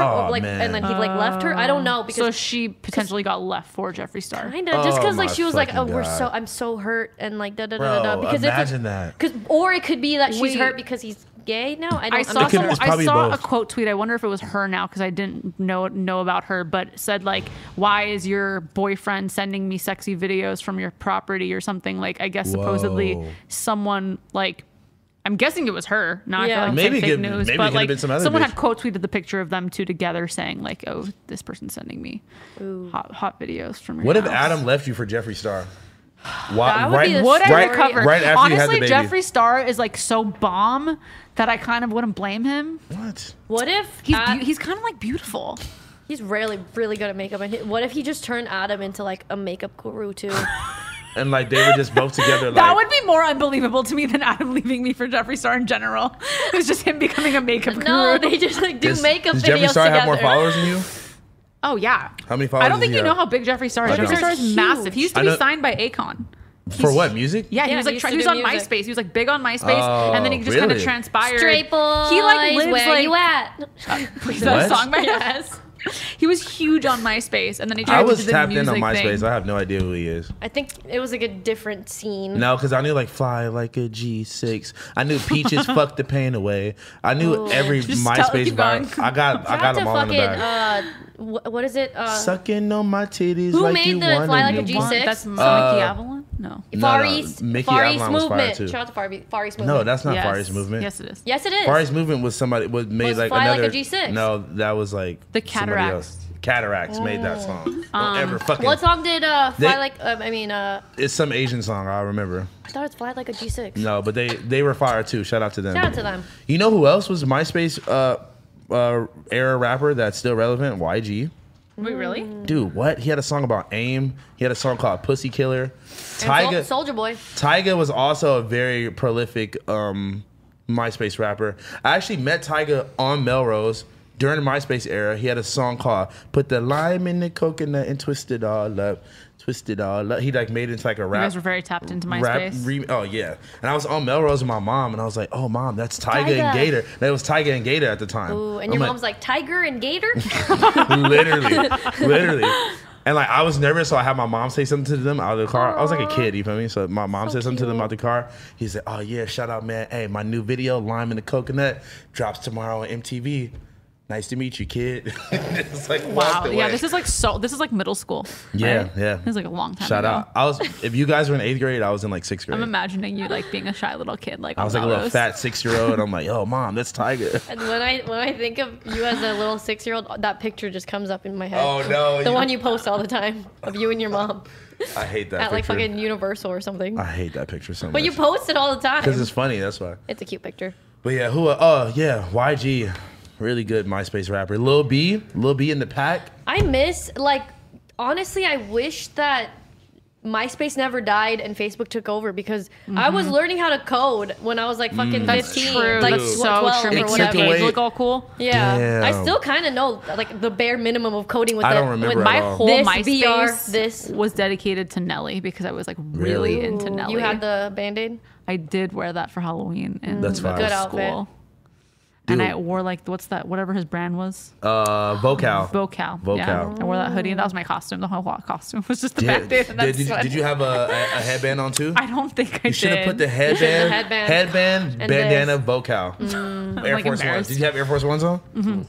S2: Aw,
S3: or, like,
S2: man.
S3: and then he like left her. I don't know because
S1: so she potentially got left for Jeffree Star.
S3: Kind of, just
S2: Oh
S3: because
S2: my
S3: like she was like, "Oh,
S2: fucking
S3: we're so
S2: God.
S3: I'm so hurt," and like da da
S2: Bro,
S3: da da da. Because
S2: imagine
S3: it's
S2: that.
S3: Because or it could be that she's
S1: Wait.
S3: hurt because he's gay. No, I don't.
S1: I saw
S2: It could-
S1: some,
S3: understand.
S2: it's
S1: I
S2: probably
S1: saw
S2: both.
S1: a quote tweet. I wonder if it was her now because I didn't know know about her, but said like, "Why is your boyfriend sending me sexy videos from your property or something?" Like, I guess
S2: Whoa.
S1: supposedly someone like. I'm guessing it was her. Now
S3: Yeah.
S1: I feel like
S2: Maybe
S1: maybe
S2: it
S1: fake
S2: could-
S1: news,
S2: maybe it
S1: but
S2: could've
S1: like
S2: been some other
S1: someone
S2: bitch.
S1: had quote tweeted the picture of them two together, saying like, "Oh, this person's sending me hot, hot videos from your
S2: What if
S1: house."
S2: Adam left you for Jeffree Star?
S3: That
S2: Why,
S3: would be
S2: right,
S3: the
S1: Would I
S3: Right-
S1: recover?
S2: right after you had
S1: Honestly,
S2: the baby.
S1: Jeffree Star is like so bomb that I kind of wouldn't blame him.
S2: What?
S3: What if
S1: He's
S3: Ad-
S1: beau- he's kind of like beautiful.
S3: he's really really good at makeup? And he- what if he just turned Adam into like a makeup guru too?
S2: And like they were just both together. Like,
S1: that would be more unbelievable to me than Adam leaving me for Jeffree Star in general. It was just him becoming a makeup guru.
S3: no, they just like do
S2: does,
S3: makeup
S2: Does
S3: videos
S2: Jeffree Star
S3: together.
S2: have more followers than you?
S1: oh yeah.
S2: How many
S1: I
S2: followers
S1: don't think
S2: does he
S1: you know
S2: have?
S1: how big Jeffree Star is.
S2: I
S1: Jeffree
S2: don't.
S1: Star is
S3: Huge.
S1: massive. He used to
S2: I
S1: be
S2: know-
S1: signed by Akon.
S2: For what music?
S1: Yeah, he
S3: Yeah,
S1: was
S3: he
S1: like
S3: used
S1: try-
S3: to
S1: he was
S3: do
S1: on
S3: music.
S1: MySpace. He was like big on MySpace, and then he
S2: Oh,
S1: just kind of
S2: really?
S1: transpired.
S3: Straight boys,
S1: he like lives
S3: where
S1: like
S3: you at?
S1: Is that a
S2: What?
S1: song by yes. He was huge on MySpace, and then he tried
S2: I
S1: to
S2: was
S1: do the
S2: tapped in
S1: music
S2: on MySpace.
S1: Thing.
S2: I have no idea who he is.
S3: I think it was like a different scene.
S2: No, because I knew like fly like a G6. I knew peaches fuck the pain away. I knew
S3: Oh,
S2: every
S1: Just tell-
S2: MySpace
S1: keep going.
S2: vibe. I got I
S3: Shout
S2: got
S3: out to
S2: them all in the
S3: fucking
S2: bag.
S3: uh, wh- what is it? Uh,
S2: Sucking on my titties.
S3: Who
S2: like
S3: made
S2: you
S3: the
S2: wanted
S3: Fly Like a
S2: me.
S3: G6?
S1: That's Mikey
S2: Uh,
S1: Avalon. No.
S2: No,
S3: Far
S2: no,
S3: East,
S2: Mickey
S3: Far
S2: Avalon
S3: East
S2: was fire,
S3: movement.
S2: too.
S3: Shout out to Far, Be- Far East movement.
S2: No, that's not Far
S1: Yes.
S2: East movement.
S1: Yes, it is.
S3: yes, it is.
S2: Far East Movement was somebody was made
S3: Was
S2: like
S3: Fly Like a
S2: another
S3: G6.
S2: No, that was like
S1: The
S2: somebody
S1: Cataracts.
S2: else. Cataracts made
S3: Oh.
S2: that song. Don't
S3: Um,
S2: ever fucking.
S3: What song did uh, Fly
S2: They-
S3: Like? Um, I mean, uh,
S2: It's some Asian song. I remember.
S3: I thought it's Fly Like a G6.
S2: No, but they they were fire too. Shout out to them.
S3: Shout out to them.
S2: You know who else was MySpace uh, uh, era rapper that's still relevant? YG.
S1: Wait, really?
S2: Dude, what? He had a song about aim. He had a song called Pussy Killer. Tyga.
S3: Soldier Boy.
S2: Tyga was also a very prolific um, MySpace rapper. I actually met Tyga on Melrose during the MySpace era. He had a song called "Put the Lime in the Coconut and Twist It All Up." Twist it all up. He like made it into like a
S1: You
S2: rap.
S1: guys were very tapped into
S2: Rap,
S1: MySpace.
S2: re, oh yeah, and I was on Melrose with my mom, and I was like, "Oh mom, that's Tyga,
S3: Tyga.
S2: and Gator." That was Tyga and Gator at the time.
S3: Ooh, and
S2: I'm
S3: your mom's like Tiger and Gator.
S2: literally, literally. And like I was nervous, so I had my mom say something to them out of the car. I was like a kid, you feel me? So my mom
S3: So
S2: said something to them
S3: cute.
S2: out the car. He said, "Oh yeah, shout out, man. Hey, my new video, Lime and the Coconut, drops tomorrow on MTV. Nice to meet you, kid." it's like
S1: Wow.
S2: wow,
S1: Yeah, this is like so. This is like middle school.
S2: yeah,
S1: right?
S2: yeah.
S1: This is like a long time.
S2: shout
S1: ago.
S2: out. I was if you guys were in eighth grade, I was in like sixth grade.
S1: I'm imagining you like being a shy little kid. Like
S2: I was like a little fat six year old. I'm like, "Yo, mom, that's Tiger."
S3: and when I when I think of you as a little six year old, that picture just comes up in my head.
S2: Oh, no,
S3: The
S2: you-
S3: one you post all the time of you and your mom
S2: I hate that
S3: at like
S2: picture.
S3: fucking Universal or something.
S2: I hate that picture so much.
S3: but you post it all the time.
S2: because it's funny. That's why.
S3: It's a cute picture.
S2: But yeah, who? Oh yeah, YG, really good MySpace rapper. Lil B, Lil B in the pack.
S3: I miss like honestly, I wish that MySpace never died and Facebook took over because I was learning how to code when I was like fucking
S1: Mm, That's
S3: fifteen,
S1: true.
S3: like
S1: Mm-hmm. That's
S3: tw-
S1: so
S3: twelve
S1: true.
S2: It
S3: or
S1: Makes your
S3: whatever.
S2: away-
S1: page look all cool.
S3: Yeah, I
S2: Damn.
S3: still kind of know like the bare minimum of coding with
S2: I
S3: the,
S2: don't remember
S3: with
S2: at
S1: My
S2: all.
S1: whole
S3: this
S1: MySpace
S3: BR, this.
S1: was dedicated to Nelly because I was like really,
S2: Really?
S1: into Nelly.
S3: You had the band aid.
S1: I did wear that for Halloween in
S2: That's
S1: middle
S2: fire.
S3: Good
S1: school.
S3: outfit.
S1: And
S2: Dude.
S1: I wore like what's that? Whatever his brand was,
S2: Uh, vocal.
S1: Bocal. Yeah,
S2: Vocal.
S1: I wore that hoodie, and that was my costume. The whole costume was just the
S2: Did,
S1: back
S2: did,
S1: band. And that's
S2: did, you-
S1: it.
S2: did you have a, a, a headband on too?
S1: I don't think I
S2: you
S1: did.
S2: should have put the headband,
S3: should've
S2: headband,
S3: headband. And
S2: bandana, vocal. Air
S1: Mm-hmm. like,
S2: Force Ones.
S1: embarrassed.
S2: Did you have Air Force Ones on? Mm-hmm.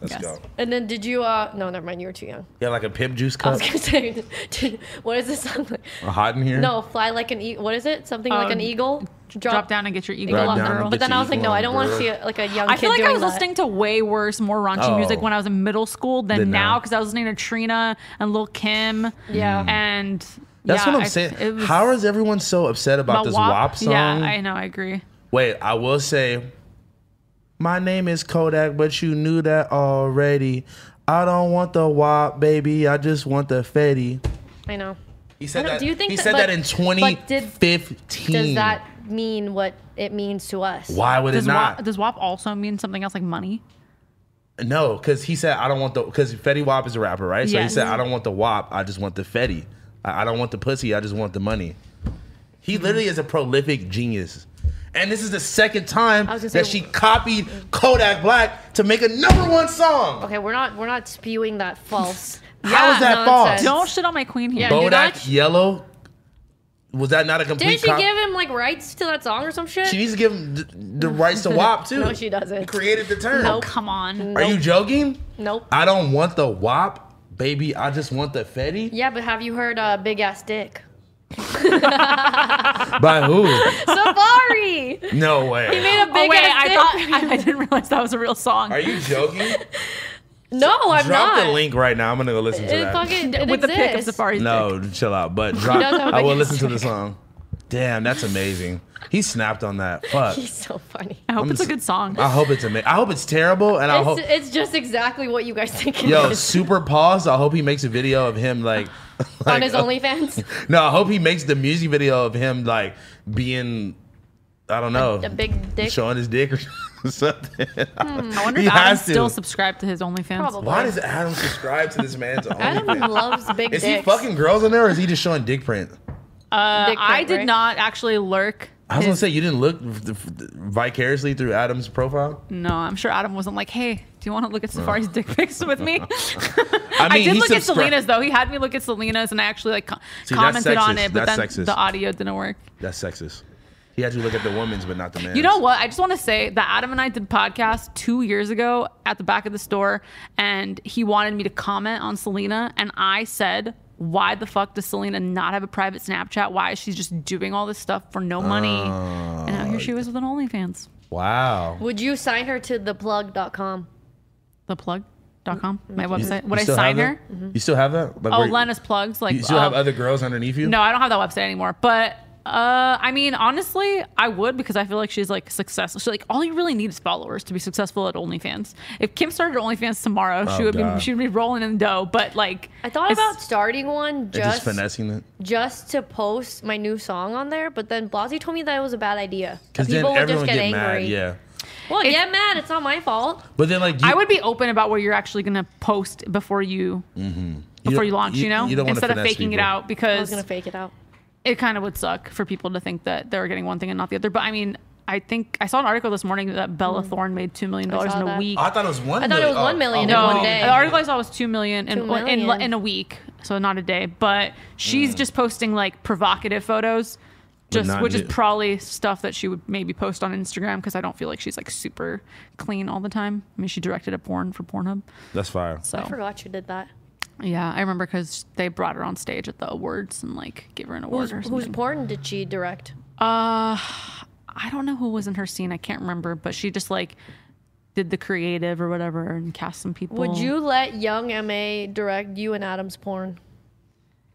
S2: Let's
S1: Yes.
S2: go.
S3: And then did you? uh No, never mind. You were too young.
S2: Yeah, like a pimp juice
S3: I
S2: cup.
S3: was gonna say, dude, what is this song? Like?
S2: Hot in here.
S3: No, fly like an e. What is it? Something like
S1: Uh,
S3: an eagle.
S1: Drop, down and get your eagle
S2: Drop
S1: on,
S2: down and
S1: girl.
S2: get
S3: But then I
S2: your
S3: was like,
S2: eagle
S3: no,
S2: on,
S3: I don't want
S2: girl.
S3: to see a, like a young
S1: I
S3: kid
S1: feel like
S3: doing
S1: I was
S3: that.
S1: listening to way worse, more raunchy
S2: Oh.
S1: music when I was in middle school than
S2: Than
S1: now
S2: now. Mm.
S1: because I was listening to Trina and Lil Kim.
S3: Yeah.
S1: And
S2: That's
S1: yeah,
S2: what I'm
S1: I- it
S2: saying.
S1: was
S2: How is everyone so upset
S1: about
S2: about this WAP song?
S1: Yeah, I know. I agree.
S2: Wait, I will say, my name is Kodak, but you knew that already. I don't want the WAP, baby. I just want the Fetty.
S3: I know.
S2: He
S3: I
S2: said
S3: don't-
S2: that.
S3: do you think
S2: he
S3: that-
S2: said
S3: but-
S2: that in
S3: but did-
S2: 2015?
S3: Does that mean what it means to us?
S2: Why would
S1: Does
S2: it not?
S1: WAP, does WAP also mean something else like money?
S2: No, because he said I don't want the because Fetty Wap is a rapper, right? So he
S1: Yes.
S2: said I don't want the Wap, I just want the Fetty. I, I don't want the pussy, I just want the money. He
S3: Mm-hmm.
S2: literally is a prolific genius, and this is the second time
S3: was
S2: that
S3: gonna
S2: she
S3: say-
S2: copied Kodak Black to make a number one song.
S3: Okay, we're not we're not spewing that false.
S2: How is that false?
S3: nonsense.
S1: Don't shit on my queen here.
S3: Yeah,
S2: Bodak
S3: you're not-
S2: Yellow was that not a
S3: Didn't
S2: complete?
S3: she
S2: cop-
S3: give him like rights to that song or some shit?
S2: She needs to give him the, the rights to Wap too.
S3: No, she doesn't.
S2: He created the term.
S1: Oh, come
S3: Mm.
S1: on.
S2: Are you joking?
S3: nope.
S2: I don't want the Wap, baby. I just want the Fetty.
S3: yeah, but have you heard uh, "Big Ass Dick"?
S2: By who?
S3: Safari.
S2: No way.
S3: Made a
S1: Oh,
S3: big
S1: wait,
S3: ass
S1: I
S3: dick.
S1: thought I, I didn't realize that was a real song.
S2: Are you joking?
S3: no, I'm
S2: drop
S3: not.
S2: the link right now. I'm gonna go listen to
S3: It
S2: that.
S3: fucking it
S1: With the pick of
S3: exists.
S1: Safari's dick.
S2: no, chill out. But drop.
S3: does have a
S2: I will
S3: big
S2: listen to the song. Damn, that's amazing. He snapped on that. Fuck.
S3: He's so funny.
S1: I hope
S2: I'm
S1: it's a
S2: s-
S1: good song.
S2: I hope it's amazing. I hope it's terrible, and I hope.
S3: It's, it's just exactly what you guys think. It
S2: Oh. Yo,
S3: is.
S2: super pause. I hope he makes a video of him like,
S3: on
S2: like- uh,
S3: his OnlyFans,
S2: No, I hope he makes the music video of him like being, I don't know,
S3: a big dick.
S2: showing his dick or something.
S1: I wonder
S2: he
S1: if Adam
S2: has to.
S1: still subscribed to his OnlyFans.
S3: Probably.
S2: Why does Adam subscribe to this man's
S3: Adam
S2: OnlyFans?
S3: loves big
S2: Is he
S3: dicks.
S2: fucking girls in there, or is he just showing dick print?
S1: Uh,
S3: Dick
S1: I
S3: pic,
S1: did
S3: right?
S1: not actually lurk.
S2: I was gonna
S1: his-
S2: say you didn't look v- v- vicariously through Adam's profile.
S1: No, I'm sure Adam wasn't like, hey, do you want to look at Safari's dick pics with me?
S2: I
S1: I,
S2: mean,
S1: did
S2: he
S1: look at
S2: subscri-
S1: Selena's though. He had me look at Selena's, and I actually like co-
S2: See, that's
S1: commented on
S2: sexist.
S1: it, but
S2: That's
S1: then
S2: sexist.
S1: the audio didn't work.
S2: That's sexist. He had you look at the women's, but not the man.
S1: You know what? I just want to say that Adam and I did podcast two years ago at the back of the store, and he wanted me to comment on Selena, and I said. Why the fuck does Selena not have a private Snapchat? Why is she just doing all this stuff for no money? and now here she was
S2: Oh.
S1: with an OnlyFans.
S2: Uh, Wow.
S3: Would you sign her to theplug.com?
S1: Theplug.com, my website.
S2: You
S1: Would I
S2: still
S1: sign
S2: have
S1: her?
S2: that? You still have that? Like,
S1: Oh,
S2: where-
S1: Lena's plugs. Like,
S2: You still have
S1: uh,
S2: other girls underneath you?
S1: no, I don't have that website anymore. But uh, I mean, honestly, I would because I feel like she's like successful. She like all you really need is followers to be successful at OnlyFans. If Kim started OnlyFans tomorrow, she
S2: Oh,
S1: would be
S2: God.
S1: she would be rolling in dough. But like,
S3: I thought
S1: it's-
S3: about starting one
S2: They're just
S3: just
S2: finessing it.
S3: just to post my new song on there, but then Blasi told me that it was a bad idea.
S2: Because then everyone would get, mad. Yeah.
S3: Well, get mad. It's not my fault.
S2: But then like you,
S1: I would be open about where you're actually gonna post before you before
S2: don't-
S1: you launch. You, know,
S2: you don't wanna
S1: instead of
S2: finesse
S1: faking it
S2: people.
S1: out
S3: I
S1: because
S3: was gonna fake it out.
S1: it kind of would suck for people to think that they were getting one thing and not the other. But I mean, I think I saw an article this morning that Bella Thorne made two million dollars
S3: Hmm. saw
S1: in a
S3: that.
S1: week.
S2: Oh, I thought it was one. Oh.
S3: I thought it was one million in
S1: no,
S3: one day.
S1: the article I saw was two million in
S3: Two
S1: in,
S3: million.
S1: in a week, so not a day. But she's just posting like provocative photos, just
S2: Mm. not
S1: which is
S2: new.
S1: probably stuff that she would maybe post on Instagram because I don't feel like she's like super clean all the time. I mean, she directed a porn for Pornhub,
S2: That's fire.
S1: so
S3: I forgot you did that.
S1: yeah, I remember because they brought her on stage at the awards and like gave her an award
S3: Who's,
S1: or
S3: whose
S1: something.
S3: porn did she direct?
S1: Uh, I don't know who was in her scene. I can't remember, but she just like did the creative or whatever and cast some people.
S3: Would you let young MA direct you and Adam's porn?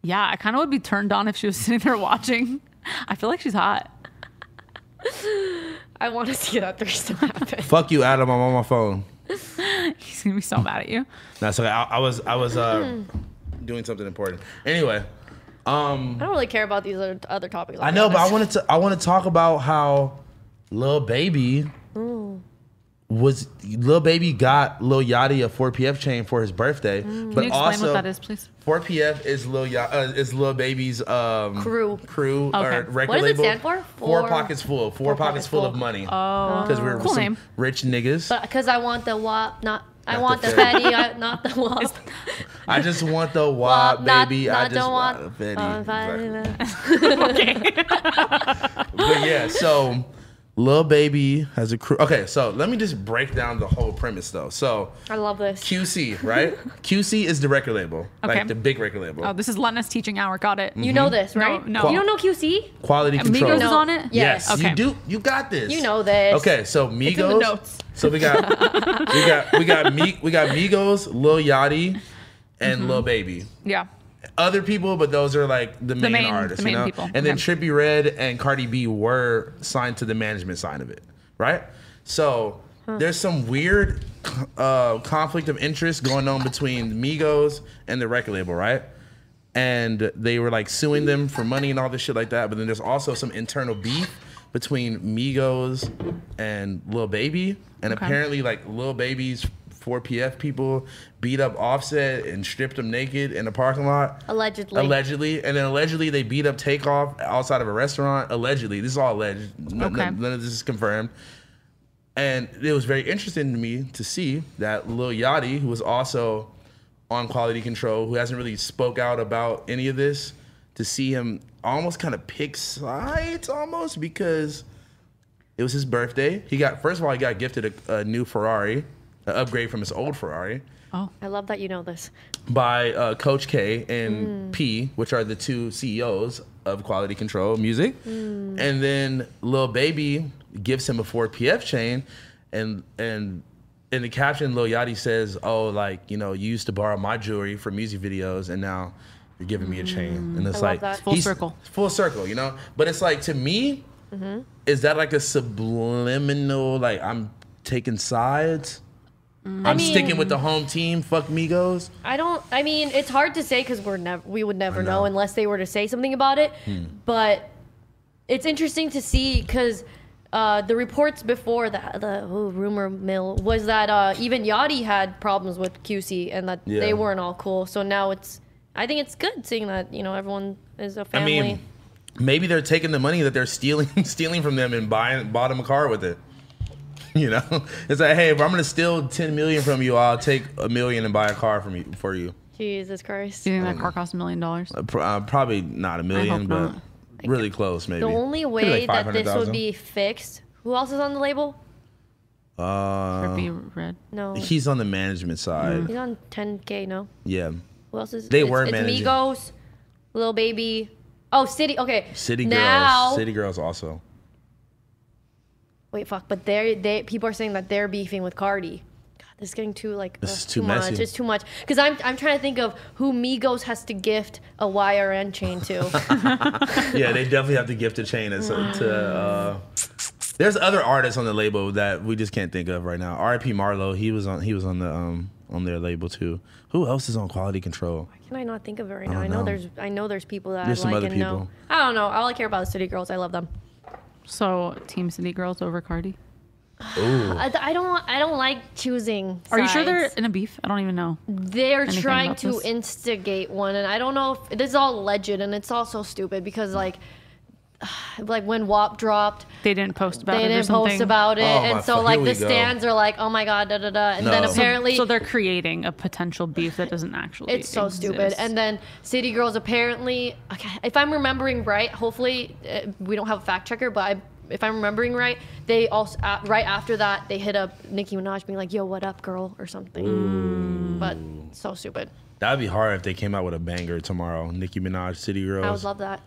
S1: Yeah, I kind of would be turned on if she was sitting there watching. I feel like she's hot.
S3: I want to see that threesome happen.
S2: Fuck you, Adam. I'm on my phone.
S1: He's gonna be so mad at you.
S2: That's okay. I, I was I was uh, doing something important. Anyway, um,
S3: I don't really care about these other, other topics.
S2: I know, but I wanted to I want to talk about how Lil Baby was Lil Baby got Lil Yachty a 4PF chain for his birthday, but
S1: Can you explain
S2: also
S1: what that is, please?
S2: 4PF is Lil Ya uh, is Lil Baby's um,
S3: Crew.
S2: crew
S1: Okay.
S2: or record
S3: What does it
S2: label.
S3: stand for?
S2: Four,
S3: Four-
S2: pockets full. Four, pockets, full of money. Oh, because we're
S1: Cool
S2: some
S1: name.
S2: rich niggas.
S3: because Uh, I want the wop, not. I
S2: Not
S3: want the
S2: the fatty.
S3: fatty, I- not the wop.
S2: I just want the wop,
S3: Not-
S2: baby.
S3: not
S2: I
S3: the
S2: just want,
S3: wop.
S2: the Fetty.
S3: Uh, fatty,
S2: Exactly.
S3: uh,
S2: But yeah, so Lil Baby has a crew. Okay, so let me just break down the whole premise though. So
S3: I love this.
S2: QC, right? QC is the record label,
S1: Okay.
S2: like the big record label.
S1: Oh, this is Lena's teaching hour. Got it.
S3: You
S2: Hmm?
S3: know this, right?
S1: No, no.
S3: You don't know QC?
S2: Quality control.
S1: Migos is on it.
S3: Yeah.
S2: Yes,
S1: Okay.
S2: you do. You got this.
S3: You know this.
S2: Okay, so Migos.
S1: in the notes.
S2: So we got we got we got me we got Migos, Lil Yachty, and Lil Baby.
S1: Yeah.
S2: Other people, but those are like the main,
S1: main- the
S2: artists,
S1: main
S2: you know.
S1: people.
S2: And then
S1: Okay.
S2: Trippy Red and Cardi B were signed to the management side of it, right? So there's some weird uh, conflict of interest going on between Migos and the record label, right? and they were like suing them for money and all this shit like that. But then there's also some internal beef between Migos and Lil Baby, and
S1: Okay.
S2: apparently like Lil Baby's 4PF people beat up Offset and stripped him naked in the parking lot.
S3: Allegedly.
S2: Allegedly, and then allegedly they beat up Takeoff outside of a restaurant. Allegedly, this is all alleged. N- n-
S1: Okay.
S2: none of this is confirmed. And it was very interesting to me to see that Lil Yachty, who was also on quality control, who hasn't really spoke out about any of this, to see him almost kind of pick sides almost because it was his birthday. He got first of all he got gifted a, a new Ferrari, an upgrade from his old Ferrari
S3: I love that you know this.
S2: by uh, Coach K
S3: Hmm.
S2: and P, which are the two CEOs of Quality Control Music.
S3: Hmm.
S2: And then Lil Baby gives him a 4PF chain, and and in the caption, Lil Yachty says, "Oh, like you know, you used to borrow my jewelry for music videos, and now you're giving me a chain." And it's
S3: Hmm. I
S2: like
S3: love that.
S1: Full
S2: he's-
S1: circle.
S2: full circle, you know. But it's like to me,
S3: Mm-hmm.
S2: is that like a subliminal? Like I'm taking sides. I'm
S3: Mm. mean-
S2: sticking with the home team. Fuck Migos.
S3: I don't. I mean, it's hard to say because we're never. We would never know.
S2: know. Hmm.
S3: unless they were to say something about it. But it's interesting to see because uh, the reports before the the ooh, rumor mill was that uh, even Yachty had problems with QC and that
S2: Yeah.
S3: they weren't all cool. So now it's. I think it's good seeing that you know everyone is a
S2: I
S3: family.
S2: mean, maybe they're taking the money that they're stealing stealing from them and buying bought them a car with it. You know, it's like, hey, if I'm gonna steal ten million from you, I'll take a million and buy a car from you for you.
S3: Jesus Christ.
S1: Do you think Oh, that car cost a million dollars?
S2: Uh, pr- uh, probably not a million, but
S1: not.
S2: really close, maybe.
S3: The only
S2: Maybe
S3: way
S2: like
S3: that this
S2: 500,000.
S3: would be fixed. Who else is on the label?
S1: Or
S2: Uh,
S1: be red?
S3: No. He's
S2: he's on the management side.
S3: on 10K, no?
S2: Yeah,
S3: Who else is?
S2: They
S3: it's,
S2: were
S3: it's
S2: managing.
S3: Migos, Lil Baby. Oh, City. Okay.
S2: City
S3: now,
S2: Girls. City Girls also.
S3: Wait, fuck. But they, they, people are saying that they're beefing with Cardi. God, this is getting too like.
S2: This
S3: ugh,
S2: is too
S3: much.
S2: messy.
S3: It's too much. Because I'm, I'm trying to think of who Migos has to gift a YRN chain to.
S2: yeah, they definitely have to gift a chain as a, to. Uh, there's other artists on the label that we just can't think of right now. R.I.P. Marlowe, he was on he was on the um on their label too. Who else is on Quality Control?
S3: Can I not think of it right now?
S2: don't
S3: I, know.
S2: know.
S3: there's, I know there's people that
S2: There's
S3: I
S2: some
S3: like
S2: other
S3: and know.
S2: people.
S3: I don't know. All I care about is City Girls. I love them.
S1: So Team City Girls over Cardi.
S2: Ooh,
S3: I, I don't, I don't like choosing.
S1: Are you sure
S3: sides.
S1: they're in a beef? I don't even know.
S3: They're
S1: Anything
S3: trying
S1: about
S3: to
S1: this?
S3: instigate one, and I don't know if this is all legend, and it's also stupid because like, like when WAP dropped,
S1: They didn't post about
S3: they
S1: it or
S3: didn't
S1: something.
S3: post about it,
S2: Oh, my
S3: and so
S2: fuck,
S3: like
S2: here
S3: the
S2: we go.
S3: stands are like, oh my god, da da da, and then
S2: No. So-
S3: apparently
S1: So they're creating a potential beef that doesn't actually.
S3: it's so stupid.
S1: exist.
S3: And then City Girls apparently, okay, if I'm remembering right, hopefully uh, we don't have a fact checker, but I, if I'm remembering right, they also uh, right after that they hit up Nicki Minaj being like, yo, what up, girl, or something. But so stupid.
S2: that'd be hard if they came out with a banger tomorrow. Nicki Minaj, City
S3: I would
S2: Girls,
S3: love that.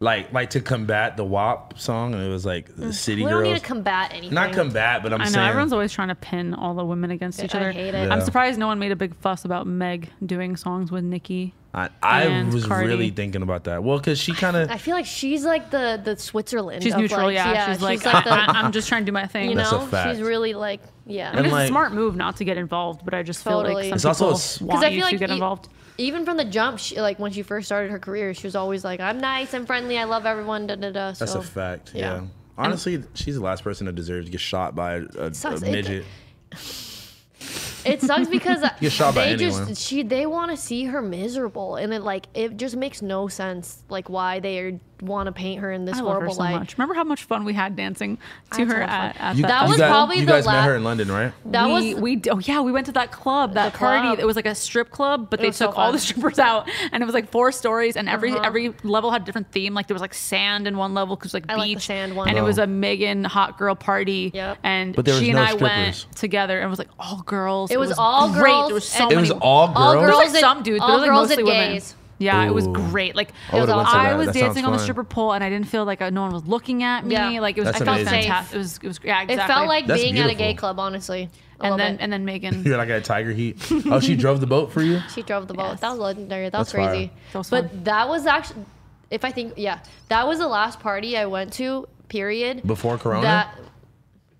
S2: like like to combat the WAP song, and it was like City
S3: Mm, we
S2: Girls.
S3: don't need to combat anything.
S2: Not combat, but I'm
S1: I know
S2: saying
S1: everyone's always trying to pin all the women against each
S3: I
S1: other.
S3: hate it.
S1: I'm
S2: Yeah.
S1: surprised no one made a big fuss about Meg doing songs with Nicki.
S2: I, I
S1: and
S2: was
S1: Cardi.
S2: really thinking about that. Well, because she kind of
S3: I feel like she's like the the Switzerland.
S1: She's
S3: of,
S1: neutral,
S3: like,
S1: yeah. She's like,
S3: the,
S1: I, I, am just trying to do my thing.
S3: you
S2: That's a
S3: know,
S2: fact.
S3: she's really like, yeah.
S1: I mean,
S2: And,
S1: it's
S2: like-
S1: a smart move not to get involved, but I just feel like
S3: Totally.
S1: some
S3: It's
S2: also
S1: people
S2: s- 'Cause
S1: want
S3: I
S1: you
S3: feel
S1: to
S3: like
S1: get
S3: e-
S1: involved.
S3: Even from the jump, she, like when she first started her career, she was always like, "I'm nice, I'm friendly, I love everyone." Da da da. So
S2: that's a fact.
S3: yeah.
S2: Yeah. Honestly, she's the last person that deserves to get shot by a, a,
S3: sucks.
S2: a
S3: It-
S2: midget.
S3: It sucks because uh,
S2: get shot by
S3: they
S2: anyone.
S3: just she they want to see her miserable, and it like it just makes no sense like why they want to paint her in this
S1: I love her
S3: horrible
S1: so
S3: light.
S1: much. Remember how much fun we had dancing to
S3: had so
S1: her
S3: much
S1: at,
S3: fun.
S1: at
S2: You-
S1: that?
S3: That
S2: you
S3: was
S2: guys,
S3: probably
S2: you
S3: the
S2: guys met
S3: la-
S2: her in London, right?
S3: That
S1: we,
S3: was
S1: we oh yeah we went to that club that
S3: The
S1: party
S3: club.
S1: it was like a strip club but they
S3: was so
S1: took all the
S3: fun.
S1: strippers out and it was like four stories and every
S3: Uh-huh.
S1: every level had a different theme like there was like sand in one level because like
S3: I
S1: beach
S3: like the sand one.
S1: and it
S2: Oh.
S1: was a Megan hot girl party
S3: Yep.
S1: and
S2: But there was
S1: she
S2: no
S1: and I
S2: strippers.
S1: went together and it was like all girls
S3: It was all
S1: great
S3: girls
S1: there was so
S3: and-
S2: It
S1: many
S2: was all girls.
S3: all
S1: there was like
S3: girls and-
S1: some dudes but it
S3: all
S1: was like
S3: girls
S1: mostly
S3: and
S1: women
S3: gays.
S1: yeah it was
S2: Oow.
S1: great like
S2: I would've went to
S1: I
S2: that.
S1: was
S2: That sounds
S1: dancing on the
S2: fun.
S1: stripper pole and I didn't feel like uh, no one was looking at me
S3: Yeah.
S1: like it was
S2: That's
S1: I felt
S2: amazing.
S1: fantastic it was it was yeah
S3: it
S1: exactly
S3: felt like
S2: That's
S3: being at a gay
S2: beautiful.
S3: club, honestly. I love
S1: and then
S3: it.
S1: and then Megan
S2: You're like at Tiger Heat. Oh, she drove the boat for you.
S3: She drove the boat.
S1: Yes.
S3: That was legendary. That was
S2: That's fire.
S3: crazy.
S1: That was
S3: but
S1: fun.
S3: that was actually, if I think, yeah, that was the last party I went to. Period.
S2: Before Corona?
S3: That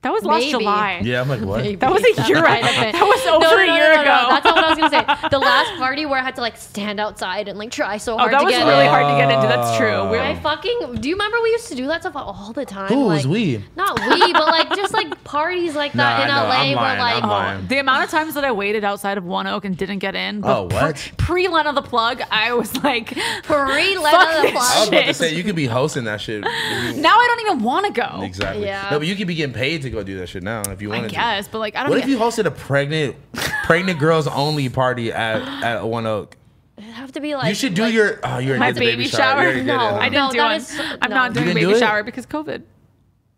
S1: That was last
S3: Maybe.
S1: July.
S2: Yeah, I'm like, what?
S3: Maybe.
S1: That was a
S3: That
S1: year
S3: might
S1: ago.
S3: have been-
S1: That was
S3: No,
S1: over
S3: no,
S1: a
S3: no, no,
S1: year
S3: no, no.
S1: ago.
S3: That's not what I was gonna say. The last party where I had to like stand outside and like try so
S1: Oh,
S3: hard
S1: that
S3: to
S1: was
S3: get.
S1: really
S3: in.
S1: hard to get into. That's
S2: Uh,
S1: true. We-
S3: I fucking. Do you remember we used to do that stuff all the time?
S2: Who was
S3: like-
S2: we?
S3: Not we, but like just like parties like
S2: Nah, I
S3: that
S2: know. I'm
S3: in LA
S2: lying,
S3: where like
S2: I'm lying.
S1: the amount of times that I waited outside of One Oak and didn't get in.
S2: Oh,
S1: but
S2: what?
S1: Pre Lena the plug, I was like,
S3: pre
S1: Fuck
S3: let the
S1: this
S2: I was about
S3: plug.
S2: to
S1: Shit.
S2: say you could be hosting that shit.
S1: now I don't even want to go.
S2: Exactly.
S3: Yeah.
S2: No, but you could be getting paid to go do that shit now if you
S1: I
S2: wanted to.
S1: guess, but like I don't.
S2: What if
S1: get-
S2: you hosted a pregnant, pregnant girls only party at at One Oak?
S3: It'd have to be like
S2: You should do
S3: like-
S2: your. Oh, you already
S1: my
S2: did the baby,
S1: baby
S2: shower. You
S1: shower?
S2: already did it,
S3: No,
S2: huh?
S1: I
S2: I,
S1: didn't
S3: No,
S1: do
S3: that
S1: one.
S3: is-
S1: I'm not
S3: no.
S1: doing
S2: You didn't
S1: baby
S2: do it?
S1: shower because COVID
S2: know.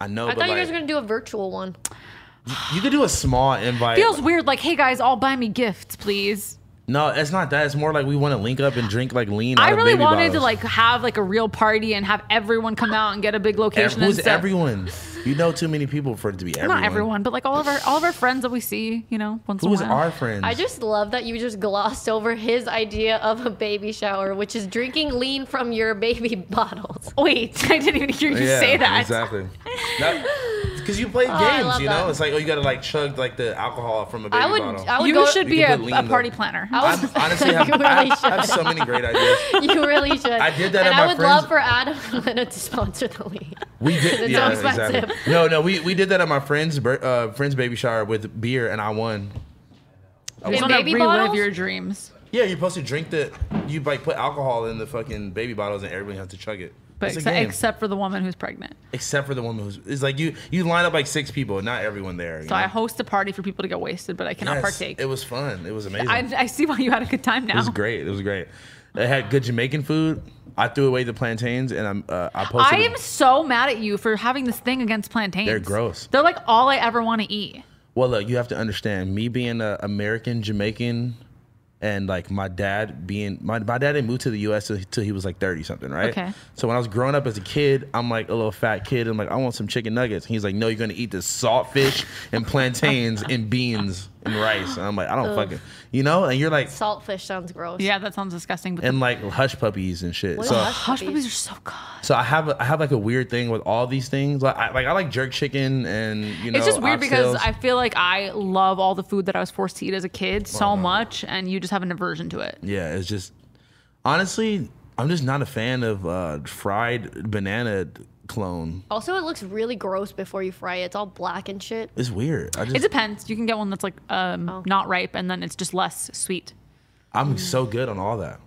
S3: I
S2: but
S3: thought you
S2: like,
S3: guys were gonna do a virtual one.
S2: you could do a small invite.
S1: feels weird. Like, hey guys, all buy me gifts, please.
S2: no, it's not that. It's more like we want to link up and drink like lean.
S1: I
S2: out of
S1: really
S2: baby
S1: wanted to
S2: bottles.
S1: like have like a real party and have everyone come out and get a big
S2: Ev-
S1: location.
S2: Who's
S1: and stuff.
S2: everyone? You know too many people for it to be everyone.
S1: Not everyone, but like all of our all of our friends that we see, you know, once
S2: Who's
S1: in a while.
S2: our friends?
S3: I just love that you just glossed over his idea of a baby shower, which is drinking lean from your baby bottles.
S1: Wait, I didn't even hear you say that.
S2: exactly. Because you play
S3: I
S2: games,
S3: love
S2: you know.
S3: that.
S2: It's like oh, you gotta like chug like the alcohol from a baby
S3: I would-
S2: bottle.
S3: I would-
S1: You
S3: go-
S1: should
S2: We
S1: be
S2: could
S1: a,
S2: put
S1: a
S2: lean,
S1: party
S2: though.
S1: planner.
S3: I
S2: I'm-
S3: was-
S2: honestly have,
S3: You really
S2: I, I have
S3: should.
S2: so many great ideas.
S3: You really should.
S2: I did that at
S3: And I
S2: my
S3: would
S2: friends-
S3: love for Adam and Lena to sponsor the lean.
S2: We did.
S3: It's
S2: yeah,
S3: so expensive.
S2: exactly. No, no, we, we did that at my friend's bir- uh, friend's baby shower with beer, and I won.
S1: You just
S3: In
S1: wanna
S3: baby
S1: relive
S3: bottles?
S1: your dreams.
S2: Yeah, you're supposed to drink the. You like put alcohol in the fucking baby bottles, and everybody has to chug it.
S1: But
S2: It's a
S1: ex-
S2: game.
S1: except for the woman who's pregnant.
S2: except for the woman who's it's like you you line up like six people, not everyone there. you
S1: So
S2: know?
S1: I host a party for people to get wasted, but I cannot
S2: Yes,
S1: partake.
S2: It was fun. It was amazing.
S1: I, I see why you had a good time now.
S2: It was great. It was great. They had good Jamaican food. I threw away the plantains and I'm uh, I posted.
S1: I am
S2: them.
S1: so mad at you for having this thing against plantains.
S2: They're gross.
S1: They're like all I ever want to eat.
S2: Well, look, you have to understand me being a American Jamaican, and like my dad being my my dad didn't move to the U.S. until he was like thirty something, right?
S1: Okay.
S2: So when I was growing up as a kid, I'm like a little fat kid. I'm like, I want some chicken nuggets. He's like, No, you're gonna eat this salt fish and plantains and beans and rice. And I'm like, I don't fucking, you know. And you're like,
S3: Saltfish sounds gross.
S1: Yeah, that sounds disgusting. But
S2: and like hush puppies and shit.
S3: What
S2: so
S3: is
S1: the
S3: hush
S1: hush puppies
S3: puppies?
S1: are so good.
S2: So I have a, I have like a weird thing with all these things. Like I like I like jerk chicken and you know.
S1: It's just weird because
S2: oxtails.
S1: I feel like I love all the food that I was forced to eat as a kid so much, and you just have an aversion to it.
S2: yeah, it's just honestly I'm just not a fan of uh, fried banana clone.
S3: Also, it looks really gross before you fry it. It's all black and shit.
S2: It's weird. I
S1: It
S2: just
S1: depends. You can get one that's like um, not ripe, and then it's just less sweet.
S2: I'm so good on all that.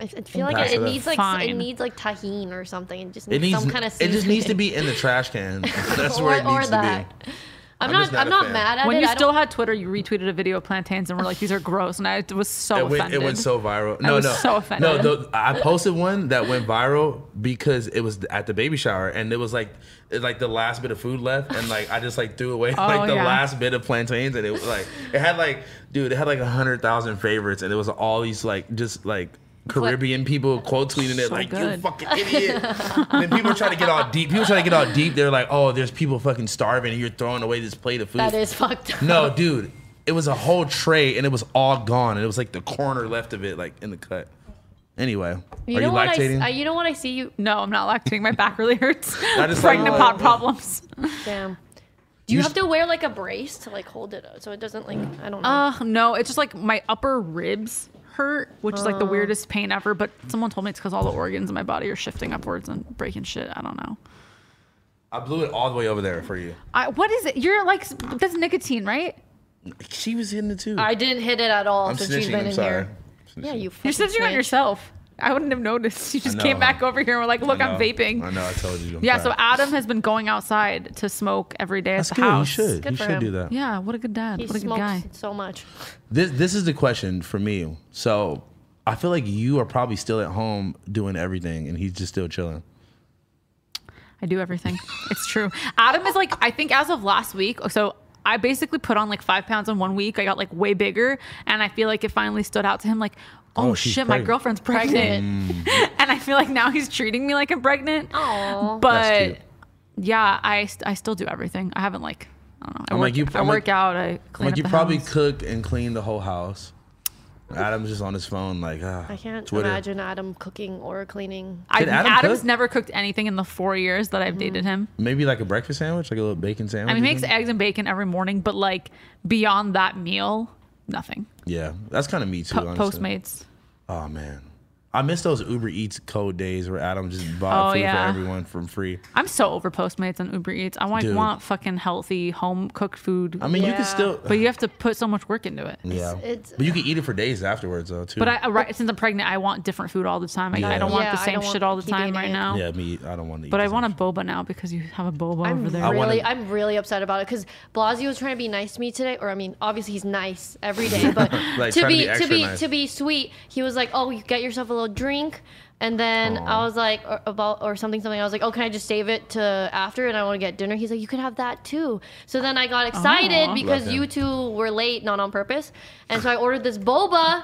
S3: I, I feel like
S2: Pass
S3: it,
S2: it
S3: it
S2: up.
S3: needs like it
S1: Fine.
S3: needs like tahine or something. It just
S2: It
S3: needs,
S2: needs
S3: some kind of.
S2: it just needs to
S3: seasoning.
S2: be in the trash can. That's
S3: Or-
S2: where it
S3: or
S2: needs to
S3: that.
S2: be.
S3: I'm,
S2: I'm
S3: not.
S2: just not
S3: I'm
S2: a
S3: not
S2: fan.
S3: mad at
S1: When
S3: it.
S1: you
S3: I
S1: still
S3: don't-
S1: had Twitter, you retweeted a video of plantains, and we're like, "These are gross," and I was so
S2: It went,
S1: offended.
S2: it went so viral. No,
S1: was
S2: no,
S1: so offended.
S2: no. The, I posted one that went viral because it was at the baby shower, and it was like, it, like the last bit of food left, and like I just like threw away like the
S1: Oh, yeah.
S2: last bit of plantains, and it was like it had like, dude, it had like a hundred thousand favorites, and it was all these like just like. Caribbean people quote tweeting it
S1: So
S2: like you
S1: good.
S2: fucking idiot. then people try to get all deep. People try to get all deep. They're like, oh, there's people fucking starving, and you're throwing away this plate of food.
S3: That is fucked up.
S2: No, dude, it was a whole tray and it was all gone, and it was like the corner left of it, like in the cut. Anyway,
S3: You
S2: are
S3: know
S2: you
S3: what I s-
S2: lactating?
S3: I, you know what I see you.
S1: no, I'm not lactating. My back really hurts.
S2: just like-
S1: Pregnant pot problems.
S3: Damn. Do
S2: You
S3: you, have
S2: s-
S3: to wear like a brace to like hold it uh, so it doesn't like I don't know.
S1: Uh, no, it's just like my upper ribs hurt, which is like the weirdest pain ever. But someone told me it's because all the organs in my body are shifting upwards and breaking shit. I don't know.
S2: I blew it all the way over there for you.
S1: I, what is it? You're like s- that's nicotine, right?
S2: She was hitting it too.
S3: I didn't hit it at all
S2: I'm
S3: since she's
S2: snitching.
S3: been
S2: I'm
S3: in
S2: sorry.
S3: here. Yeah, you.
S1: You're
S3: fucking
S1: snitching on
S3: snitch.
S1: yourself. I wouldn't have noticed. You just
S2: I
S1: came
S2: know.
S1: back over here and were like, "Look,
S2: I
S1: I'm
S2: know.
S1: vaping."
S2: I know. I told you. I'm
S1: Yeah.
S2: sorry.
S1: So Adam has been going outside to smoke every day
S2: That's
S1: at
S2: good.
S1: the house.
S2: You should.
S3: Good
S2: you
S3: for
S2: should
S3: him.
S2: do that.
S1: Yeah. What a good dad.
S3: He
S1: what a good
S3: smokes
S1: guy.
S3: so much.
S2: This this is the question for me. So I feel like you are probably still at home doing everything, and he's just still chilling.
S1: I do everything. It's true. Adam is like, I think as of last week, so I basically put on like five pounds in one week. I got like way bigger. And I feel like it finally stood out to him like, oh,
S2: Oh, she's
S1: shit, my
S2: pregnant.
S1: girlfriend's pregnant.
S3: Pregnant.
S1: and I feel like now he's treating me like I'm pregnant.
S3: Aw.
S2: That's
S1: But
S2: cute.
S1: yeah, I, st- I still do everything. I haven't like, I don't know. I
S2: I'm
S1: work,
S2: like you-
S1: I
S2: I'm like-
S1: work out. I clean
S2: Like
S1: up
S2: you
S1: the
S2: probably
S1: house.
S2: cook and clean the whole house. Adam's just on his phone, like ah,
S3: I can't
S2: Twitter.
S3: imagine Adam cooking or cleaning.
S1: I,
S2: Did Adam
S1: Adam's
S2: cook?
S1: never cooked anything in the four years that I've dated
S3: Mm-hmm.
S1: him.
S2: Maybe like a breakfast sandwich, like a little bacon sandwich.
S1: I mean,
S2: or
S1: he makes
S2: something?
S1: eggs and bacon every morning, but like beyond that meal, nothing.
S2: yeah, that's kind of me too.
S1: Po-
S2: honestly.
S1: Postmates.
S2: Oh man, I miss those Uber Eats code days where Adam just bought
S1: Oh,
S2: food
S1: yeah.
S2: for everyone from free.
S1: I'm so over Postmates and Uber Eats. I want,
S2: Dude.
S1: want fucking healthy home cooked food.
S2: I mean, you
S3: Yeah.
S2: can still,
S1: but you have to put so much work into it.
S2: yeah,
S3: it's-
S2: but you can eat it for days afterwards though too.
S1: But I, right, since I'm pregnant, I want different food all the time. I, I
S2: Yeah.
S1: don't want
S3: Yeah,
S1: the
S3: I
S1: same
S3: don't
S1: shit
S3: want-
S1: all the
S3: keep
S1: time
S3: eating
S1: right
S3: it.
S1: now.
S2: yeah, me, I don't want to. eat
S1: But I
S2: as
S1: want a
S2: much.
S1: boba now because you have a boba
S3: I'm
S1: over there.
S2: I wanna-
S3: really, I'm really upset about it because Blasio was trying to be nice to me today. Or I mean, obviously he's nice every day, but
S2: Like,
S3: to
S2: trying to
S3: be
S2: be
S3: to
S2: extra
S3: be
S2: nice.
S3: to be sweet, he was like, "Oh, you get yourself a little drink," and then I was like, or, "About or something, something." I was like, "Oh, can I just save it to after?" And I want to get dinner. He's like, "You can have that too." So then I got excited
S1: Aw.
S3: because
S2: Love
S3: you
S2: him.
S3: two were late, not on purpose, and so I ordered this boba.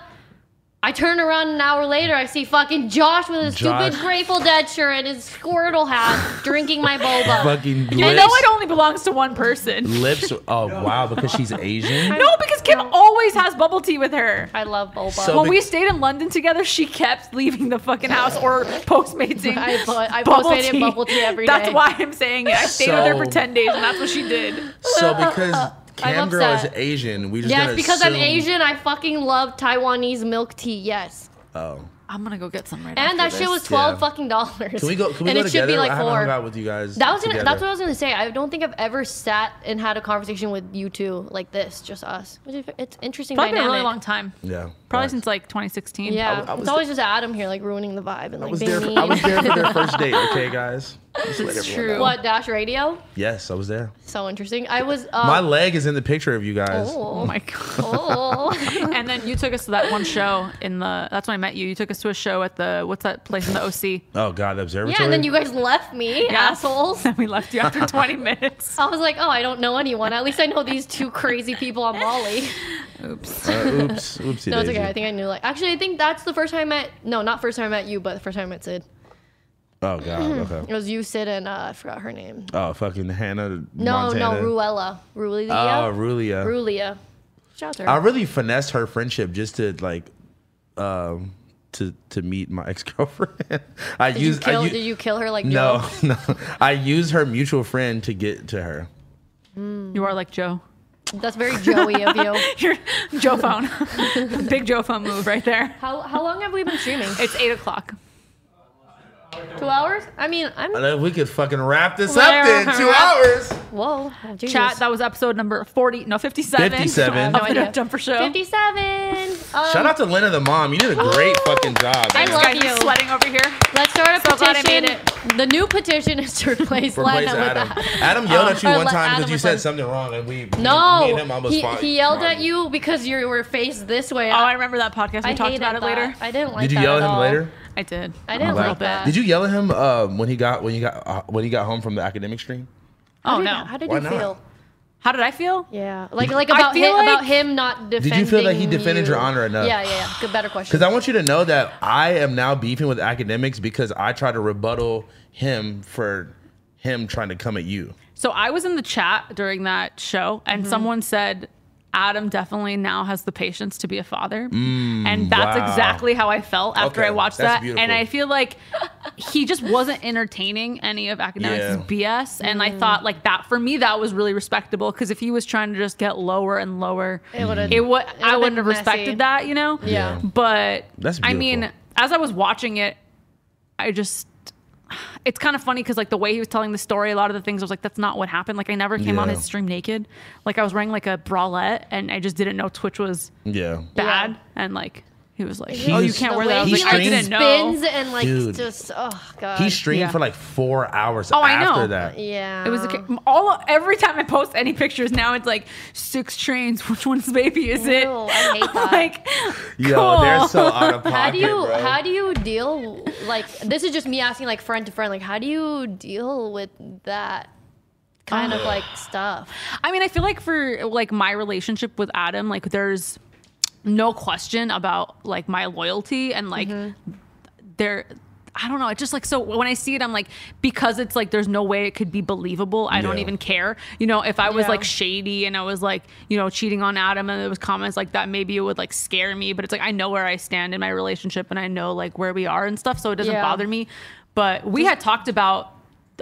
S3: I turn around an hour later, I see fucking Josh with his
S2: Josh.
S3: stupid Grateful Dead shirt and his Squirtle hat drinking my boba.
S2: fucking lips.
S1: I know it only belongs to one person.
S2: lips. Oh wow, because she's Asian.
S1: No, because Kim always has bubble tea with her.
S3: I love boba.
S2: So-
S1: When we stayed in London together, she kept leaving the fucking house or postmating.
S3: I po- I
S1: bubble
S3: postmated bubble tea every
S1: That's
S3: day.
S1: why I'm saying it. I stayed with her for
S2: So-
S1: 10 days, and that's what she did.
S2: So because Cam girl is
S3: upset.
S2: Asian, we just
S3: yes,
S2: gotta
S3: because I'm
S2: assume-
S3: Asian, I fucking love Taiwanese milk tea. Yes,
S2: Oh,
S1: I'm going to go get some right
S3: and that
S1: after
S3: shit
S1: this.
S3: was twelve
S2: yeah.
S3: fucking dollars.
S2: can we go? Can we
S3: and
S2: go together?
S3: it should be like
S2: I haven't hung
S3: four.
S2: out with you guys.
S3: That was gonna,
S2: together.
S3: that's what I was gonna say. I don't think I've ever sat and had a conversation with you two like this, just us. Which is, it's interesting
S1: Probably been
S3: dynamic.
S1: a really long time.
S2: Yeah.
S1: Probably
S2: facts.
S1: since like 2016.
S3: Yeah,
S2: I was
S3: it's always just Adam here, like ruining the vibe and
S2: I
S3: like
S2: was
S3: being
S2: there. For,
S3: mean.
S2: I was there for their first date. Okay, guys. Just let
S1: It's
S2: everyone know.
S1: true.
S3: what Dash Radio?
S2: Yes, I was there.
S3: So interesting. I was. Uh,
S2: My leg is in the picture of you guys.
S1: Oh
S3: oh,
S1: my God.
S3: oh.
S1: and then you took us to that one show in the. That's when I met you. You took us to a show at the what's that place in the OC?
S2: Oh God, the observatory.
S3: yeah, and then you guys left me,
S1: Yeah.
S3: assholes.
S1: Then we left you after 20 minutes.
S3: I was like, oh, I don't know anyone. At least I know these two crazy people on Molly.
S1: Oops.
S2: Uh, oops, oopsie.
S3: No, it's
S2: daisy.
S3: okay. I think I knew. Like, actually, I think that's the first time I met. No, not first time I met you, but the first time I met Sid.
S2: Oh God.
S3: It
S2: Okay.
S3: was you, Sid, and uh, I forgot her name.
S2: Oh fucking Hannah.
S3: No,
S2: Montana.
S3: no, Ruella, Ruelia,
S2: Oh, Rulia.
S3: Ruelia. Shout out to
S2: I
S3: her.
S2: really finessed her friendship just to like, um, to to meet my ex girlfriend. I
S3: Did you
S2: used.
S3: kill?
S2: I u-
S3: did you kill her? Like
S2: no, no. I used her mutual friend to get to her.
S1: You are like Joe.
S3: Joe? That's very Joey of you.
S1: Your Joe phone. Big Joe phone move right there.
S3: How how long have we been streaming?
S1: It's eight o'clock.
S3: Two hours? I mean, I'm.
S2: And if uh, we could fucking wrap this
S1: Well,
S2: up in two
S1: wrap-
S2: hours.
S3: Whoa. Oh,
S1: Chat. That was episode number forty. No, fifty-seven. Oh,
S2: 57.
S1: Of
S3: No
S1: the
S3: idea.
S1: Jumper Show.
S3: Fifty-seven. Um,
S2: Shout out to Lena the mom. You did a great fucking job.
S3: I
S2: man.
S3: love
S1: Guys, I'm
S3: you.
S1: sweating over here.
S3: Let's start a
S1: So glad I
S3: petition.
S1: made
S3: The new petition is to replace,
S2: Replace
S3: Lena
S2: Adam.
S3: with that. Um,
S2: Adam yelled at you
S3: or
S2: one
S3: let
S2: time
S3: Adam
S2: because you
S3: with
S2: said
S3: Lena.
S2: something wrong, and we me and him
S3: No,
S2: almost
S3: he,
S2: fought.
S3: he yelled at you because you were faced this way.
S1: Oh, I remember that podcast. We
S3: I
S1: talked
S3: hated
S1: about it
S3: that.
S1: later.
S3: I didn't like.
S2: Did you
S3: that
S2: yell at him
S3: all.
S2: later?
S1: I did.
S3: I didn't
S1: A little
S3: like that.
S2: Did you yell at him um, when he got when you got uh, when he got home from the academic stream?
S1: Oh
S3: How did,
S1: no.
S3: How did
S2: Why
S3: you
S2: not?
S3: feel?
S1: How did I feel?
S3: Yeah, like like
S1: I
S3: about him,
S1: feel like-
S3: about him not defending.
S2: you feel that he defended
S3: you.
S2: your honor enough?
S3: Yeah, yeah, yeah. Good, better question.
S2: Because I want you to know that I am now beefing with academics because I try to rebuttal him for him trying to come at you.
S1: So I was in the chat during that show, and
S2: Mm-hmm.
S1: someone said, Adam definitely now has the patience to be a father. and that's
S2: Mm, wow.
S1: exactly how I felt after
S2: Okay,
S1: I watched
S2: that's
S1: that. And
S2: beautiful.
S1: I feel like he just wasn't entertaining any of academics' BS. And
S3: Mm.
S1: I thought, like, that for me, that was really respectable because if he was trying to just get lower and lower,
S3: It would've-
S1: it would,
S3: would've
S1: I wouldn't
S3: been
S1: have
S3: messy.
S1: respected that, you know?
S3: yeah.
S1: But
S2: That's
S1: I mean,
S2: beautiful.
S1: as I was watching it, I just it's kind of funny because like the way he was telling the story, a lot of the things I was like, that's not what happened. Like I never came on
S2: Yeah.
S1: his stream naked. Like I was wearing like a bralette and I just didn't know Twitch was
S2: Yeah.
S1: bad.
S3: Yeah.
S1: And like he was like,
S2: He
S1: Oh, you
S2: was-
S1: can't
S3: The
S1: wear that. I
S3: way
S1: was
S2: he
S1: like, I
S2: streams-
S1: didn't
S3: spins
S1: know.
S3: and like
S2: Dude.
S3: just oh god.
S2: He streamed
S1: Yeah.
S2: for like four hours
S1: Oh, I
S2: after
S1: know.
S2: that.
S3: yeah.
S1: It was okay. all every time I post any pictures now, it's like six trains. Which one's baby is it?
S3: Ew, Oh, I hate that.
S1: like,
S2: Yo,
S1: cool.
S2: they're so out of pocket.
S3: How do you
S2: bro.
S3: how do you deal like this is just me asking like friend to friend like how do you deal with that kind of like stuff?
S1: I mean, I feel like for like my relationship with Adam, like there's
S3: Mm-hmm.
S1: no question about like my loyalty and like there I don't know. It's just like so when I see it, I'm like because it's like there's no way it could be believable. I don't
S2: Yeah.
S1: even care. You know, if I was
S3: Yeah.
S1: like shady and I was like you know cheating on Adam and there was comments like that, maybe it would like scare me. But it's like I know where I stand in my relationship and I know like where we are and stuff, so it doesn't
S3: Yeah.
S1: bother me. But we had talked about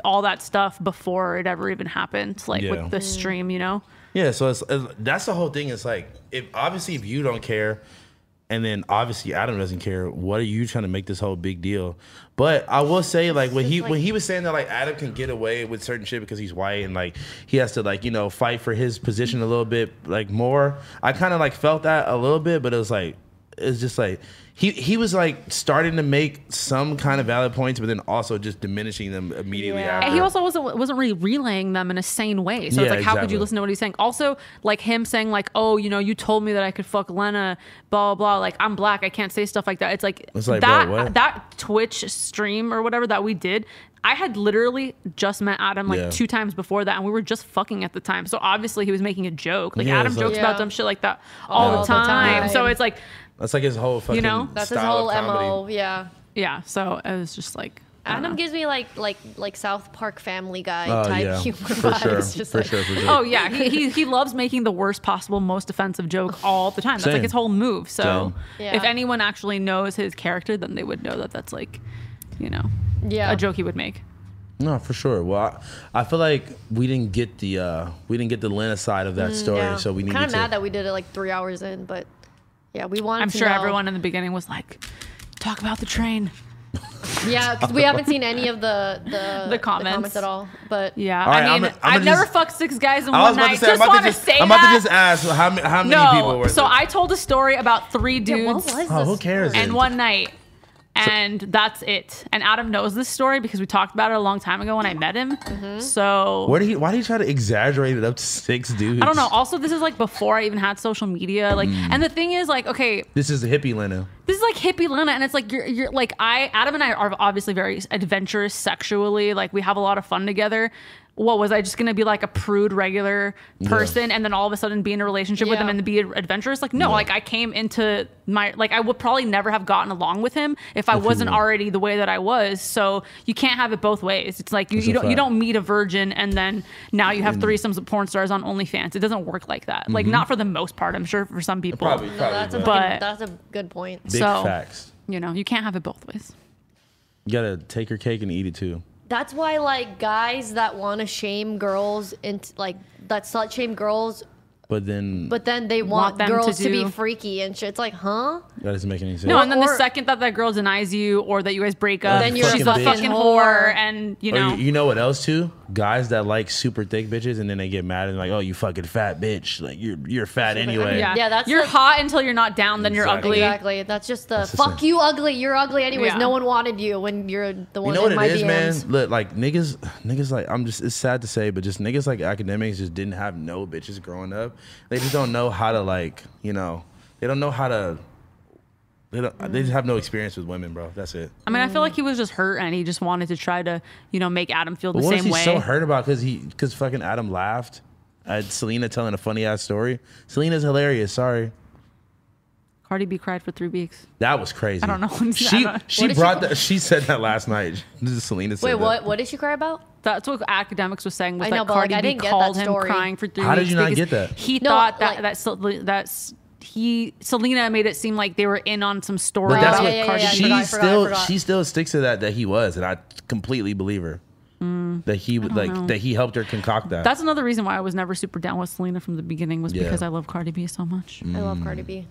S1: all that stuff before it ever even happened, like
S2: Yeah.
S1: with the stream, you know.
S2: Yeah, so it's, it's- that's the whole thing. It's like if obviously if you don't care, and then obviously Adam doesn't care. What are you trying to make this whole big deal? But I will say, like when he when he was saying that, like Adam can get away with certain shit because he's white and like he has to like you know fight for his position a little bit like more. I kind of like felt that a little bit, but it was like it's just like. He, he was like starting to make some kind of valid points, but then also just diminishing them immediately
S3: Yeah.
S2: after.
S1: And he also wasn't wasn't really relaying them in a sane way. So
S2: Yeah,
S1: it's like, how could
S2: exactly.
S1: you listen to what he's saying? Also, like him saying like, oh, you know, you told me that I could fuck Lena, blah blah. blah. Like I'm black, I can't say stuff like that. It's like,
S2: It's like, bro,
S1: that
S2: what?
S1: that Twitch stream or whatever that we did. I had literally just met Adam like
S2: Yeah.
S1: two times before that, and we were just fucking at the time. So obviously he was making a joke. Like
S2: Yeah,
S1: Adam
S2: it's like-
S1: jokes
S3: Yeah.
S1: about dumb shit like that all, the, time. So
S3: time.
S1: it's like,
S2: that's like his whole fucking you
S1: know?
S3: That's his whole mo. Yeah.
S1: yeah. So it was just like, I don't
S3: Adam
S1: know.
S3: gives me like like like South Park Family Guy
S2: Oh,
S3: type
S2: yeah.
S3: humor
S2: For
S3: vibes.
S2: sure.
S3: Just
S2: For
S3: like,
S2: sure, for sure.
S1: Oh yeah, he, he he loves making the worst possible, most offensive joke all the time. That's
S2: Same.
S1: like his whole move. So
S3: Same. Yeah.
S1: if anyone actually knows his character, then they would know that that's like, you know,
S3: Yeah.
S1: a joke he would make.
S2: No, for sure. Well, I, I feel like we didn't get the uh, we didn't get the Lena side of that
S1: Mm,
S2: story,
S3: Yeah.
S2: so we
S3: I'm
S2: needed
S3: kind of
S2: to.
S3: mad that we did it like three hours in, but yeah, we wanted.
S1: I'm
S3: to
S1: sure
S3: know.
S1: everyone in the beginning was like, talk about the train.
S3: Yeah, because we haven't seen any of the the,
S1: comments.
S3: at all. But
S1: Yeah,
S2: All right,
S1: I mean, i
S2: I'ma- I'ma
S1: have never
S2: just-
S1: fucked six guys in
S2: I
S1: one
S2: was about
S1: night.
S2: to say,
S1: just
S2: I'm, about
S1: want
S2: to
S1: to
S2: just,
S1: say
S2: I'm about
S1: that.
S2: to just ask how many, how many people
S1: no,
S2: were
S1: so
S2: there?
S1: I told a story about three
S3: Yeah, what
S1: dudes.
S3: was
S2: Oh,
S3: this?
S2: who cares?
S1: and one night. And that's it. And Adam knows this story because we talked about it a long time ago when I met him.
S3: Mm-hmm.
S1: So
S2: Where did he? Why did he try to exaggerate it up to six dudes?
S1: I don't know. Also, this is like before I even had social media. Like, and the thing is, like, okay,
S2: This is the hippie Lena.
S1: this is like hippie Lena, and it's like you're, you're like I, Adam and I are obviously very adventurous sexually. Like, we have a lot of fun together. What was I just gonna be like a prude regular person, and then all of a sudden be in a relationship with
S3: Yeah.
S1: him and be adventurous? Like, no, like I came into my like I would probably never have gotten along with him if I
S2: If you
S1: wasn't
S2: were.
S1: already the way that I was. So you can't have it both ways. It's like you,
S2: That's
S1: you
S2: a
S1: don't you
S2: fact.
S1: don't meet a virgin and then now you have threesomes with porn stars on OnlyFans. It doesn't work like that. Like
S2: Mm-hmm.
S1: not for the most part. I'm sure for some people.
S3: No, that's a
S1: but-
S3: fucking, that's a good point.
S2: big
S1: so-
S2: facts.
S1: You know, you can't have it both ways.
S2: You gotta take your cake and eat it too.
S3: That's why like guys that want to shame girls and like that slut shame girls,
S2: But then
S3: but then they want,
S1: them to
S3: girls to,
S1: do-
S3: be freaky and shit. It's like, huh?
S2: that doesn't make any sense.
S1: No, and then
S3: Or-
S1: the second that that girl denies you or that you guys break up,
S2: Then you're a
S1: she's a
S2: fucking
S1: fucking
S3: whore.
S1: whore, and you
S2: Or
S1: know.
S2: you, you know what else too? Guys that like super thick bitches and then they get mad and like, oh, you fucking fat bitch. Like you're you're fat anyway.
S1: yeah.
S3: Yeah, that's
S1: you're
S3: the-
S1: hot until you're not down, then you're
S2: Exactly.
S1: ugly.
S3: Exactly. That's just the
S2: the
S3: fuck
S2: same.
S3: you ugly. You're ugly anyways.
S1: Yeah.
S3: No one wanted you when you're the one
S2: You know what
S3: in
S2: it
S3: my
S2: is,
S3: DMs.
S2: man? Look, like niggas, niggas, like I'm just. It's sad to say, but just niggas like academics just didn't have no bitches growing up. They just don't know how to like, you know, they don't know how to. They don't. They just have no experience with women, bro. That's it.
S1: I mean, I feel like he was just hurt and he just wanted to try to, you know, make Adam feel the
S2: But what was
S1: same
S2: he
S1: way.
S2: so hurt about? Because he, because fucking Adam laughed at Selena telling a funny ass story. Selena's hilarious. Sorry.
S1: Cardi B cried for three weeks.
S2: That was crazy. I
S1: don't know. I don't-
S2: She
S1: What
S2: she
S3: did she-
S2: brought that. She said that last night. Selena said
S3: Wait,
S2: that.
S3: what? What did she cry about?
S1: That's what academics was saying was
S3: I
S1: that
S3: know, but, like,
S1: Cardi
S3: I
S1: B
S3: didn't get
S1: called
S3: that
S1: him
S3: story.
S1: crying for three
S2: How did
S1: weeks
S2: you not
S1: because
S2: get that?
S1: He
S3: No,
S1: thought that
S3: like-
S1: that Sel- that's he Selena made it seem like they were in on some story
S2: But that's
S1: about
S2: what
S3: yeah,
S1: Cardi
S3: yeah,
S1: B.
S2: she
S3: forgot, I forgot, I
S2: still
S3: forgot.
S2: she still sticks to that that he was, and I completely believe her. that he would like
S1: Mm. know.
S2: that he helped her concoct that.
S1: That's another reason why I was never super down with Selena from the beginning was
S2: Yeah.
S1: because I love Cardi B so much.
S3: I
S2: Hmm.
S3: love Cardi B.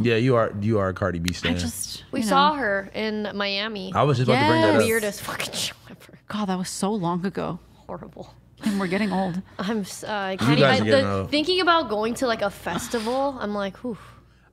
S2: yeah, you are you are a Cardi B stan.
S1: I
S2: I,
S1: just
S3: We
S1: you know.
S3: saw her in Miami.
S2: was just about to bring that up.
S1: Yes. Weird.
S3: Weirdest fucking show ever.
S1: God, that was so long ago.
S3: Horrible.
S1: And we're getting old.
S3: I'm s- uh, I can't
S2: guys
S3: even.
S2: are getting
S3: the-
S2: old.
S3: thinking about going to like a festival, I'm like, whew.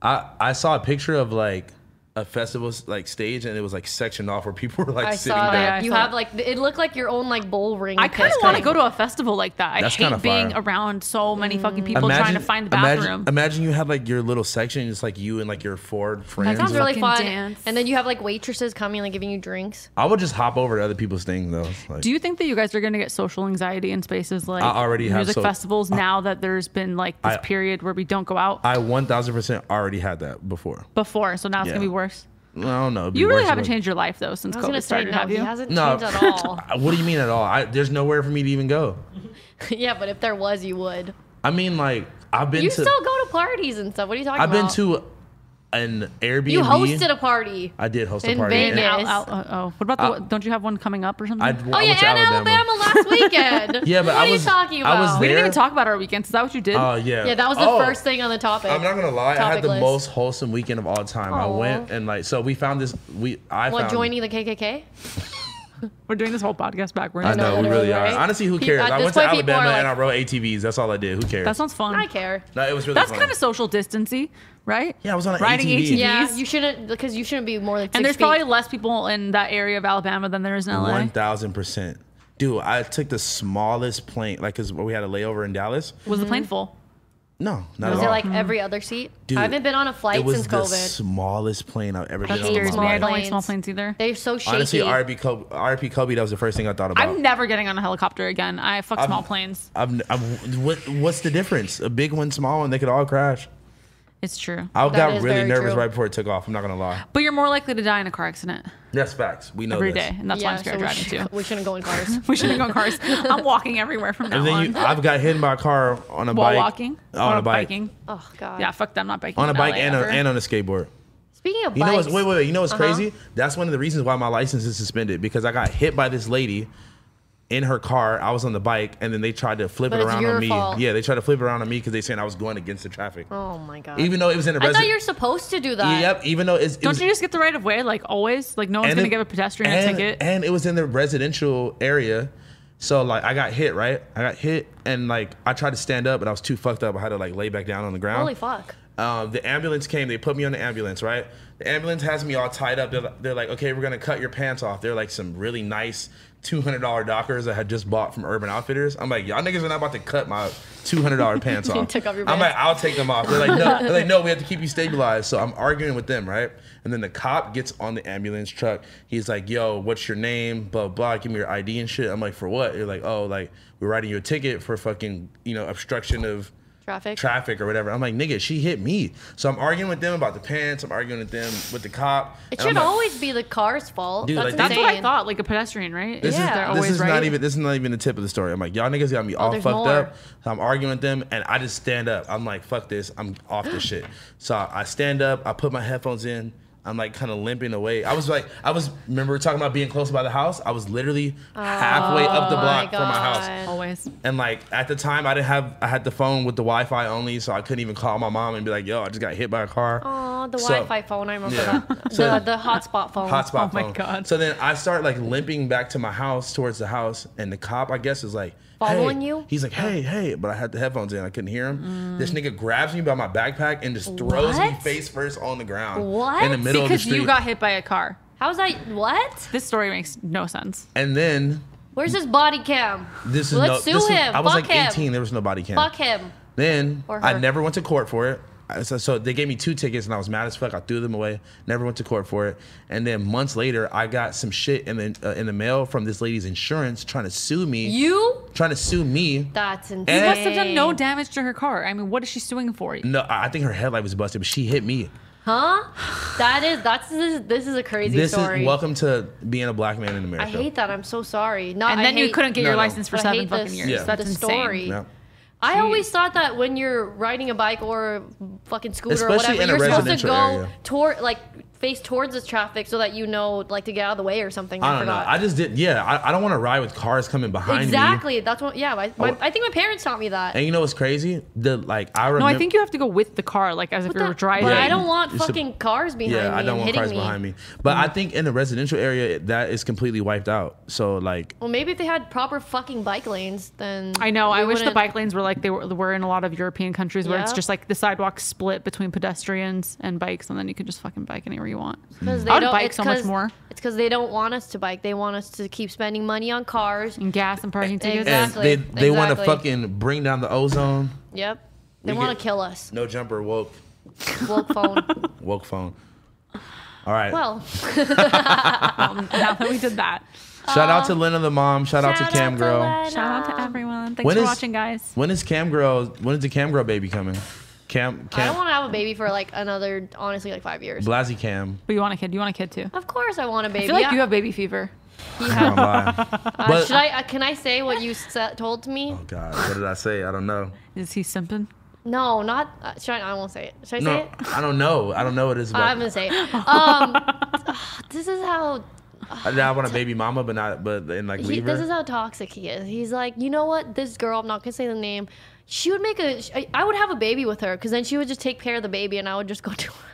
S2: I I saw a picture of like a festival like stage, and it was like sectioned off where people were like
S3: I
S2: sitting down.
S3: saw
S1: Yeah, I
S3: that. You
S1: saw
S3: have
S1: that.
S3: like it looked like your own like bull ring.
S1: I kind of
S3: pit
S1: want to go
S3: thing.
S1: to a festival like that. I
S2: That's kinda
S1: hate being
S2: fire.
S1: around so many fucking people trying to find the
S2: imagine-
S1: bathroom.
S2: Imagine, you had like your little section, it's like you and like your Ford friends.
S1: sounds
S3: Sounds really
S1: Fucking
S3: fun.
S1: dance.
S3: And then you have like waitresses coming like giving you drinks.
S2: I would just hop over to other people's things though. Like,
S1: Do you think that you guys are going to get social anxiety in spaces like
S2: I already have
S1: music
S2: so-
S1: festivals now that there's been like this
S2: I-
S1: period where we don't go out
S2: I one thousand percent already had that before.
S1: before, so now it's
S2: Yeah.
S1: going to be worse?
S2: I don't know. it'd be
S1: You really
S2: worse
S1: haven't
S2: if-
S1: changed your life though since
S3: I was
S1: COVID
S3: gonna say
S1: started,
S3: no.
S1: have
S3: He
S1: you?
S3: hasn't
S2: No.
S3: changed at all.
S2: What do you mean at all? I, there's nowhere for me to even go.
S3: yeah, but if there was, you would.
S2: I mean, like I've been
S3: You
S2: to.
S3: still go to parties and stuff. What are you talking
S2: I've
S3: about?
S2: been to an Airbnb.
S3: You hosted a party.
S2: I did host a
S3: in
S2: party.
S3: Vegas.
S2: and
S1: Out- out- uh, oh, what about the?
S2: Uh,
S1: don't you have one coming up or something?
S2: I, I
S3: oh yeah,
S2: went
S3: and
S2: to Alabama.
S3: Alabama. last weekend.
S2: Yeah, but
S3: what
S2: I
S3: are
S2: was-
S3: you talking about?
S2: I was
S1: we didn't even
S2: there-
S1: talk about our weekend. Is that what you did?
S2: Oh yeah.
S3: Yeah, that was the
S2: Oh,
S3: first thing on the topic.
S2: I'm not gonna lie. I
S3: Topic
S2: had the
S3: list.
S2: most wholesome weekend of all time. I
S3: Aw.
S2: went and like so we found this. We I
S3: What
S2: found
S3: joining the KKK?
S1: We're doing this whole podcast backwards.
S2: I know, we
S3: literally,
S2: really
S3: right?
S2: are. Honestly, who
S3: Pe-
S2: cares?
S3: at
S2: I went
S3: this
S2: to
S3: point, people are
S2: Alabama
S3: like-
S2: and I rode ATVs. That's all I did. Who cares?
S1: That sounds fun.
S3: I care.
S2: no, it was really
S1: That's
S2: fun.
S1: kind of social distancy, right?
S2: Yeah, I was on an
S1: riding
S2: ATV.
S1: ATVs.
S3: Yeah, you shouldn't because you shouldn't be more than. Six
S1: and there's
S3: feet.
S1: probably less people in that area of Alabama than there is in
S3: eh?
S1: LA.
S2: One thousand percent, dude. I took the smallest plane, like, cause we had a layover in Dallas.
S1: Was the plane
S3: Mhm.
S1: full?
S2: No, not
S3: Was
S2: at
S3: it
S2: all.
S3: like every other seat?
S2: Mm-hmm. Dude,
S3: I haven't been on a
S2: it
S3: flight
S2: was
S3: since
S2: the
S3: COVID.
S2: smallest plane I've ever
S1: That
S2: been
S1: scares
S2: on.
S1: me.
S2: in my
S1: I don't
S2: life.
S1: like
S3: planes.
S1: small planes either.
S3: They're so shaky.
S2: Honestly, RP Kobe, RP Kobe, that was the first thing I thought about.
S1: I'm never getting on a helicopter again. I fuck small planes.
S2: I'm, I'm, what, what's the difference? A big one, small one, they could all crash.
S1: It's true.
S2: I got
S3: is
S2: really
S3: very
S2: nervous
S3: true.
S2: right before it took off. I'm not gonna lie.
S1: But you're more likely to die in a car accident
S2: That's facts. We know
S1: every
S2: this.
S1: day, and that's why I'm scared
S3: so
S1: of driving
S3: we,
S1: too.
S3: should, we shouldn't go in cars.
S1: We shouldn't go in cars. I'm walking everywhere from now
S2: And
S1: on.
S2: then you, I've got hit by a car on a
S1: While
S2: bike.
S1: walking,
S2: On
S1: or
S2: a bike.
S1: biking.
S3: oh god.
S1: Yeah, fuck them. Not biking
S2: On a
S1: in
S2: bike
S1: LA
S2: and, a,
S1: ever.
S2: and on a skateboard.
S3: Speaking of
S2: You know
S3: bikes,
S2: what's wait, wait, wait. You know what's
S3: Uh-huh.
S2: crazy? That's one of the reasons why my license is suspended because I got hit by this lady in her car. I was on the bike and then they tried to flip
S3: But
S2: it
S3: it's
S2: around
S3: your
S2: on me.
S3: fault.
S2: Yeah, they tried to flip it around on me because they saying I was going against the traffic.
S3: Oh my god.
S2: Even though it was in a
S3: I
S2: residential.
S3: thought you're supposed to do that.
S2: Yep. Even though it's it
S1: Don't
S2: was-
S1: you just get the right of way like always? Like no one's
S2: and
S1: gonna
S2: it-
S1: give a pedestrian
S2: and,
S1: a ticket.
S2: And it was in the residential area. So like I got hit, right? I got hit and like I tried to stand up and I was too fucked up. I had to like lay back down on the ground.
S3: Holy fuck.
S2: Um, the ambulance came. They put me on the ambulance, right? The ambulance has me all tied up. They're, they're like, okay, we're gonna cut your pants off. They're like some really nice two hundred dollar Dockers I had just bought from Urban Outfitters. I'm like, y'all niggas are not about to cut my two hundred dollar pants off.
S3: took off your
S2: I'm
S3: pants.
S2: like, I'll take them off. They're like, no, they're like, no, we have to keep you stabilized. So I'm arguing with them, right? And then the cop gets on the ambulance truck. He's like, yo, what's your name? Blah blah. Give me your ID and shit. I'm like, for what? You're like, oh, like we're writing you a ticket for fucking you know obstruction of
S3: Traffic.
S2: traffic or whatever. I'm like, nigga, she hit me. So I'm arguing with them about the pants. I'm arguing with them with the cop.
S3: It
S2: And I'm
S3: should
S2: like,
S3: always be the car's fault.
S2: Dude,
S3: that's
S2: like,
S1: That's
S3: insane.
S1: what I thought. Like a pedestrian, right?
S2: This
S3: Yeah.
S1: They're
S2: is, this
S1: always
S2: is
S1: right.
S2: not even this is not even the tip of the story. I'm like, y'all niggas got me all
S3: Oh, there's
S2: fucked
S3: more.
S2: up. So I'm arguing with them and I just stand up. I'm like, fuck this. I'm off this shit. So I I stand up, I put my headphones in. I'm like kind of limping away. I was like, I was remember we were talking about being close by the house. I was literally halfway up the
S3: Oh my
S2: block from my
S3: God.
S2: house.
S1: always.
S2: And like at the time, I didn't have I had the phone with the Wi-Fi only, so I couldn't even call my mom and be like, "Yo, I just got hit by a car."
S3: Aw, the
S2: So-
S3: Wi-Fi phone. I remember
S2: Yeah.
S3: that.
S2: So-
S3: the the hotspot phone.
S2: Hotspot
S1: Oh my
S2: phone.
S1: God.
S2: So then I start like limping back to my house towards the house, and the cop, I guess, is like
S3: Following
S2: hey.
S3: you? Oh.
S2: He's like, "Hey, hey!" But I had the headphones in, I couldn't hear him. This nigga grabs me by my backpack and just throws me
S3: What?
S2: face first on the ground in the
S3: What?
S2: middle of
S1: Because
S2: the street.
S1: you got hit by a car.
S3: How's that? What?
S1: This story makes no sense.
S2: and then
S3: Where's his body cam?
S2: this is
S3: Let's
S2: no.
S3: sue
S2: this is-
S3: him.
S2: I was
S3: Fuck
S2: like
S3: him.
S2: 18. There was no body cam.
S3: Fuck him.
S2: Then
S3: Or
S2: I
S3: her.
S2: never went to court for it. I- So, so they gave me two tickets and I was mad as fuck. I threw them away. Never went to court for it. And then months later, I got some shit in the uh, in the mail from this lady's insurance trying to sue me.
S3: You?
S2: trying to sue me.
S3: That's insane.
S2: You
S1: She must have done no damage to her car. I mean, what is she suing for?
S2: No, I I think her headlight was busted, but she hit me.
S3: Huh? That is that's this is, this is a crazy
S2: This
S3: story.
S2: is welcome to being a black man in America.
S3: I hate that. I'm so sorry. Not,
S1: And
S3: I
S1: then you
S3: hate-
S1: couldn't get
S2: No,
S1: your
S2: no.
S1: license for
S3: But I
S1: seven
S3: hate
S1: fucking
S3: this-
S1: years.
S2: Yeah.
S1: That's
S3: the
S1: insane.
S3: story.
S2: Yeah.
S3: I always thought that when you're riding a bike or a fucking scooter
S2: Especially
S3: or
S2: in a
S3: whatever, you're supposed to
S2: residential
S3: go
S2: area.
S3: toward like face towards this traffic so that you know like to get out of the way or something. I,
S2: I don't know.
S3: forgot.
S2: I just did. Yeah, I, I don't want to ride with cars coming behind me.
S3: exactly. That's what. Yeah, my, my,
S2: Oh.
S3: I think my parents taught me that.
S2: And you know what's crazy? The like I remember.
S1: No, I think you have to go with the car, like as if
S3: What
S1: you were
S3: the-
S1: driving.
S3: But
S2: Yeah,
S3: I don't want
S2: it's a-
S3: fucking cars behind
S2: Yeah,
S3: me
S2: I don't
S3: and
S2: want
S3: hitting
S2: cars
S3: me. Mm-hmm.
S2: behind me. But I think in the residential area, it- that is completely wiped out. So like,
S3: Well, maybe if they had proper fucking bike lanes, then
S1: I know. I
S3: we
S1: wish the
S3: wouldn't-
S1: bike lanes were like they were, were in a lot of European countries where it's
S3: Yeah.
S1: just like the sidewalk split between pedestrians and bikes, and then you can just fucking bike anywhere you want.
S3: 'Cause
S1: I would
S3: don't-
S1: bike
S3: it's
S1: so much
S3: 'cause-
S1: more.
S3: It's because they don't want us to bike. They want us to keep spending money on cars.
S1: And gas and parking tickets.
S2: and
S3: Exactly,
S2: they they want to
S3: exactly.
S2: fucking bring down the ozone.
S3: Yep. They
S2: We
S3: want
S2: get-
S3: to kill us.
S2: No jumper woke
S3: Woke phone.
S2: woke phone. All right.
S3: Well,
S1: now that we did that,
S2: shout
S3: uh,
S2: out to Lena the mom. Shout, out to Cam girl.
S3: Um,
S1: shout out to everyone. Thanks
S2: When
S1: for
S2: is-
S1: watching, guys.
S2: When is Cam girl? When is the Cam girl baby coming? Cam,
S3: I don't
S2: Cam,
S3: want to have a baby for like another, honestly, like five years.
S2: Blasi Cam.
S1: But you want a kid? You want a kid too?
S3: Of course, I want a baby.
S1: I feel like
S3: Yeah.
S1: you have baby fever.
S3: You have-
S2: I'm lying.
S3: uh,
S2: But-
S3: should I? Uh, can I say what you sa told me?
S2: Oh God, what did I say? I don't know.
S1: Is he simping?
S3: No, not. Uh, should I? I won't say it. Should I say
S2: No,
S3: it?
S2: I don't know. I don't know what it's about.
S3: I'm gonna say it. Um, this is how
S2: I, I want a baby mama, but not, but and like
S3: he,
S2: leave
S3: this is
S2: her.
S3: how toxic he is. He's like, you know what? This girl, I'm not gonna say the name. She would make a. sh- I- I would have a baby with her, cause then she would just take care of the baby, and I would just go to. her.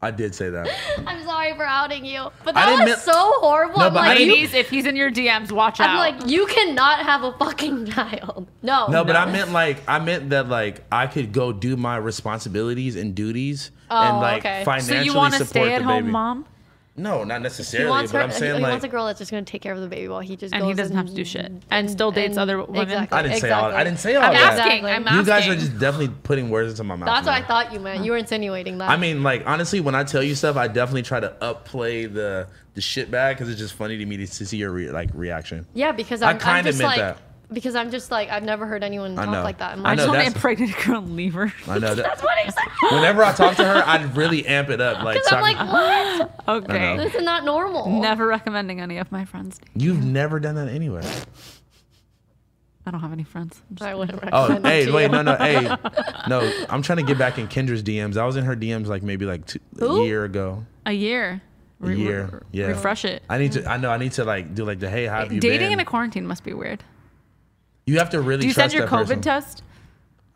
S2: I did say that.
S3: I'm sorry for outing you, but
S2: I
S3: that was
S2: didn't mean-
S3: so horrible.
S2: No,
S3: I'm
S2: but I
S3: like,
S2: didn't-
S3: you,
S1: Ladies, if he's in your DMs, watch
S3: I'm
S1: out.
S3: like, you cannot have a fucking child. No,
S2: No, but I meant like I meant that like I could go do my responsibilities and duties
S3: Oh,
S2: and like
S3: okay.
S1: so
S3: So
S2: financially
S1: you want to
S2: support
S1: stay
S2: the
S1: at home
S2: baby.
S1: mom,
S2: No, not
S3: He
S2: necessarily.
S3: wants
S2: but
S3: her.
S2: I'm
S3: he-
S2: saying
S3: he
S2: like
S3: wants a girl that's just gonna take care of the baby while he just
S1: and
S3: goes
S1: he doesn't have to do shit, and still dates
S3: and-
S1: other women.
S2: I
S3: Exactly.
S2: didn't say all. I didn't say all
S1: I'm
S2: that.
S1: asking.
S3: Exactly.
S1: I'm asking.
S2: You guys are just definitely putting words into my mouth.
S3: That's what I
S2: now.
S3: thought you meant. You were insinuating that.
S2: I mean, like honestly, when I tell you stuff, I definitely try to upplay the the shit back because it's just funny to me to, to see your re- like reaction.
S3: yeah, because
S2: I
S3: I'm, I am i am
S2: kinda
S3: just
S2: meant
S3: like
S2: that.
S3: because I'm just like I've never heard anyone
S2: I
S3: talk
S2: know.
S3: like that. in
S2: I
S1: I
S3: my
S1: just
S2: know,
S1: want to
S2: that's-
S1: impregnate a girl and leave her.
S2: I know that.
S3: That's what he said.
S2: Whenever I talk to her, I really amp it up. Like,
S3: Because
S2: so
S3: I'm
S2: I
S3: like,
S2: can-
S3: what?
S2: know.
S1: Okay.
S3: This is not normal.
S1: Never recommending any of my friends.
S2: you've never done that anyway.
S1: I don't have any friends. I'm just-
S3: I wouldn't
S2: Oh,
S3: recommend.
S2: hey,
S3: it to
S2: wait,
S3: you.
S2: no, no, hey, no. I'm trying to get back in Kendra's DMs. I was in her DMs like maybe like two, a
S3: Who?
S2: year ago.
S1: A year.
S2: A year, yeah.
S1: Refresh it.
S2: I need to. I know. I need to like do like the hey, how have you
S1: Dating
S2: been?
S1: in a quarantine must be weird.
S2: you have to really.
S1: Do you
S2: trust
S1: send your
S2: that
S1: COVID
S2: person.
S1: test?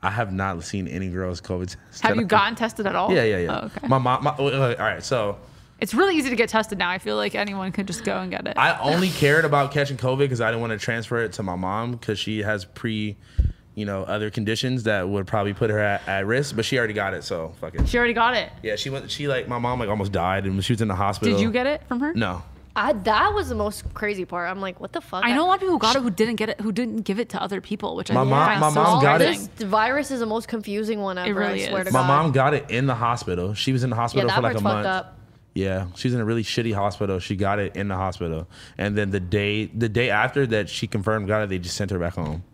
S2: I have not seen any girls COVID test.
S1: Have
S2: that
S1: you
S2: I-
S1: gotten tested at all?
S2: Yeah, yeah, yeah.
S1: Oh, okay.
S2: My mom. My, wait, wait, all right, so
S1: It's really easy to get tested now. I feel like anyone could just go and get it.
S2: I only cared about catching COVID because I didn't want to transfer it to my mom because she has pre, you know, other conditions that would probably put her at, at risk. But she already got it, so fuck it.
S1: she already got it.
S2: Yeah, she went. She like my mom like almost died and she was in the hospital.
S1: Did you get it from her?
S2: No.
S3: I, that was the most crazy part. I'm like, what the fuck?
S1: I know a lot of people who got it who didn't get it, who didn't give it to other people, which
S2: My
S1: I
S2: mom-
S1: find
S2: my
S1: so
S2: mom got it.
S1: surprising.
S3: This virus is the most confusing one ever.
S1: really
S3: I swear
S1: is.
S3: to
S2: My
S3: God.
S2: mom got it in the hospital. She was in the
S3: Yeah,
S2: hospital
S3: that
S2: for like
S3: part's
S2: a
S3: fucked
S2: month.
S3: up.
S2: Yeah, she's in a really shitty hospital. She got it in the hospital, and then the day the day after that she confirmed got it, they just sent her back home.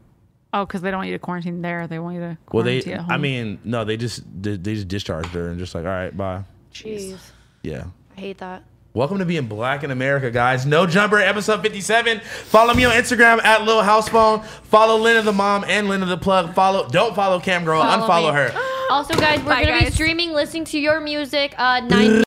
S1: Oh, because they don't want you to quarantine there. They want you to
S2: Well, they,
S1: quarantine at home.
S2: I mean, no, they just they, they just discharged her and just like, all right, bye.
S3: Jeez,
S2: Yeah.
S3: I hate that.
S2: Welcome to being black in America, guys. No jumper, episode 57. Follow me on Instagram at Lil House Phone. Follow Lena the Mom and Lena the Plug. Follow don't follow Cam Girl,
S3: Follow
S2: unfollow
S3: me.
S2: her.
S3: Also, guys, we're
S1: Bye,
S3: gonna be
S1: guys.
S3: streaming, listening to your music. Uh, 90